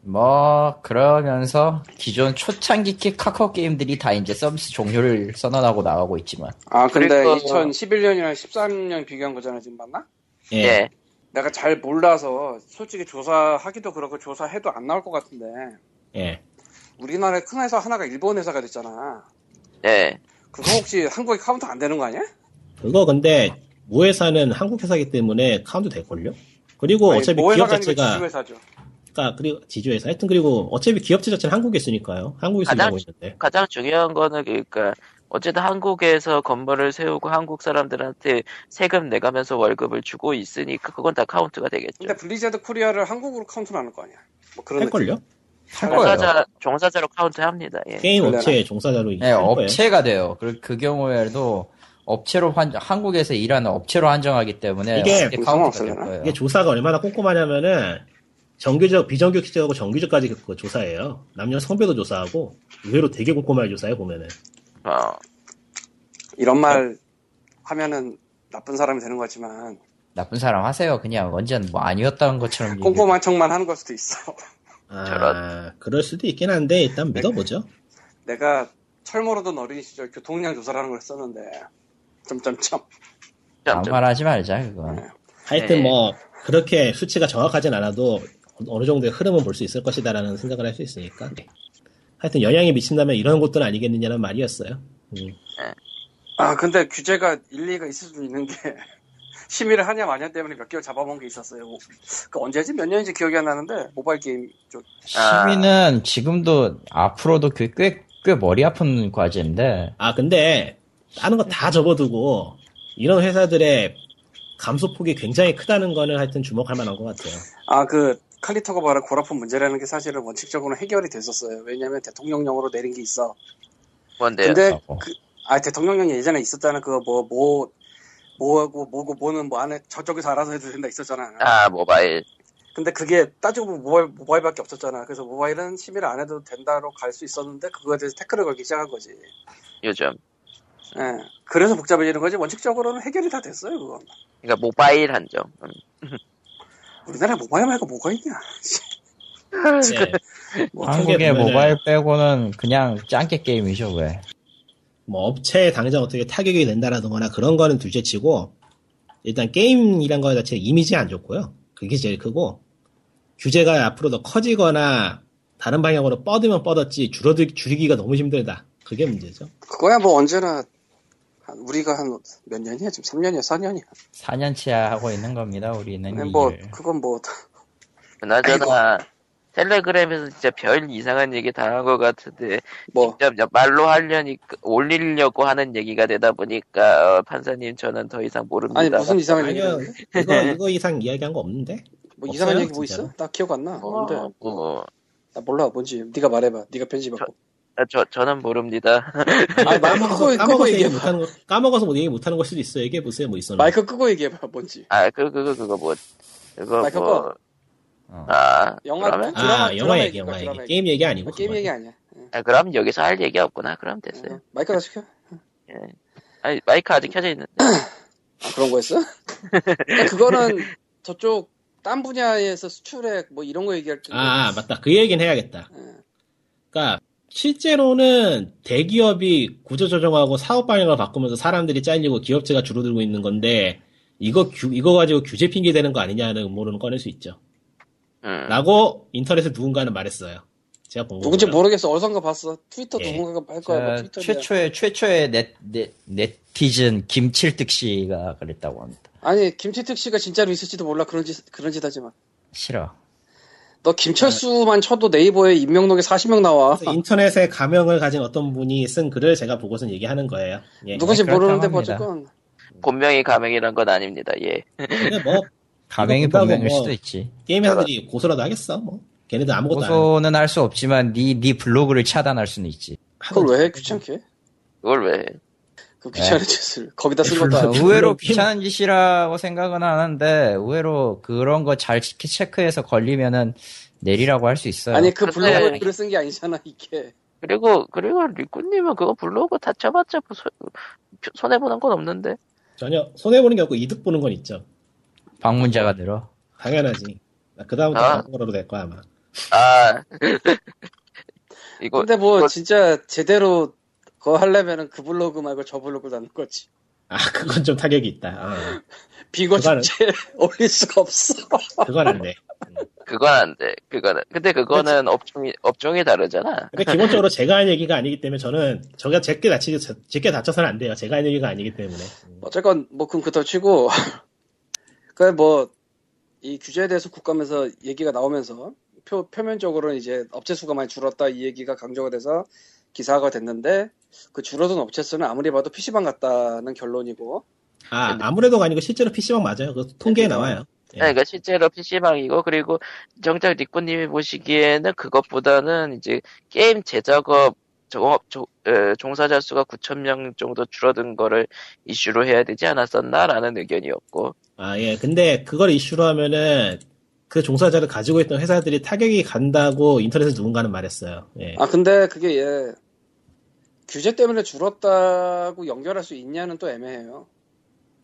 Speaker 2: 뭐 그러면서 기존 초창기 키 카카오 게임들이 다 이제 서비스 종료를 선언하고 나가고 있지만
Speaker 3: 아 근데
Speaker 1: 그러니까-
Speaker 3: 2011년이랑 13년 비교한 거잖아 지금 맞나?
Speaker 2: 네.
Speaker 4: 예.
Speaker 1: 예.
Speaker 3: 내가 잘 몰라서 솔직히 조사하기도 그렇고 조사해도 안 나올 것 같은데
Speaker 4: 예.
Speaker 3: 우리나라의 큰 회사 하나가 일본 회사가 됐잖아.
Speaker 1: 예.
Speaker 3: 그거 혹시 한국에 카운트 안 되는 거 아니야?
Speaker 4: 그거 근데 모회사는 한국 회사이기 때문에 카운트 될 걸요. 그리고
Speaker 3: 아니,
Speaker 4: 어차피
Speaker 3: 모
Speaker 4: 기업
Speaker 3: 회사가 아니고
Speaker 4: 자체가
Speaker 3: 지주 회사죠.
Speaker 4: 그러니까 그리고 지주회사 하여튼 그리고 어차피 기업체 자체는 한국에 있으니까요. 한국에서
Speaker 1: 가장-
Speaker 4: 일하고 있는데.
Speaker 1: 가장 중요한 거는 그러니까 어쨌든 한국에서 건물을 세우고 한국 사람들한테 세금 내가면서 월급을 주고 있으니까 그건 다 카운트가 되겠죠.
Speaker 3: 근데 블리자드 코리아를 한국으로 카운트는 안 할 거 아니야? 뭐 그런
Speaker 4: 할
Speaker 3: 느낌.
Speaker 4: 걸요?
Speaker 2: 할 거예요.
Speaker 1: 종사자 종사자로 카운트합니다. 예.
Speaker 4: 게임
Speaker 3: 그러려나?
Speaker 4: 업체 종사자로
Speaker 2: 네,
Speaker 4: 일할 거예요.
Speaker 2: 업체가 돼요. 그, 그 경우에도 업체로 환 한국에서 일하는 업체로 한정하기 때문에
Speaker 4: 이게
Speaker 2: 어떻게
Speaker 3: 무슨
Speaker 2: 카운트가 될
Speaker 3: 상관없어요.
Speaker 2: 거예요.
Speaker 4: 이게 조사가 얼마나 꼼꼼하냐면은 정규적, 비정규직하고 정규직까지 그 조사해요. 남녀 성별도 조사하고 의외로 되게 꼼꼼하게 조사해 보면은.
Speaker 1: 어,
Speaker 3: 이런
Speaker 4: 네.
Speaker 3: 말 하면은 나쁜 사람이 되는 거지만
Speaker 2: 나쁜 사람 하세요. 그냥 완전 뭐 아니었다는
Speaker 4: 음.
Speaker 2: 것처럼
Speaker 3: 꼼꼼한 척만 하는 걸 수도 있어.
Speaker 4: 아,
Speaker 1: 저런.
Speaker 4: 그럴 수도 있긴 한데 일단 믿어보죠.
Speaker 3: 내가 철모로던 어린 이 시절 교통량 조사라는 걸 썼는데 점점점
Speaker 1: 점,
Speaker 2: 아무
Speaker 1: 점.
Speaker 2: 말 하지 말자 그건.
Speaker 4: 하여튼
Speaker 1: 네.
Speaker 4: 뭐 그렇게 수치가 정확하진 않아도 어느 정도의 흐름은 볼 수 있을 것이다라는 생각을 할 수 있으니까.
Speaker 1: 네.
Speaker 4: 하여튼 영향이 미친다면 이런 것들은 아니겠느냐는 말이었어요. 음.
Speaker 3: 아 근데 규제가 일리가 있을 수도 있는 게 심의를 하냐 마냐 때문에 몇 개월 잡아본 게 있었어요. 뭐, 그 언제지 몇 년인지 기억이 안 나는데 모바일 게임 쪽
Speaker 2: 아. 시민은 지금도 앞으로도 꽤 꽤 꽤 머리 아픈 과제인데
Speaker 4: 아 근데 다른 거
Speaker 1: 네.
Speaker 4: 다 접어두고 이런 회사들의 감소폭이 굉장히 크다는 거는 하여튼 주목할 만한 것 같아요.
Speaker 3: 아 그 칼리터가 말한 고라폰 문제라는 게 사실은 원칙적으로 해결이 됐었어요. 왜냐하면 대통령령으로 내린 게 있어.
Speaker 1: 뭔데요?
Speaker 3: 근데
Speaker 2: 하고.
Speaker 3: 그, 아 대통령령이 예전에 있었다는 그거 뭐뭐 뭐하고 뭐고 뭐는 뭐 안에 저쪽에서 알아서 해도 된다 있었잖아.
Speaker 1: 아 모바일.
Speaker 3: 근데 그게 따지고 보면 모바일, 모바일밖에 없었잖아. 그래서 모바일은 심의를 안 해도 된다로 갈 수 있었는데 그거에 대해서 태클을 걸기 시작한 거지.
Speaker 1: 요즘.
Speaker 3: 예. 그래서 복잡해지는 거지. 원칙적으로는 해결이 다 됐어요, 그건.
Speaker 1: 그러니까 모바일 한정. 음.
Speaker 3: 우리나라에 모바일 말고 뭐가 있냐.
Speaker 1: 음,
Speaker 4: 네.
Speaker 3: 뭐,
Speaker 2: 한국의
Speaker 4: 어떻게 보면은-
Speaker 2: 모바일 빼고는 그냥 짱깨 게임이죠 왜?
Speaker 4: 뭐 업체에 당장 어떻게 타격이 된다라든가 그런 거는 둘째치고 일단 게임이란 거 자체 이미지 안 좋고요. 그게 제일 크고 규제가 앞으로 더 커지거나 다른 방향으로 뻗으면 뻗었지 줄어들 줄이기가 너무 힘들다. 그게 문제죠.
Speaker 3: 그거야 뭐 언제나 한 우리가 한 몇 년이야? 지금 3년이야, 4년이야.
Speaker 2: 4년째 하고 있는 겁니다 우리는
Speaker 3: 뭐
Speaker 2: 이 일.
Speaker 3: 그건 뭐 다-
Speaker 1: 그나저나 텔레그램에서 진짜 별 이상한 얘기 다 한 것 같은데
Speaker 3: 뭐
Speaker 1: 점점 말로 하려니까 올리려고 하는 얘기가 되다 보니까 어, 판사님 저는 더 이상 모릅니다.
Speaker 3: 아니 무슨 이상한 얘기
Speaker 4: 아니요 이거 이거 이상 이야기한 거 없는데
Speaker 3: 뭐 이상한
Speaker 4: 없어요,
Speaker 3: 얘기 뭐
Speaker 4: 진짜로.
Speaker 3: 있어? 나 기억 안 나. 뭔데?
Speaker 1: 어, 뭐,
Speaker 3: 나 몰라 뭔지. 네가 말해봐. 네가 편집하고.
Speaker 1: 아, 저 저는 모릅니다.
Speaker 3: 아 마이크
Speaker 4: 까먹어서
Speaker 3: 끄고 끄고
Speaker 4: 까먹어서 얘기
Speaker 3: 얘기해봐.
Speaker 4: 못하는 거 까먹어서 뭐 얘기 못하는 걸 수도 있어 얘기해 보세요 뭐 있었나
Speaker 3: 마이크 끄고 얘기해봐 뭔지.
Speaker 1: 아 그 그거 그거 뭐 그거
Speaker 3: 마이크
Speaker 1: 뭐.
Speaker 2: 어.
Speaker 1: 아
Speaker 3: 아, 영화
Speaker 1: 그러면
Speaker 3: 또? 드라마-
Speaker 4: 아 영화
Speaker 3: 드라마
Speaker 4: 얘기 영화
Speaker 3: 얘기인가,
Speaker 4: 얘기
Speaker 3: 드라마
Speaker 4: 게임 얘기 아니고
Speaker 3: 아, 게임
Speaker 4: 그건.
Speaker 3: 얘기 아니야. 예.
Speaker 1: 아, 그럼 여기서 할 얘기 없구나. 그럼 됐어요.
Speaker 3: 어, 마이크 다 시켜.
Speaker 1: 아니 마이크 아직 켜져 있는데.
Speaker 3: 아, 그런 거였어? 그러니까 그거는 저쪽 딴 분야에서 수출액 뭐 이런 거 얘기할 때.
Speaker 4: 아, 아, 맞다 그 얘기는 해야겠다 그러니까 실제로는 대기업이 구조 조정하고 사업 방향을 바꾸면서 사람들이 잘리고 기업체가 줄어들고 있는 건데 이거 규- 이거 가지고 규제 핑계 되는 거 아니냐는 음모론을 꺼낼 수 있죠
Speaker 1: 음.
Speaker 4: 라고 인터넷에 누군가는 말했어요 제가 본
Speaker 3: 누군지
Speaker 4: 거고요.
Speaker 3: 모르겠어. 어디선가 봤어. 트위터
Speaker 4: 예.
Speaker 3: 누군가가 할 거야. 뭐
Speaker 2: 자,
Speaker 3: 트위터
Speaker 2: 최초의 최초의 넷, 넷, 네티즌 김칠득 씨가 그랬다고 합니다.
Speaker 3: 아니 김치특 씨가 진짜로 있을지도 몰라. 그런 짓 그런 짓 하지 마.
Speaker 2: 싫어.
Speaker 3: 너 김철수만 쳐도 네이버에 임명록에 40명 나와.
Speaker 2: 네,
Speaker 4: 그래서 인터넷에 가명을 가진 어떤 분이 쓴 글을 제가 보고선 얘기하는 거예요 예.
Speaker 3: 누군지
Speaker 2: 네, 그렇다고
Speaker 3: 모르는데 뭐
Speaker 2: 합니다.
Speaker 3: 어쨌건
Speaker 1: 본명이 가명이란 건 아닙니다. 예.
Speaker 4: 근데 뭐
Speaker 2: 가맹이
Speaker 4: 이거 본다고
Speaker 2: 본명일
Speaker 4: 뭐
Speaker 2: 수도 있지.
Speaker 4: 게임 회사들이 고소라도 하겠어 뭐 걔네들 아무것도 안 해.
Speaker 2: 고소는 할 수 없지만 네, 네 블로그를 차단할 수는 있지.
Speaker 3: 그걸 왜 해? 귀찮게?
Speaker 1: 그걸 왜? 해?
Speaker 3: 그
Speaker 2: 네.
Speaker 3: 귀찮은 짓을 거기다 쓴 것도
Speaker 2: 물론
Speaker 3: 아니고.
Speaker 2: 의외로
Speaker 4: 블로그.
Speaker 2: 귀찮은 짓이라고 생각은 안 하는데 의외로 그런 거 잘 체크해서 걸리면은 내리라고 할 수 있어요.
Speaker 3: 아니 그
Speaker 1: 그때-
Speaker 3: 블로그에 글을 쓴 게 아니잖아 이게.
Speaker 1: 그리고 그리고 리꾸님은 그거 블로그 다 쳐봤자 뭐 소- 손해 보는 건 없는데.
Speaker 4: 전혀 손해 보는 게 없고 이득 보는 건 있죠.
Speaker 2: 방문자가 늘어.
Speaker 4: 당연하지. 그 다음부터
Speaker 1: 아.
Speaker 4: 광고로도 될 거야 아마.
Speaker 1: 아 이거
Speaker 3: 근데 뭐
Speaker 1: 그거-
Speaker 3: 진짜 제대로 그거 하려면은 그 블로그 말고 저 블로그 닫는 거지.
Speaker 4: 아 그건 좀 타격이 있다. 아,
Speaker 3: 비거
Speaker 4: 그거는-
Speaker 3: 축제 올릴 수가 없어.
Speaker 4: 그건 안 돼.
Speaker 1: 그건 안 돼. 그거는 근데 그거는 업종이 업종이 다르잖아.
Speaker 4: 근데 기본적으로 제가 한 얘기가 아니기 때문에 저는 저가 제게 다치 제게 다쳐서는 안 돼요. 제가 한 얘기가 아니기 때문에. 음.
Speaker 3: 어쨌건 뭐 그건 그렇다 치고 그러니까 그뭐이 규제에 대해서 국감에서 얘기가 나오면서 표, 표면적으로는 이제 업체 수가 많이 줄었다 이 얘기가 강조가 돼서 기사가 됐는데 그 줄어든 업체 수는 아무리 봐도 PC방 같다는 결론이고
Speaker 4: 아 아무래도 아니고 실제로 PC방 맞아요. 그 통계에 나와요. 예.
Speaker 1: 그러니까 실제로 PC방이고 그리고 정작 리꾸님이 보시기에는 그것보다는 이제 게임 제작업 종업 조- 에, 종사자 수가 9천 명 정도 줄어든 거를 이슈로 해야 되지 않았었나라는 의견이었고
Speaker 4: 아 예. 근데 그걸 이슈로 하면은 그 종사자를 가지고 있던 회사들이 타격이 간다고 인터넷에 서 누군가는 말했어요. 예.
Speaker 3: 아 근데 그게 예 규제 때문에 줄었다고 연결할 수 있냐는 또 애매해요.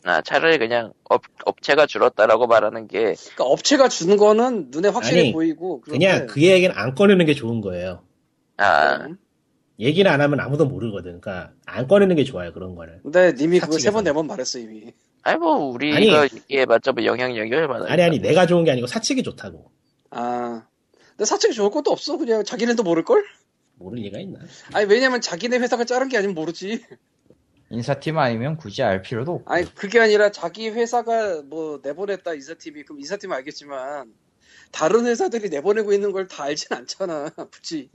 Speaker 1: 아, 차라리 그냥 업, 업체가 줄었다라고 말하는 게
Speaker 3: 그러니까 업체가 준 거는 눈에 확실히
Speaker 4: 아니,
Speaker 3: 보이고 그런데
Speaker 4: 그냥 그 얘기는 안 꺼내는 게 좋은 거예요.
Speaker 1: 아,
Speaker 3: 음.
Speaker 4: 얘기를 안 하면 아무도 모르거든. 그러니까 안 꺼내는 게 좋아요. 그런 거를.
Speaker 3: 근데 님이 그걸
Speaker 4: 사측에서.
Speaker 3: 세 번 네 번 말했어 이미.
Speaker 1: 아니 뭐 우리가
Speaker 4: 아니.
Speaker 1: 얘기해봤자 뭐 영향력이 얼마나
Speaker 4: 아니 네. 아니 내가 좋은 게 아니고 사측이 좋다고.
Speaker 3: 아 근데 사측이 좋을 것도 없어 그냥 자기네도 모를 걸?
Speaker 4: 모를 리가 있나?
Speaker 3: 아니 왜냐면 자기네 회사가 자른 게 아니면 모르지.
Speaker 2: 인사팀 아니면 굳이 알 필요도 없고.
Speaker 3: 아니 그게 아니라 자기 회사가 뭐 내보냈다 이사팀이 그럼 이사팀 알겠지만 다른 회사들이 내보내고 있는 걸 다 알진 않잖아 굳이.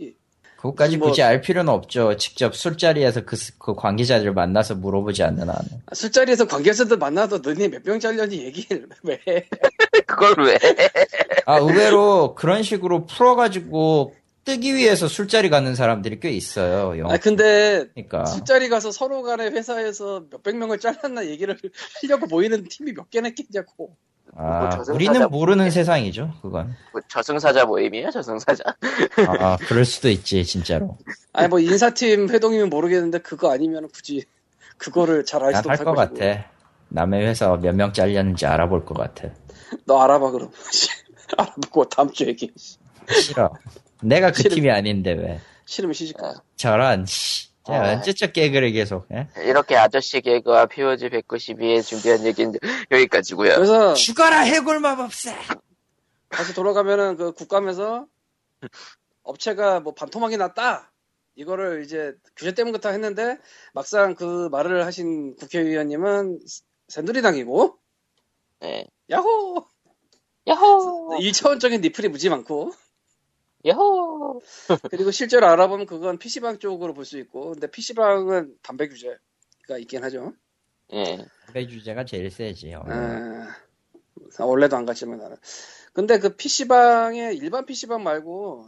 Speaker 2: 그것까지
Speaker 3: 뭐-
Speaker 2: 굳이 알 필요는 없죠. 직접 술자리에서 그, 스- 그 관계자들을 만나서 물어보지 않는 한.
Speaker 3: 아, 술자리에서 관계자들 만나도 너네 몇 병 잘렸니 얘기를 왜 해?
Speaker 1: 그걸 왜
Speaker 2: 아, 의외로 그런 식으로 풀어가지고 뜨기 위해서 술자리 가는 사람들이 꽤 있어요. 영
Speaker 3: 아 근데
Speaker 2: 그러니까.
Speaker 3: 술자리 가서 서로 간에 회사에서 몇백 명을 잘랐나 얘기를 하려고 모이는 팀이 몇 개나 있겠냐고.
Speaker 1: 뭐
Speaker 2: 아,
Speaker 1: 저승사자
Speaker 2: 우리는 모르는
Speaker 1: 모르겠네.
Speaker 2: 세상이죠, 그건.
Speaker 1: 뭐 저승사자 모임이야 저승사자
Speaker 2: 아, 그럴 수도 있지, 진짜로.
Speaker 3: 아니 뭐 인사팀 회동이면 모르겠는데 그거 아니면 굳이 그거를 잘
Speaker 2: 난
Speaker 3: 알지도
Speaker 2: 할
Speaker 3: 못할
Speaker 2: 것
Speaker 3: 것이고.
Speaker 2: 같아. 남의 회사 몇 명 잘렸는지 알아볼 것 같아.
Speaker 3: 너 알아봐 그럼. 씨, 알아보고 다음 주에 얘기. 씨,
Speaker 2: 싫어. 내가 그
Speaker 3: 싫음.
Speaker 2: 팀이 아닌데 왜.
Speaker 3: 싫으면 시집 가.
Speaker 2: 저런, 씨.
Speaker 1: 아.
Speaker 2: 언제적 개그를 계속, 예?
Speaker 1: 이렇게 아저씨 개그와 POG 192에 준비한 얘기는 여기까지고요
Speaker 3: 그래서
Speaker 2: 죽어라, 해골 마법사!
Speaker 3: 다시 돌아가면은 그 국감에서 업체가 뭐 반토막이 났다. 이거를 이제 규제 때문 그렇다 했는데 막상 그 말을 하신 국회의원님은 새누리당이고
Speaker 1: 네.
Speaker 3: 야호
Speaker 1: 야호
Speaker 3: 일차원적인 리플이 무지 많고
Speaker 1: 야호!
Speaker 3: 그리고 실제로 알아보면 그건 PC방 쪽으로 볼 수 있고, 근데 PC방은 담배 규제가 있긴 하죠.
Speaker 1: 예.
Speaker 2: 담배 그 주제가 제일 세지요.
Speaker 3: 아, 원래도 안 갔지만 나는. 근데 그 PC방에, 일반 PC방 말고,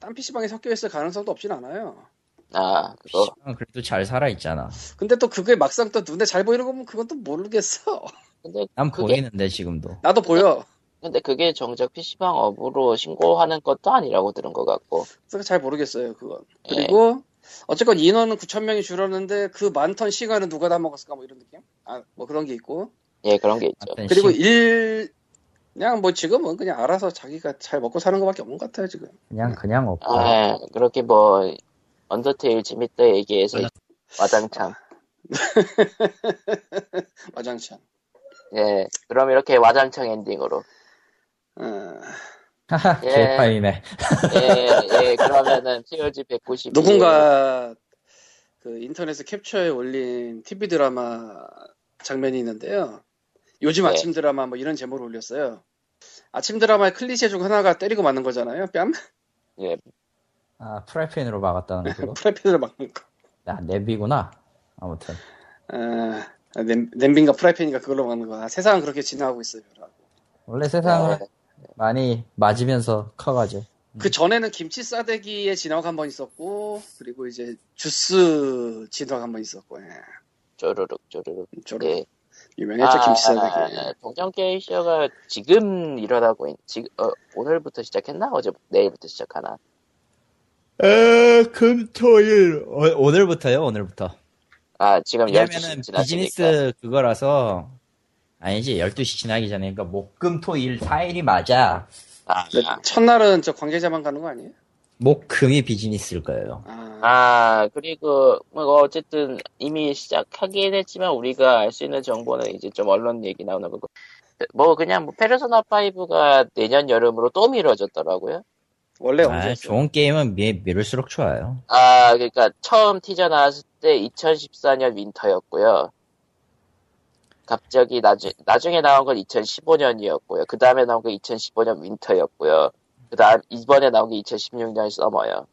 Speaker 3: 딴 PC방에 섞여 있을 가능성도 없진 않아요.
Speaker 1: 아, 그거.
Speaker 2: PC방은 그래도 잘 살아있잖아.
Speaker 3: 근데 또 그게 막상 또 눈에 잘 보이는 거면 그건 또 모르겠어.
Speaker 1: 근데
Speaker 2: 난
Speaker 1: 그게,
Speaker 2: 보이는데, 지금도.
Speaker 3: 나도 보여.
Speaker 1: 근데 그게 정작 PC방 업으로 신고하는 것도 아니라고 들은 것 같고.
Speaker 3: 그래서 잘 모르겠어요, 그건.
Speaker 1: 예.
Speaker 3: 그리고, 어쨌건 인원은 9,000명이 줄었는데, 그 많던 시간은 누가 다 먹었을까, 뭐 이런 느낌? 아, 뭐 그런 게 있고.
Speaker 1: 예, 그런 게 있죠.
Speaker 2: 어떤
Speaker 3: 그리고
Speaker 2: 시-
Speaker 3: 일 그냥 뭐 지금은 그냥 알아서 자기가 잘 먹고 사는 것밖에 없는 것 같아요 지금.
Speaker 2: 그냥, 그냥 없고.
Speaker 1: 아, 그렇게 뭐, 언더테일 재밌다 얘기해서 와장창.
Speaker 3: 와장창.
Speaker 1: 예, 그럼 이렇게 와장창 엔딩으로.
Speaker 3: 어,
Speaker 2: 하하,
Speaker 1: 예.
Speaker 2: 개파이네.
Speaker 1: 예, 예, 그러면은 POG 192. 예. 네.
Speaker 3: 누군가 그 인터넷에 캡처해 올린 TV 드라마 장면이 있는데요. 요즘
Speaker 1: 네.
Speaker 3: 아침 드라마 뭐 이런 제목을 올렸어요. 아침 드라마의 클리셰 중 하나가 때리고 맞는 거잖아요. 뺨
Speaker 1: 예,
Speaker 2: 아, 프라이팬으로 막았다는 거 그거?
Speaker 3: 프라이팬으로 막는 거.
Speaker 2: 야, 냄비구나. 아무튼.
Speaker 3: 어, 냄, 냄빈가 프라이팬인가 그걸로 막는 거. 아, 세상은 그렇게 진화하고 있어요.
Speaker 1: 음.
Speaker 2: 원래 세상을
Speaker 1: 네.
Speaker 2: 많이 맞으면서 커가죠.
Speaker 3: 그 전에는 김치 싸대기에 진화가 한 번 있었고 그리고 이제 주스 진화가 한 번 있었고 예.
Speaker 1: 쪼르륵, 쪼르륵.
Speaker 3: 저런
Speaker 1: 예.
Speaker 3: 유명했죠 김치 싸대기
Speaker 1: 아, 동전 게임 쇼가 지금 일어나고 있, 지금, 어, 오늘부터 시작했나? 어제, 내일부터 시작하나?
Speaker 2: 에, 금, 토, 일. 어, 오늘부터요, 오늘부터.
Speaker 1: 아, 지금 12시
Speaker 2: 왜냐면은
Speaker 1: 지났으니까.
Speaker 2: 비즈니스 그거라서, 아니지, 12시 지나기 전에, 그러니까 목, 금, 토, 일, 4일이 맞아.
Speaker 1: 아,
Speaker 2: 네.
Speaker 3: 근데 첫날은 저 관계자만 가는 거 아니에요?
Speaker 2: 목, 금이 비즈니스일 거예요.
Speaker 3: 아,
Speaker 1: 아, 그리고, 뭐, 어쨌든, 이미 시작하긴 했지만, 우리가 알 수 있는 정보는 이제 좀 언론 얘기 나오는 거고. 뭐, 그냥, 뭐, 페르소나5가 내년 여름으로 또 미뤄졌더라고요. 네,
Speaker 3: 원래
Speaker 2: 아,
Speaker 3: 언제였어요?
Speaker 2: 좋은 게임은 미, 미룰수록 좋아요.
Speaker 1: 아, 그러니까, 처음 티저 나왔을 때 2014년 윈터였고요. 갑자기 나중, 나중에 나온 건 2015년이었고요. 그 다음에 나온 건 2015년 윈터였고요. 그 다음, 이번에 나온 게 2016년 서머요.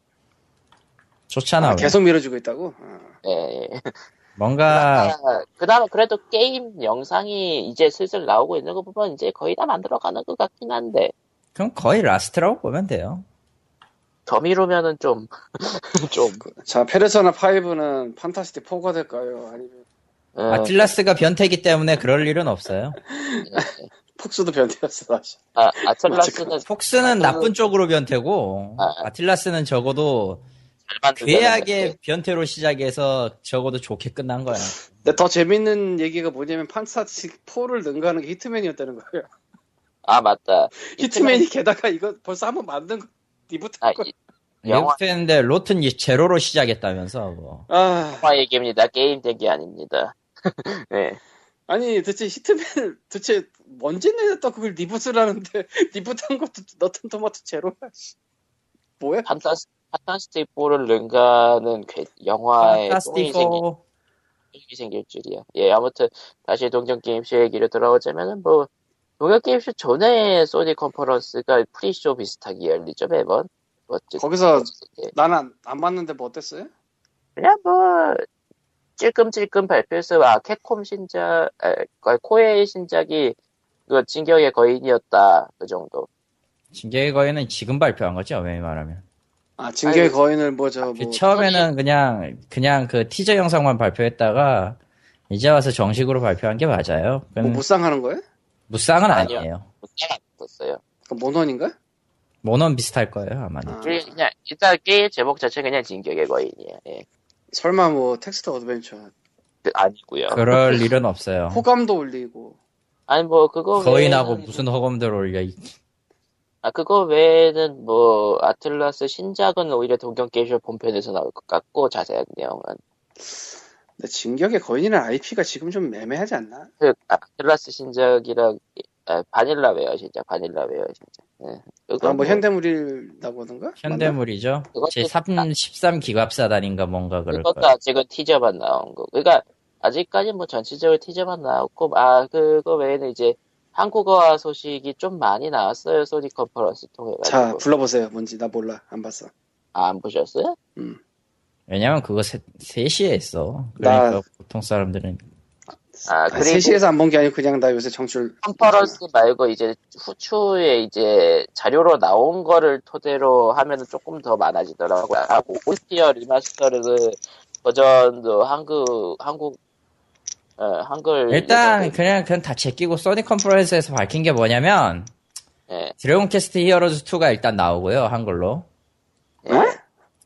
Speaker 2: 좋잖아,
Speaker 3: 아,
Speaker 2: 왜.
Speaker 3: 계속 밀어주고 있다고? 아,
Speaker 1: 예, 예.
Speaker 2: 뭔가,
Speaker 1: 그 다음에 그래도 게임 영상이 이제 슬슬 나오고 있는 거 보면 이제 거의 다 만들어가는 것 같긴 한데
Speaker 2: 그럼 거의 라스트라고 보면 돼요.
Speaker 1: 더 미루면은 좀 좀.
Speaker 3: 자 페르소나 5는 판타스틱 4가 될까요? 아니면
Speaker 1: 음,
Speaker 2: 아틀라스가 변태기 때문에 그럴 일은 없어요.
Speaker 3: 폭스도 변태였어 다시.
Speaker 1: 아, 아틀라스는
Speaker 2: 폭스는 나쁜 쪽으로 변태고,
Speaker 1: 어. 아.
Speaker 2: 아틀라스는 적어도
Speaker 1: 잘 만들고
Speaker 2: 괴하게 변태로 시작해서 적어도 좋게 끝난 거야.
Speaker 3: 근데 더 재밌는 얘기가 뭐냐면 판타스틱 4를 능가하는 게 히트맨이었다는 거예요.
Speaker 1: 아 맞다
Speaker 3: 히트맨이 게다가 이거 벌써 한 번 만든 거 리부트
Speaker 1: 아,
Speaker 3: 한 거.
Speaker 2: 그-
Speaker 1: 이- 영화
Speaker 2: 리부트했는데 로튼 이 제로로 시작했다면서 뭐.
Speaker 3: 아,
Speaker 1: 영화 얘기입니다 게임 얘기 아닙니다 네
Speaker 3: 아니 대체 히트맨을 대체 언제 내놨다 그걸 리부트를 하는데 리부트한 것도 너튼 토마토 제로야. 씨. 뭐야?
Speaker 1: 판타스 판타스틱 4를 능가하는 괴- 영화에 아, 예, 똥이
Speaker 2: 판타스틱
Speaker 1: 생길
Speaker 2: 포
Speaker 1: 똥이 생길 줄이야 예 아무튼 다시 동경 게임쇼 얘기로 돌아오자면은 뭐 동경 게임쇼 전에 소니 컨퍼런스가 프리쇼 비슷하게 열리죠 매번 어쨌든
Speaker 3: 거기서
Speaker 1: 예.
Speaker 3: 나는 안, 안 봤는데 뭐 어땠어요?
Speaker 1: 그냥 뭐 찔끔찔끔 발표해서 아 캡콤 신작 아, 거- 코에이 신작이 그 진격의 거인이었다 그 정도
Speaker 2: 진격의 거인은 지금 발표한 거죠, 왜 말하면.
Speaker 3: 아, 징계
Speaker 1: 아이고.
Speaker 3: 거인을 뭐 저 뭐
Speaker 2: 그 처음에는 그냥 그냥 그 티저 영상만 발표했다가 이제 와서 정식으로 발표한 게 맞아요. 그건
Speaker 3: 뭐 무쌍하는 거예요?
Speaker 2: 무쌍은
Speaker 1: 아니요.
Speaker 2: 아니에요.
Speaker 1: 못잘 안었어요
Speaker 3: 그 모논인가?
Speaker 2: 모넌 비슷할 거예요, 아마.
Speaker 3: 아,
Speaker 1: 그냥 일단 게임 제목 자체 그냥 진격의 거인이야 예.
Speaker 3: 설마 뭐 텍스트 어드벤처
Speaker 1: 그- 아니고요
Speaker 2: 그럴 일은 없어요.
Speaker 3: 호감도 올리고
Speaker 1: 아니 뭐 그거
Speaker 2: 거인하고
Speaker 1: 외에는-
Speaker 2: 무슨 허검들 올려. 이-
Speaker 1: 아 그거 외에는 뭐 아틀라스 신작은 오히려 동경 게임쇼 본편에서 나올 것 같고 자세한 내용은
Speaker 3: 근데 진격의 거인이는 IP가 지금 좀 애매하지 않나?
Speaker 1: 그 아틀라스 신작이랑 아, 바닐라 웨어 신작 바닐라 웨어 신작 예.
Speaker 3: 아
Speaker 1: 그건
Speaker 3: 뭐 현대물이라고 하던가?
Speaker 2: 현대물이죠.
Speaker 1: 그것도
Speaker 2: 제 3, 13 기갑사단인가 뭔가 그럴
Speaker 1: 그것도
Speaker 2: 거예요.
Speaker 1: 아직은 티저만 나온 거. 그러니까 아직까지 뭐 전체적으로 티저만 나왔고, 아 그거 외에는 이제 한국어 소식이 좀 많이 나왔어요. 소니 컨퍼런스
Speaker 3: 자,
Speaker 1: 통해가지고.
Speaker 3: 불러보세요. 뭔지 나 몰라. 안 봤어.
Speaker 1: 아, 안 보셨어요?
Speaker 2: 왜냐면 그거 세, 3시에 했어. 그러니까
Speaker 3: 나-
Speaker 2: 보통
Speaker 1: 음,
Speaker 2: 사람들은.
Speaker 1: 아,
Speaker 3: 아,
Speaker 1: 그리고
Speaker 3: 3시에서 안 본 게 아니고 그냥 나 요새 청출
Speaker 1: 컨퍼런스 말고 이제 후추에 이제 자료로 나온 거를 토대로 하면은 조금 더 많아지더라고요. 하고 올티어 리마스터드 버전도 한국 한국 어, 한글
Speaker 2: 일단
Speaker 1: 예전에,
Speaker 2: 그냥 그건 다 제끼고 소니 컨퍼런스에서 밝힌 게 뭐냐면
Speaker 1: 예,
Speaker 2: 드래곤 캐스트 히어로즈 2가 일단 나오고요. 한글로.
Speaker 1: 예.
Speaker 3: 어?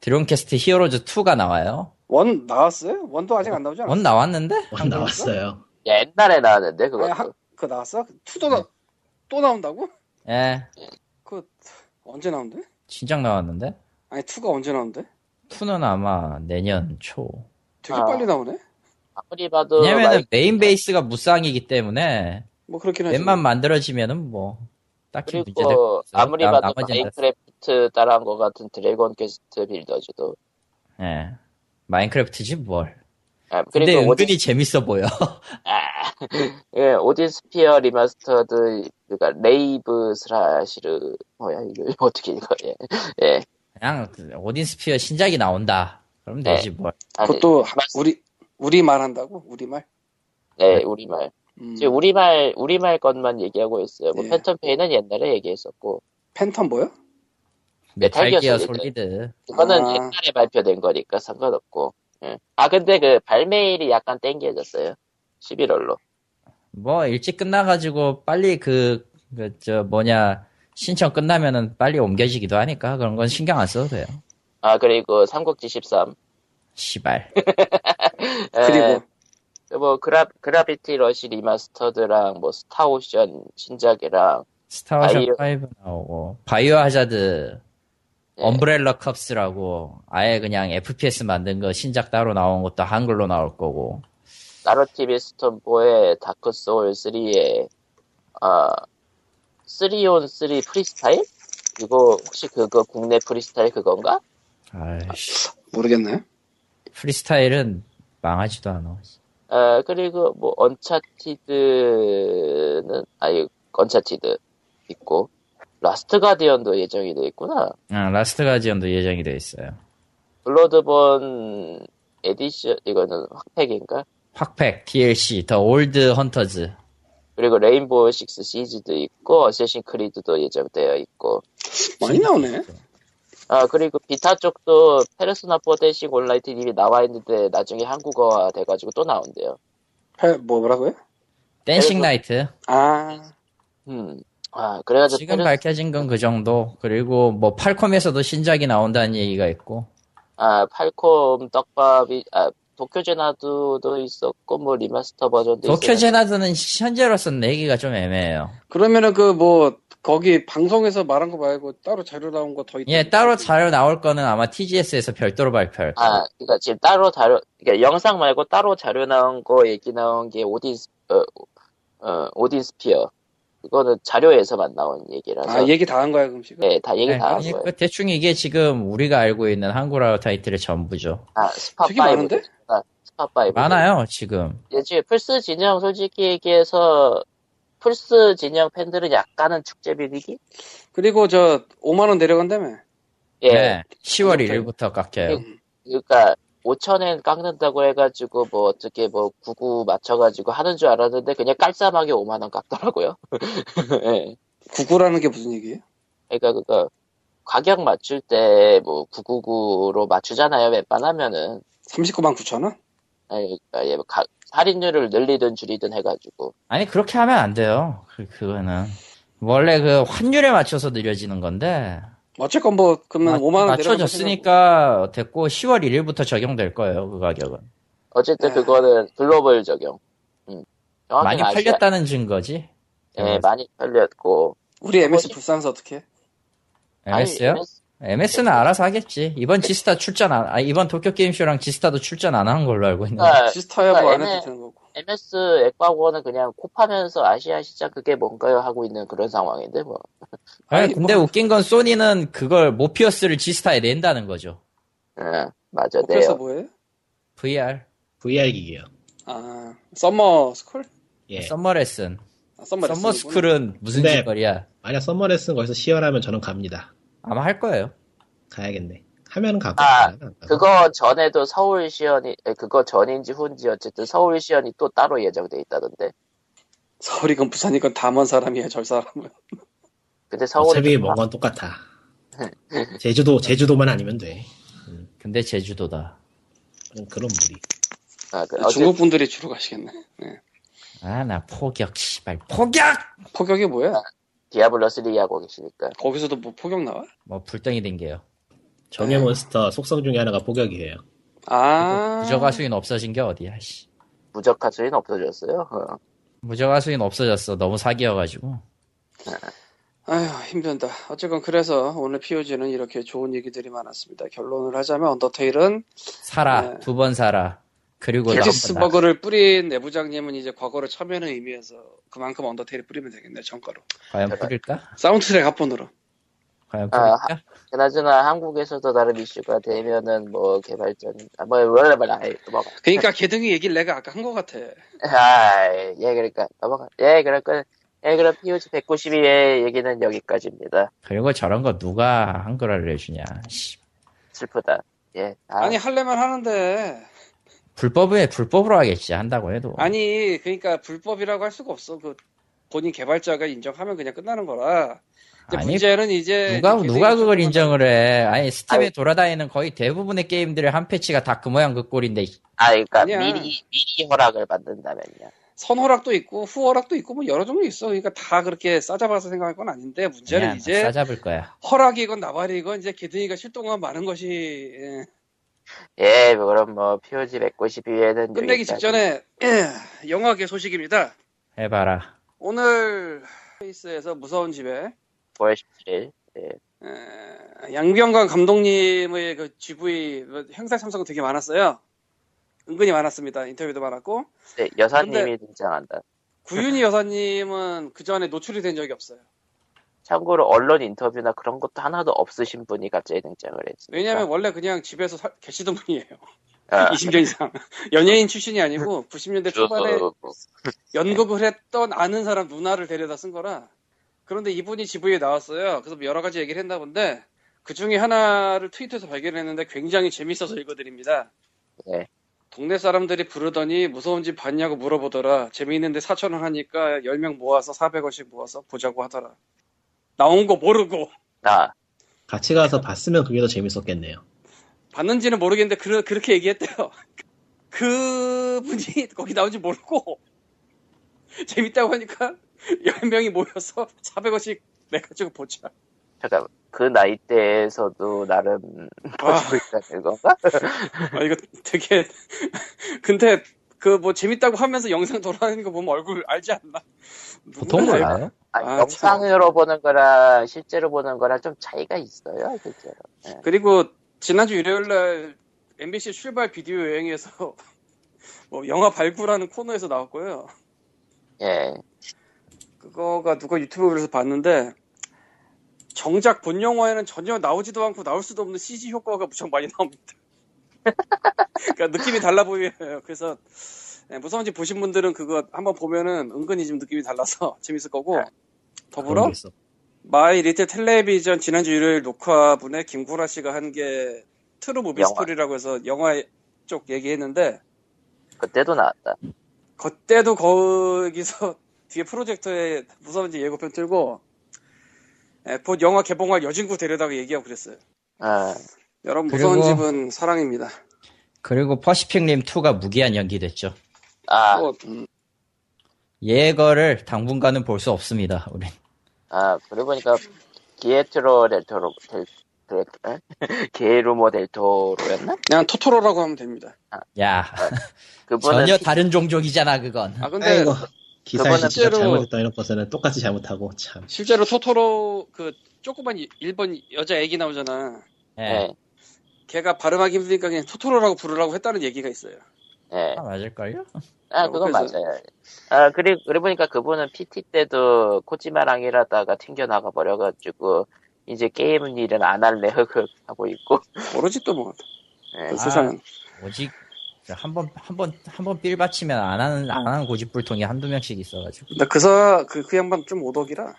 Speaker 2: 드래곤 캐스트 히어로즈 2가 나와요.
Speaker 3: 원 나왔어요? 원도 아직 안 나오지 않았어?
Speaker 2: 원 나왔는데?
Speaker 4: 어, 나왔어요.
Speaker 1: 야, 옛날에 나왔는데 그것도
Speaker 3: 아니, 하- 그거 나왔어? 투도 나, 또 나온다고?
Speaker 2: 예.
Speaker 3: 그 언제 나온대?
Speaker 2: 진작 나왔는데?
Speaker 3: 아니 투가 언제 나온대?
Speaker 2: 2는 아마 내년 초.
Speaker 3: 되게
Speaker 1: 아.
Speaker 3: 빨리 나오네.
Speaker 1: 아무리 봐도
Speaker 2: 왜냐면은
Speaker 1: 마이-
Speaker 2: 메인 베이스가 무쌍이기 때문에
Speaker 3: 뭐 그렇긴 하지.
Speaker 2: 웹만 만들어지면은 뭐 딱히 문제될 거
Speaker 1: 그리고
Speaker 2: 없어요.
Speaker 1: 아무리
Speaker 2: 나-
Speaker 1: 봐도
Speaker 2: 나머지는 다-
Speaker 1: 마인크래프트 따라한 것 같은 드래곤 퀘스트 빌더즈도
Speaker 2: 예. 마인크래프트지 뭘.
Speaker 1: 아,
Speaker 2: 근데
Speaker 1: 그리고 오디
Speaker 2: 은근히 재밌어 보여.
Speaker 1: 아, 예, 오딘 스피어 리마스터드 그러니까 레이브 스라시르 뭐야 이거 어떻게 읽어 예, 예.
Speaker 2: 그냥 그 오딘 스피어 신작이 나온다. 그럼
Speaker 1: 네.
Speaker 2: 되지 뭘.
Speaker 1: 아니, 네.
Speaker 3: 그것도 하-
Speaker 1: 말씀-
Speaker 3: 우리 우리 말 한다고? 우리 말?
Speaker 1: 네, 우리말.
Speaker 3: 음.
Speaker 1: 지금 우리말, 우리말 것만 얘기하고 있어요. 뭐
Speaker 3: 예.
Speaker 1: 패턴 페이는 옛날에 얘기했었고.
Speaker 3: 팬텀 뭐야?
Speaker 2: 메탈
Speaker 1: 메탈 기어
Speaker 2: 기어
Speaker 1: 솔리드.
Speaker 2: 솔리드.
Speaker 1: 그거는
Speaker 3: 아.
Speaker 1: 옛날에 발표된 거니까 상관없고. 예. 아, 근데 그 발매일이 약간 땡겨졌어요. 11월로.
Speaker 2: 뭐 일찍 끝나가지고 빨리 그, 그, 저 뭐냐, 신청 끝나면은 빨리 옮겨지기도 하니까 그런 건 신경 안 써도 돼요.
Speaker 1: 아, 그리고 삼국지 13.
Speaker 2: 시발.
Speaker 1: 예,
Speaker 3: 그리고
Speaker 1: 뭐 그라, 그라비티 러시 리마스터드랑 뭐 스타오션 신작이랑
Speaker 2: 스타워션
Speaker 1: 바이오-
Speaker 2: 5 나오고, 바이오 하자드,
Speaker 1: 예.
Speaker 2: 엄브렐라 컵스라고 아예 그냥 FPS 만든 거 신작 따로 나온 것도 한글로 나올 거고.
Speaker 1: 나로티비 스톤 4에 다크 소울 3에 아 3온 3 프리스타일? 이거 혹시 그거 국내 프리스타일 그건가?
Speaker 2: 아이씨.
Speaker 3: 모르겠네.
Speaker 2: 프리스타일은 망하지도 않아.
Speaker 1: 아, 그리고 뭐 언차티드는 아니 언차티드 있고 라스트 가디언도 예정이 돼 있구나.
Speaker 2: 아, 라스트 가지언도 예정이 돼 있어요.
Speaker 1: 블러드본 에디션 이거는 확팩인가?
Speaker 2: 팍팩, DLC, 더 올드 헌터즈.
Speaker 1: 그리고 레인보우 식스 시즈도 있고 어쌔신 크리드도 예정되어 있고
Speaker 3: 많이 나오네.
Speaker 1: 아 그리고 비타 쪽도 페르소나 4 대식 온라이트 이미 나와 있는데 나중에 한국어화 돼가지고 또 나온대요.
Speaker 3: 페, 뭐 뭐라고요?
Speaker 2: 댄싱 나이트.
Speaker 3: 아
Speaker 1: 음. 아 그래가지고
Speaker 2: 지금
Speaker 1: 페르
Speaker 2: 밝혀진 건 그 정도. 그리고 뭐 팔콤에서도 신작이 나온다는 얘기가 있고.
Speaker 1: 아 팔콤 떡밥이 아 도쿄제나두도 있었고 뭐 리마스터 버전도
Speaker 2: 도쿄
Speaker 1: 있었는데
Speaker 2: 제나드는 현재로서는 내기가 좀 애매해요.
Speaker 3: 그러면은 그 뭐 거기 방송에서 말한 거 말고 따로 자료 나온 거 더 있다.
Speaker 2: 예, 따로 자료 나올 거는 아마 TGS에서 별도로 발표할 거예요.
Speaker 1: 아 그러니까 지금 따로 자료 그러니까 영상 말고 따로 자료 나온 거 얘기 나온 게 오딘 스- 어, 어 오딘 스피어 그거는 자료에서만 나온 얘기라서
Speaker 3: 아 얘기 다 한 거야 그럼 지금?
Speaker 1: 네, 다 얘기
Speaker 2: 네,
Speaker 1: 다 한
Speaker 2: 그러니까
Speaker 1: 거예요.
Speaker 2: 대충 이게 지금 우리가 알고 있는 한국어 타이틀의 전부죠.
Speaker 1: 아 스파
Speaker 3: 되게 많은데?
Speaker 1: 5도 스파 5도
Speaker 2: 많아요, 지금.
Speaker 1: 예전에 플스 진영 솔직히 얘기해서 플스 진영 팬들은 약간은 축제 분위기?
Speaker 3: 그리고 저 5만 원 내려간다며?
Speaker 1: 예.
Speaker 2: 네, 10월
Speaker 3: 그렇죠.
Speaker 2: 1일부터 깎여요.
Speaker 1: 그러니까 5천엔 깎는다고 해가지고 뭐 어떻게 뭐 구구 맞춰가지고 하는 줄 알았는데 그냥 깔쌈하게 5만 원 깎더라고요. 예.
Speaker 3: 구구라는 게 무슨 얘기예요?
Speaker 1: 그러니까 그거 가격 맞출 때 뭐 999로 맞추잖아요. 웬만하면은
Speaker 3: 39만 9천 원?
Speaker 1: 아니, 그러니까 예, 가- 할인율을 늘리든 줄이든 해가지고
Speaker 2: 아니, 그렇게 하면 안 돼요. 그, 그거는. 원래 그 환율에 맞춰서 느려지는 건데.
Speaker 3: 어쨌건 뭐 그러면
Speaker 2: 맞-
Speaker 3: 5만 원
Speaker 2: 맞춰졌으니까 됐고 10월 1일부터 적용될 거예요 그 가격은
Speaker 1: 어쨌든
Speaker 3: 야.
Speaker 1: 그거는 글로벌 적용. 음.
Speaker 2: 네. 많이
Speaker 1: 정확히는 아시아-
Speaker 2: 팔렸다는 증거지
Speaker 1: 예, 많이 팔렸고
Speaker 3: 우리 MS 불쌍해서 어떻게?
Speaker 2: MS요? MS는 알아서 하겠지 이번 지스타 출전 안, 아, 이번 도쿄 게임쇼랑 지스타도 출전 안 한 걸로 알고 있는데
Speaker 1: 그러니까
Speaker 3: 지스타야 뭐 안
Speaker 1: 그러니까
Speaker 3: 해도 되는 거고.
Speaker 1: MS 액바고는 그냥 코 파면서 아시아 시장 그게 뭔가요 하고 있는 그런 상황인데 뭐.
Speaker 2: 아니,
Speaker 3: 아니,
Speaker 2: 근데
Speaker 3: 뭐-
Speaker 2: 웃긴 건 소니는 그걸 모피어스를 지스타에 낸다는 거죠
Speaker 1: 응, 맞아.
Speaker 3: 목표서
Speaker 1: 네요.
Speaker 3: 뭐예요?
Speaker 2: VR
Speaker 4: VR 기기요.
Speaker 3: 아 썸머 스쿨?
Speaker 4: 예.
Speaker 2: 썸머 레슨
Speaker 3: 아 썸머레슨.
Speaker 2: 썸머스쿨은 무슨
Speaker 3: 네.
Speaker 4: 근데-
Speaker 2: 짓거리야?
Speaker 4: 만약 썸머레슨 거기서 시연하면 저는 갑니다.
Speaker 2: 아마 할 거예요.
Speaker 4: 가야겠네. 하면은 가고.
Speaker 1: 아,
Speaker 4: 안 하면 안 가고.
Speaker 1: 그거 전에도 서울 시연이 에, 그거 전인지 후인지 어쨌든 서울 시연이 또 따로 예정돼 있다던데.
Speaker 3: 서울이건 부산이건 다 먼 사람이야 절 사람은.
Speaker 1: 근데 서울
Speaker 4: 어차피 먼 건 똑같아. 제주도 제주도만 아니면 돼.
Speaker 2: 근데 제주도다.
Speaker 4: 그럼 그런 무리.
Speaker 1: 아, 그, 어째-
Speaker 3: 중국 분들이 주로 가시겠네. 네.
Speaker 2: 아, 나 포격, 씨발, 포격!
Speaker 3: 포격이 뭐야?
Speaker 1: 디아블로 3 하고 계시니까.
Speaker 3: 거기서도 뭐 포격 나와?
Speaker 2: 뭐, 불덩이 댕겨요.
Speaker 1: 네.
Speaker 4: 정예 몬스터 속성 중에 하나가 포격이에요.
Speaker 3: 아.
Speaker 2: 무저가 수인 없어진 게 어디야, 씨.
Speaker 1: 무적화 수인 없어졌어요. 어.
Speaker 2: 무저가 수인 없어졌어. 너무 사기여가지고.
Speaker 3: 아휴 힘든다. 어쨌건 그래서 오늘 POG는 이렇게 좋은 얘기들이 많았습니다. 결론을 하자면 언더테일은
Speaker 2: 살아,
Speaker 3: 네.
Speaker 2: 두 번 살아. 그리고 나
Speaker 3: 디스
Speaker 2: 한
Speaker 3: 버
Speaker 2: 번 나.
Speaker 3: 거를 뿌린 내부장님은 이제 과거를 참여하는 의미에서 그만큼 언더테일을 뿌리면 되겠네 정가로.
Speaker 2: 과연 뿌릴까?
Speaker 3: 사운드트랙 합본으로.
Speaker 2: 과연
Speaker 1: 아,
Speaker 2: 뿌릴까?
Speaker 1: 그나저나 한국에서도 다른 이슈가 되면은 뭐 개발전 아, 뭐 뭐라 아이 넘어가.
Speaker 3: 그러니까 개등이 얘기를 내가 아까 한 것 같아.
Speaker 1: 아예 그러니까 넘어가. 예 그럴까. 예 그럼 POG 192의 얘기는 여기까지입니다.
Speaker 2: 그리고 저런 거 누가 한글화를 해주냐. 씨.
Speaker 1: 슬프다. 예. 아,
Speaker 3: 아니 할래만 하는데
Speaker 2: 불법에, 불법으로 하겠지. 한다고 해도.
Speaker 3: 아니 그러니까 불법이라고 할 수가 없어. 그 본인 개발자가 인정하면 그냥 끝나는 거라. 이제
Speaker 2: 아니,
Speaker 3: 문제는 이제
Speaker 2: 누가,
Speaker 3: 개등이
Speaker 2: 누가 그걸
Speaker 3: 조금만-
Speaker 2: 인정을 해. 아니, 스팀에
Speaker 1: 아유.
Speaker 2: 돌아다니는 거의 대부분의 게임들의 한 패치가 다 그 모양 그 꼴인데.
Speaker 1: 아 그러니까
Speaker 3: 아니야.
Speaker 1: 미리 미리 허락을 받는다면요.
Speaker 3: 선호락도 있고 후호락도 있고 뭐 여러 종류 있어. 그러니까 다 그렇게 싸잡아서 생각할 건 아닌데 문제는
Speaker 2: 그냥
Speaker 3: 이제
Speaker 2: 싸잡을 거야.
Speaker 3: 허락이건 나발이건 이제 개등이가 실동하면 많은 것이
Speaker 2: 네,
Speaker 3: 예,
Speaker 1: 예, 뭐 그럼 뭐 POG 192에는
Speaker 3: 끝내기 직전에 예, 영화계 소식입니다.
Speaker 2: 해봐라.
Speaker 3: 오늘 페이스에서 무서운 집에
Speaker 1: 9월 17일 예.
Speaker 3: 에, 양병관 감독님의 그 GV 뭐 행사 참석은 되게 많았어요. 은근히 많았습니다. 인터뷰도 많았고
Speaker 1: 네, 여사님이
Speaker 3: 근데-
Speaker 1: 등장한다.
Speaker 3: 구윤희 여사님은 그 전에 노출이 된 적이 없어요.
Speaker 1: 참고로 언론 인터뷰나 그런 것도 하나도 없으신 분이 갑자기 등장을 했습니다.
Speaker 2: 아.
Speaker 3: 왜냐하면 원래 그냥 집에서 살- 계시던 분이에요.
Speaker 1: 아, 그,
Speaker 3: 20년 이상 연예인 출신이 아니고 90년대 초반에
Speaker 1: 저- 예.
Speaker 3: 연극을 했던 아는 사람 누나를 데려다 쓴 거라. 그런데 이분이 지부에 나왔어요. 그래서 여러 가지 얘기를 했나 본데 그 중에 하나를 트위터에서 발견했는데 굉장히 재밌어서 읽어드립니다.
Speaker 1: 네.
Speaker 3: 동네 사람들이 부르더니 무서운 집 봤냐고 물어보더라. 재미있는데 4천 원 하니까 10명 모아서 400원씩 모아서 보자고 하더라. 나온 거 모르고
Speaker 1: 아,
Speaker 4: 같이 가서 봤으면 그게 더 재밌었겠네요.
Speaker 3: 봤는지는 모르겠는데 그, 렇게 얘기했대요. 그 분이 거기 나온지 모르고 재밌다고 하니까 10명이 모여서 400원씩 내가지고 보자.
Speaker 1: 잠깐 그 나이대에서도 나름 보시고 있다는 건가?
Speaker 3: 아, 이거 되게 근데 그 뭐 재밌다고 하면서 영상 돌아다니는 거 보면 얼굴 알지 않나?
Speaker 2: 보통
Speaker 3: 누군가
Speaker 2: 몰라요.
Speaker 1: 아니,
Speaker 3: 아,
Speaker 1: 영상으로 보는 거랑 실제로 보는 거랑 좀 차이가 있어요, 실제로.
Speaker 3: 알고. 그리고 지난주 일요일날 MBC 출발 비디오 여행에서 뭐 영화 발굴하는 코너에서 나왔고요.
Speaker 1: 예,
Speaker 3: 그거가 누가 유튜브에서 봤는데 정작 본 영화에는 전혀 나오지도 않고 나올 수도 없는 CG 효과가 무척 많이 나옵니다. 그러니까 느낌이 달라 보여요. 그래서 예, 무서운 집 보신 분들은 그거 한번 보면은 은근히 좀 느낌이 달라서 재밌을 거고
Speaker 4: 그런
Speaker 3: 더불어
Speaker 4: 게 있어.
Speaker 3: 마이 리틀 텔레비전 지난주 일요일 녹화분에 김구라 씨가 한 게 트루 무비
Speaker 1: 영화.
Speaker 3: 스토리라고 해서 영화 쪽 얘기했는데
Speaker 1: 그때도 나왔다.
Speaker 3: 그때도 거기서 뒤에 프로젝터에 무서운 집 예고편 틀고 예, 곧 영화 개봉할 여진구 데려다가 얘기하고 그랬어요.
Speaker 1: 아,
Speaker 3: 여러분 무서운
Speaker 2: 그리고-
Speaker 3: 집은 사랑입니다.
Speaker 2: 그리고 퍼시픽 림2가 무기한 연기됐죠.
Speaker 1: 아,
Speaker 3: 뭐, 음,
Speaker 2: 예거를 당분간은 볼 수 없습니다, 우린.
Speaker 1: 아, 그러고 보니까 기에트로 델토로 델 델- 에? 게이루모 델토로였나?
Speaker 3: 그냥 토토로라고 하면 됩니다.
Speaker 2: 야,
Speaker 1: 그분은
Speaker 2: 전혀
Speaker 1: 피-
Speaker 2: 다른 종족이잖아, 그건.
Speaker 3: 아 근데
Speaker 4: 아이고 기사에
Speaker 1: 그거는
Speaker 4: 진짜
Speaker 3: 실제로-
Speaker 4: 잘못했다 이런 것에는 똑같이 잘못하고 참.
Speaker 3: 실제로 토토로 그 조그만 이- 일본 여자 애기 나오잖아.
Speaker 2: 예.
Speaker 1: 예,
Speaker 3: 걔가 발음하기 힘드니까 그냥 토토로라고 부르라고 했다는 얘기가 있어요.
Speaker 1: 예.
Speaker 2: 아, 맞을걸요?
Speaker 1: 아, 그건
Speaker 3: 그래서-
Speaker 1: 맞아요. 아, 그리, 그러고 보니까 그분은 PT 때도 코지마랑이라다가 튕겨나가 버려가지고, 이제 게임 일은 안 할래, 흑흑 하고 그, 있고.
Speaker 2: 아.
Speaker 3: 모르지 또 뭐.
Speaker 1: 예.
Speaker 3: 세상은.
Speaker 2: 오직 한번 한번한번 삘 받치면 안 하는 안 하는 고집불통이 한두 명씩 있어가지고
Speaker 3: 근데 그사 그, 그 양반 좀 오덕이라.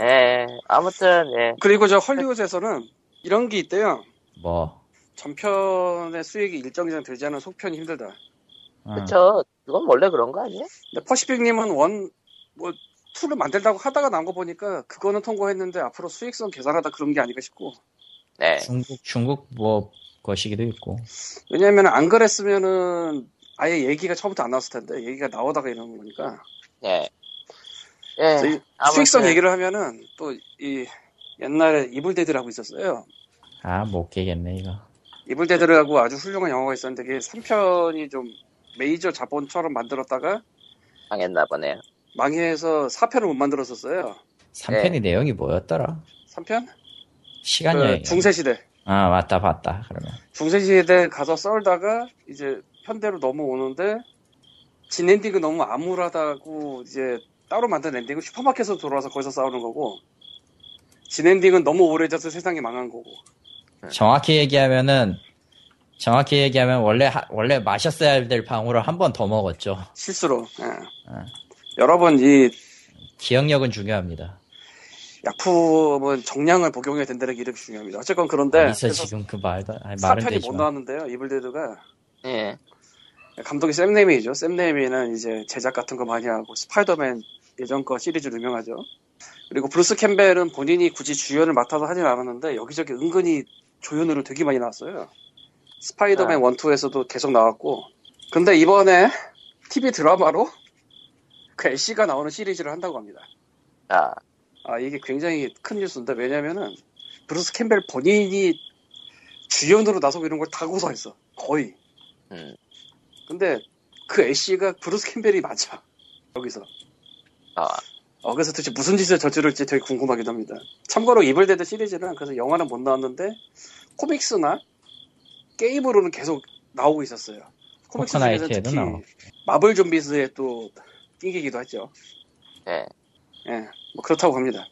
Speaker 1: 예, 아무튼, 예.
Speaker 3: 그리고 저 헐리우드에서는 이런 게 있대요.
Speaker 2: 뭐
Speaker 3: 전편의 수익이 일정 이상 되지 않은 속편이 힘들다.
Speaker 2: 어,
Speaker 1: 그쵸. 그건 원래 그런 거 아니에요?
Speaker 3: 근데 퍼시픽님은 원, 뭐, 툴을 만들다고 하다가 나온 거 보니까 그거는 통과했는데 앞으로 수익성 계산하다 그런 게 아닌가 싶고.
Speaker 1: 네.
Speaker 2: 중국 중국 뭐 것이기도 있고
Speaker 3: 왜냐면 안 그랬으면은 아예 얘기가 처음부터 안 나왔을 텐데 얘기가 나오다가 이러는 거니까.
Speaker 1: 예.
Speaker 3: 그래서 이
Speaker 1: 예. 아무튼,
Speaker 3: 수익성 얘기를 하면은 또 이 옛날에 이블데드라고 있었어요.
Speaker 2: 아못 깨겠네 이거
Speaker 3: 이블데드라고 아주 훌륭한 영화가 있었는데 그게 3편이 좀 메이저 자본처럼 만들었다가
Speaker 1: 망했나 보네요.
Speaker 3: 망해서 4편을 못 만들었었어요.
Speaker 2: 3편의
Speaker 3: 네.
Speaker 2: 내용이 뭐였더라
Speaker 3: 3편?
Speaker 2: 시간 여행
Speaker 3: 그 중세시대.
Speaker 2: 아 맞다 봤다 그러면
Speaker 3: 중세시대 가서 썰다가 이제 현대로 넘어오는데 진 엔딩은 너무 암울하다고 이제 따로 만든 엔딩은 슈퍼마켓에서 돌아와서 거기서 싸우는 거고 진 엔딩은 너무 오래져서 세상이 망한 거고 네.
Speaker 2: 정확히 얘기하면은 정확히 얘기하면 원래 하- 원래 마셨어야 될 방울을 한 번 더 먹었죠
Speaker 3: 실수로 예. 여러분 이
Speaker 2: 기억력은 중요합니다
Speaker 3: 약품은 정량을 복용해야 된다는 게 이렇게 중요합니다 어쨌건 그런데
Speaker 2: 어디서
Speaker 3: 네, 그래서
Speaker 2: 지금 그 말도 아니, 말은
Speaker 3: 4편이 못
Speaker 2: 되지만
Speaker 3: 나왔는데요 이블데드가
Speaker 1: 예.
Speaker 3: 감독이 샘 네이미죠 샘 네이미는 이제 제작 같은 거 많이 하고 스파이더맨 예전 거 시리즈로 유명하죠 그리고 브루스 캠벨은 본인이 굳이 주연을 맡아서 하진 않았는데 여기저기 은근히 조연으로 되게 많이 나왔어요. 스파이더맨 원 1, 2에서도 계속 나왔고 근데 이번에 TV 드라마로 그 애쉬가 나오는 시리즈를 한다고 합니다.
Speaker 1: 아,
Speaker 3: 아 이게 굉장히 큰 뉴스인데 왜냐면은 브루스 캠벨 본인이 주연으로 나서고 이런 걸 다 고소했어. 거의.
Speaker 1: 음.
Speaker 3: 근데 그 애쉬가 브루스 캠벨이 맞아. 여기서.
Speaker 1: 아,
Speaker 3: 어, 그래서 도대체 무슨 짓을 저지를지 되게 궁금하기도 합니다. 참고로 이블데드 시리즈는 그래서 영화는 못 나왔는데 코믹스나 게임으로는 계속 나오고 있었어요. 코믹스 중에서
Speaker 2: 포커나이트에도
Speaker 3: 특히
Speaker 2: 나오고.
Speaker 3: 마블 좀비스에 또 낑기기도 했죠.
Speaker 1: 예.
Speaker 3: 예, 뭐 그렇다고 합니다.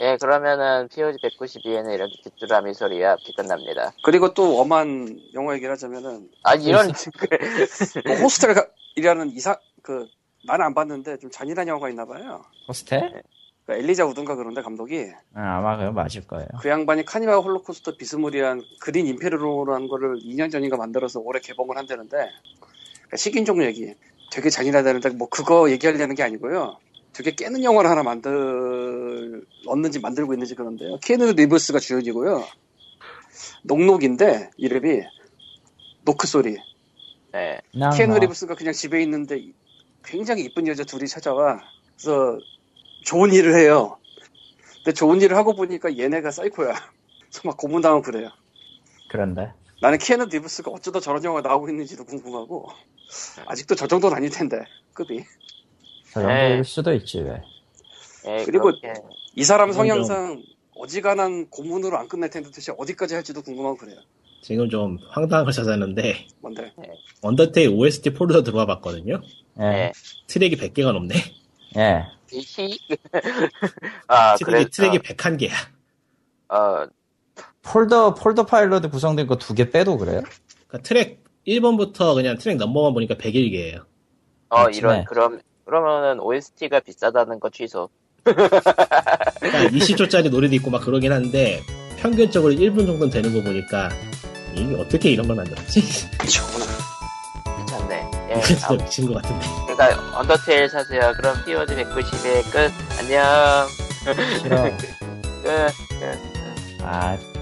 Speaker 1: 예, 그러면은, POG 192에는 이렇게 귀뚜라미 소리와 함께 끝납니다.
Speaker 3: 그리고 또 엄한 영화 얘기를 하자면은
Speaker 1: 아, 이런,
Speaker 3: 뭐 호스텔이라는 이사 그 나는 안 봤는데 좀 잔인한 영화가 있나 봐요.
Speaker 2: 호스텔?
Speaker 3: 그 엘리자 우든가 그런데 감독이
Speaker 2: 아, 아마 그거 맞을 거예요
Speaker 3: 그 양반이 카니발 홀로코스터 비스무리한 그린 임페르로라는 거를 2년 전인가 만들어서 올해 개봉을 한다는데 그러니까 식인종 얘기 되게 잔인하다는데 뭐 그거 얘기하려는 게 아니고요 되게 깨는 영화를 하나 만들 얻는지 만들고 있는지 그런데요 케이누 리브스가 주연이고요 녹록인데 이름이 노크 소리
Speaker 1: 예.
Speaker 2: 나, 뭐
Speaker 3: 케이누
Speaker 4: 뭐.
Speaker 2: 나.
Speaker 3: 리브스가 그냥 집에 있는데 굉장히 이쁜 여자 둘이 찾아와 그래서 좋은 일을 해요. 근데 좋은 일을 하고 보니까 얘네가 사이코야. 그래서 막 고문당하고 그래요.
Speaker 2: 그런데
Speaker 3: 나는 케이누 리브스가 어쩌다 저런 영화 나오고 있는지도 궁금하고 아직도 저 정도는 아닐 텐데 급이
Speaker 2: 저
Speaker 1: 네.
Speaker 2: 그 정도일 수도 있지 왜
Speaker 1: 예,
Speaker 3: 그리고-
Speaker 1: 그렇게.
Speaker 3: 이 사람
Speaker 4: 그건 좀-
Speaker 3: 성향상 어지간한 고문으로 안 끝낼 텐데 도대체 어디까지 할지도 궁금하고 그래요.
Speaker 4: 지금 좀 황당한 걸 찾았는데
Speaker 3: 뭔데?
Speaker 4: 언더테일 OST 폴더 들어와 봤거든요.
Speaker 2: 예.
Speaker 3: 네.
Speaker 1: 예.
Speaker 4: 트랙이 100개가 넘네.
Speaker 2: 예.
Speaker 1: 히 아, 그래.
Speaker 4: 트랙이 트랙이 101개야.
Speaker 1: 어, 어,
Speaker 2: 폴더 폴더 파일로도 구성된 거 두 개 빼도 그래요?
Speaker 4: 그러니까 트랙 1번부터 그냥 트랙 넘버만 보니까 101개예요.
Speaker 1: 어,
Speaker 2: 맞지,
Speaker 1: 이런,
Speaker 2: 네.
Speaker 1: 그럼, 그러면은, OST가 비싸다는 거 취소.
Speaker 4: 그러니까 20초짜리 노래도 있고 막 그러긴 한데 평균적으로 1분 정도는 되는 거 보니까 이게 어떻게 이런 걸 만들었지?
Speaker 3: 저구나.
Speaker 1: 괜찮네. 예,
Speaker 4: 진짜
Speaker 1: 아무-
Speaker 4: 미친 것 같은데.
Speaker 1: 그러니까 언더테일 사세요. 그럼 피워즈 190의 끝. 안녕.
Speaker 2: 싫어.
Speaker 1: 끝.
Speaker 2: 아,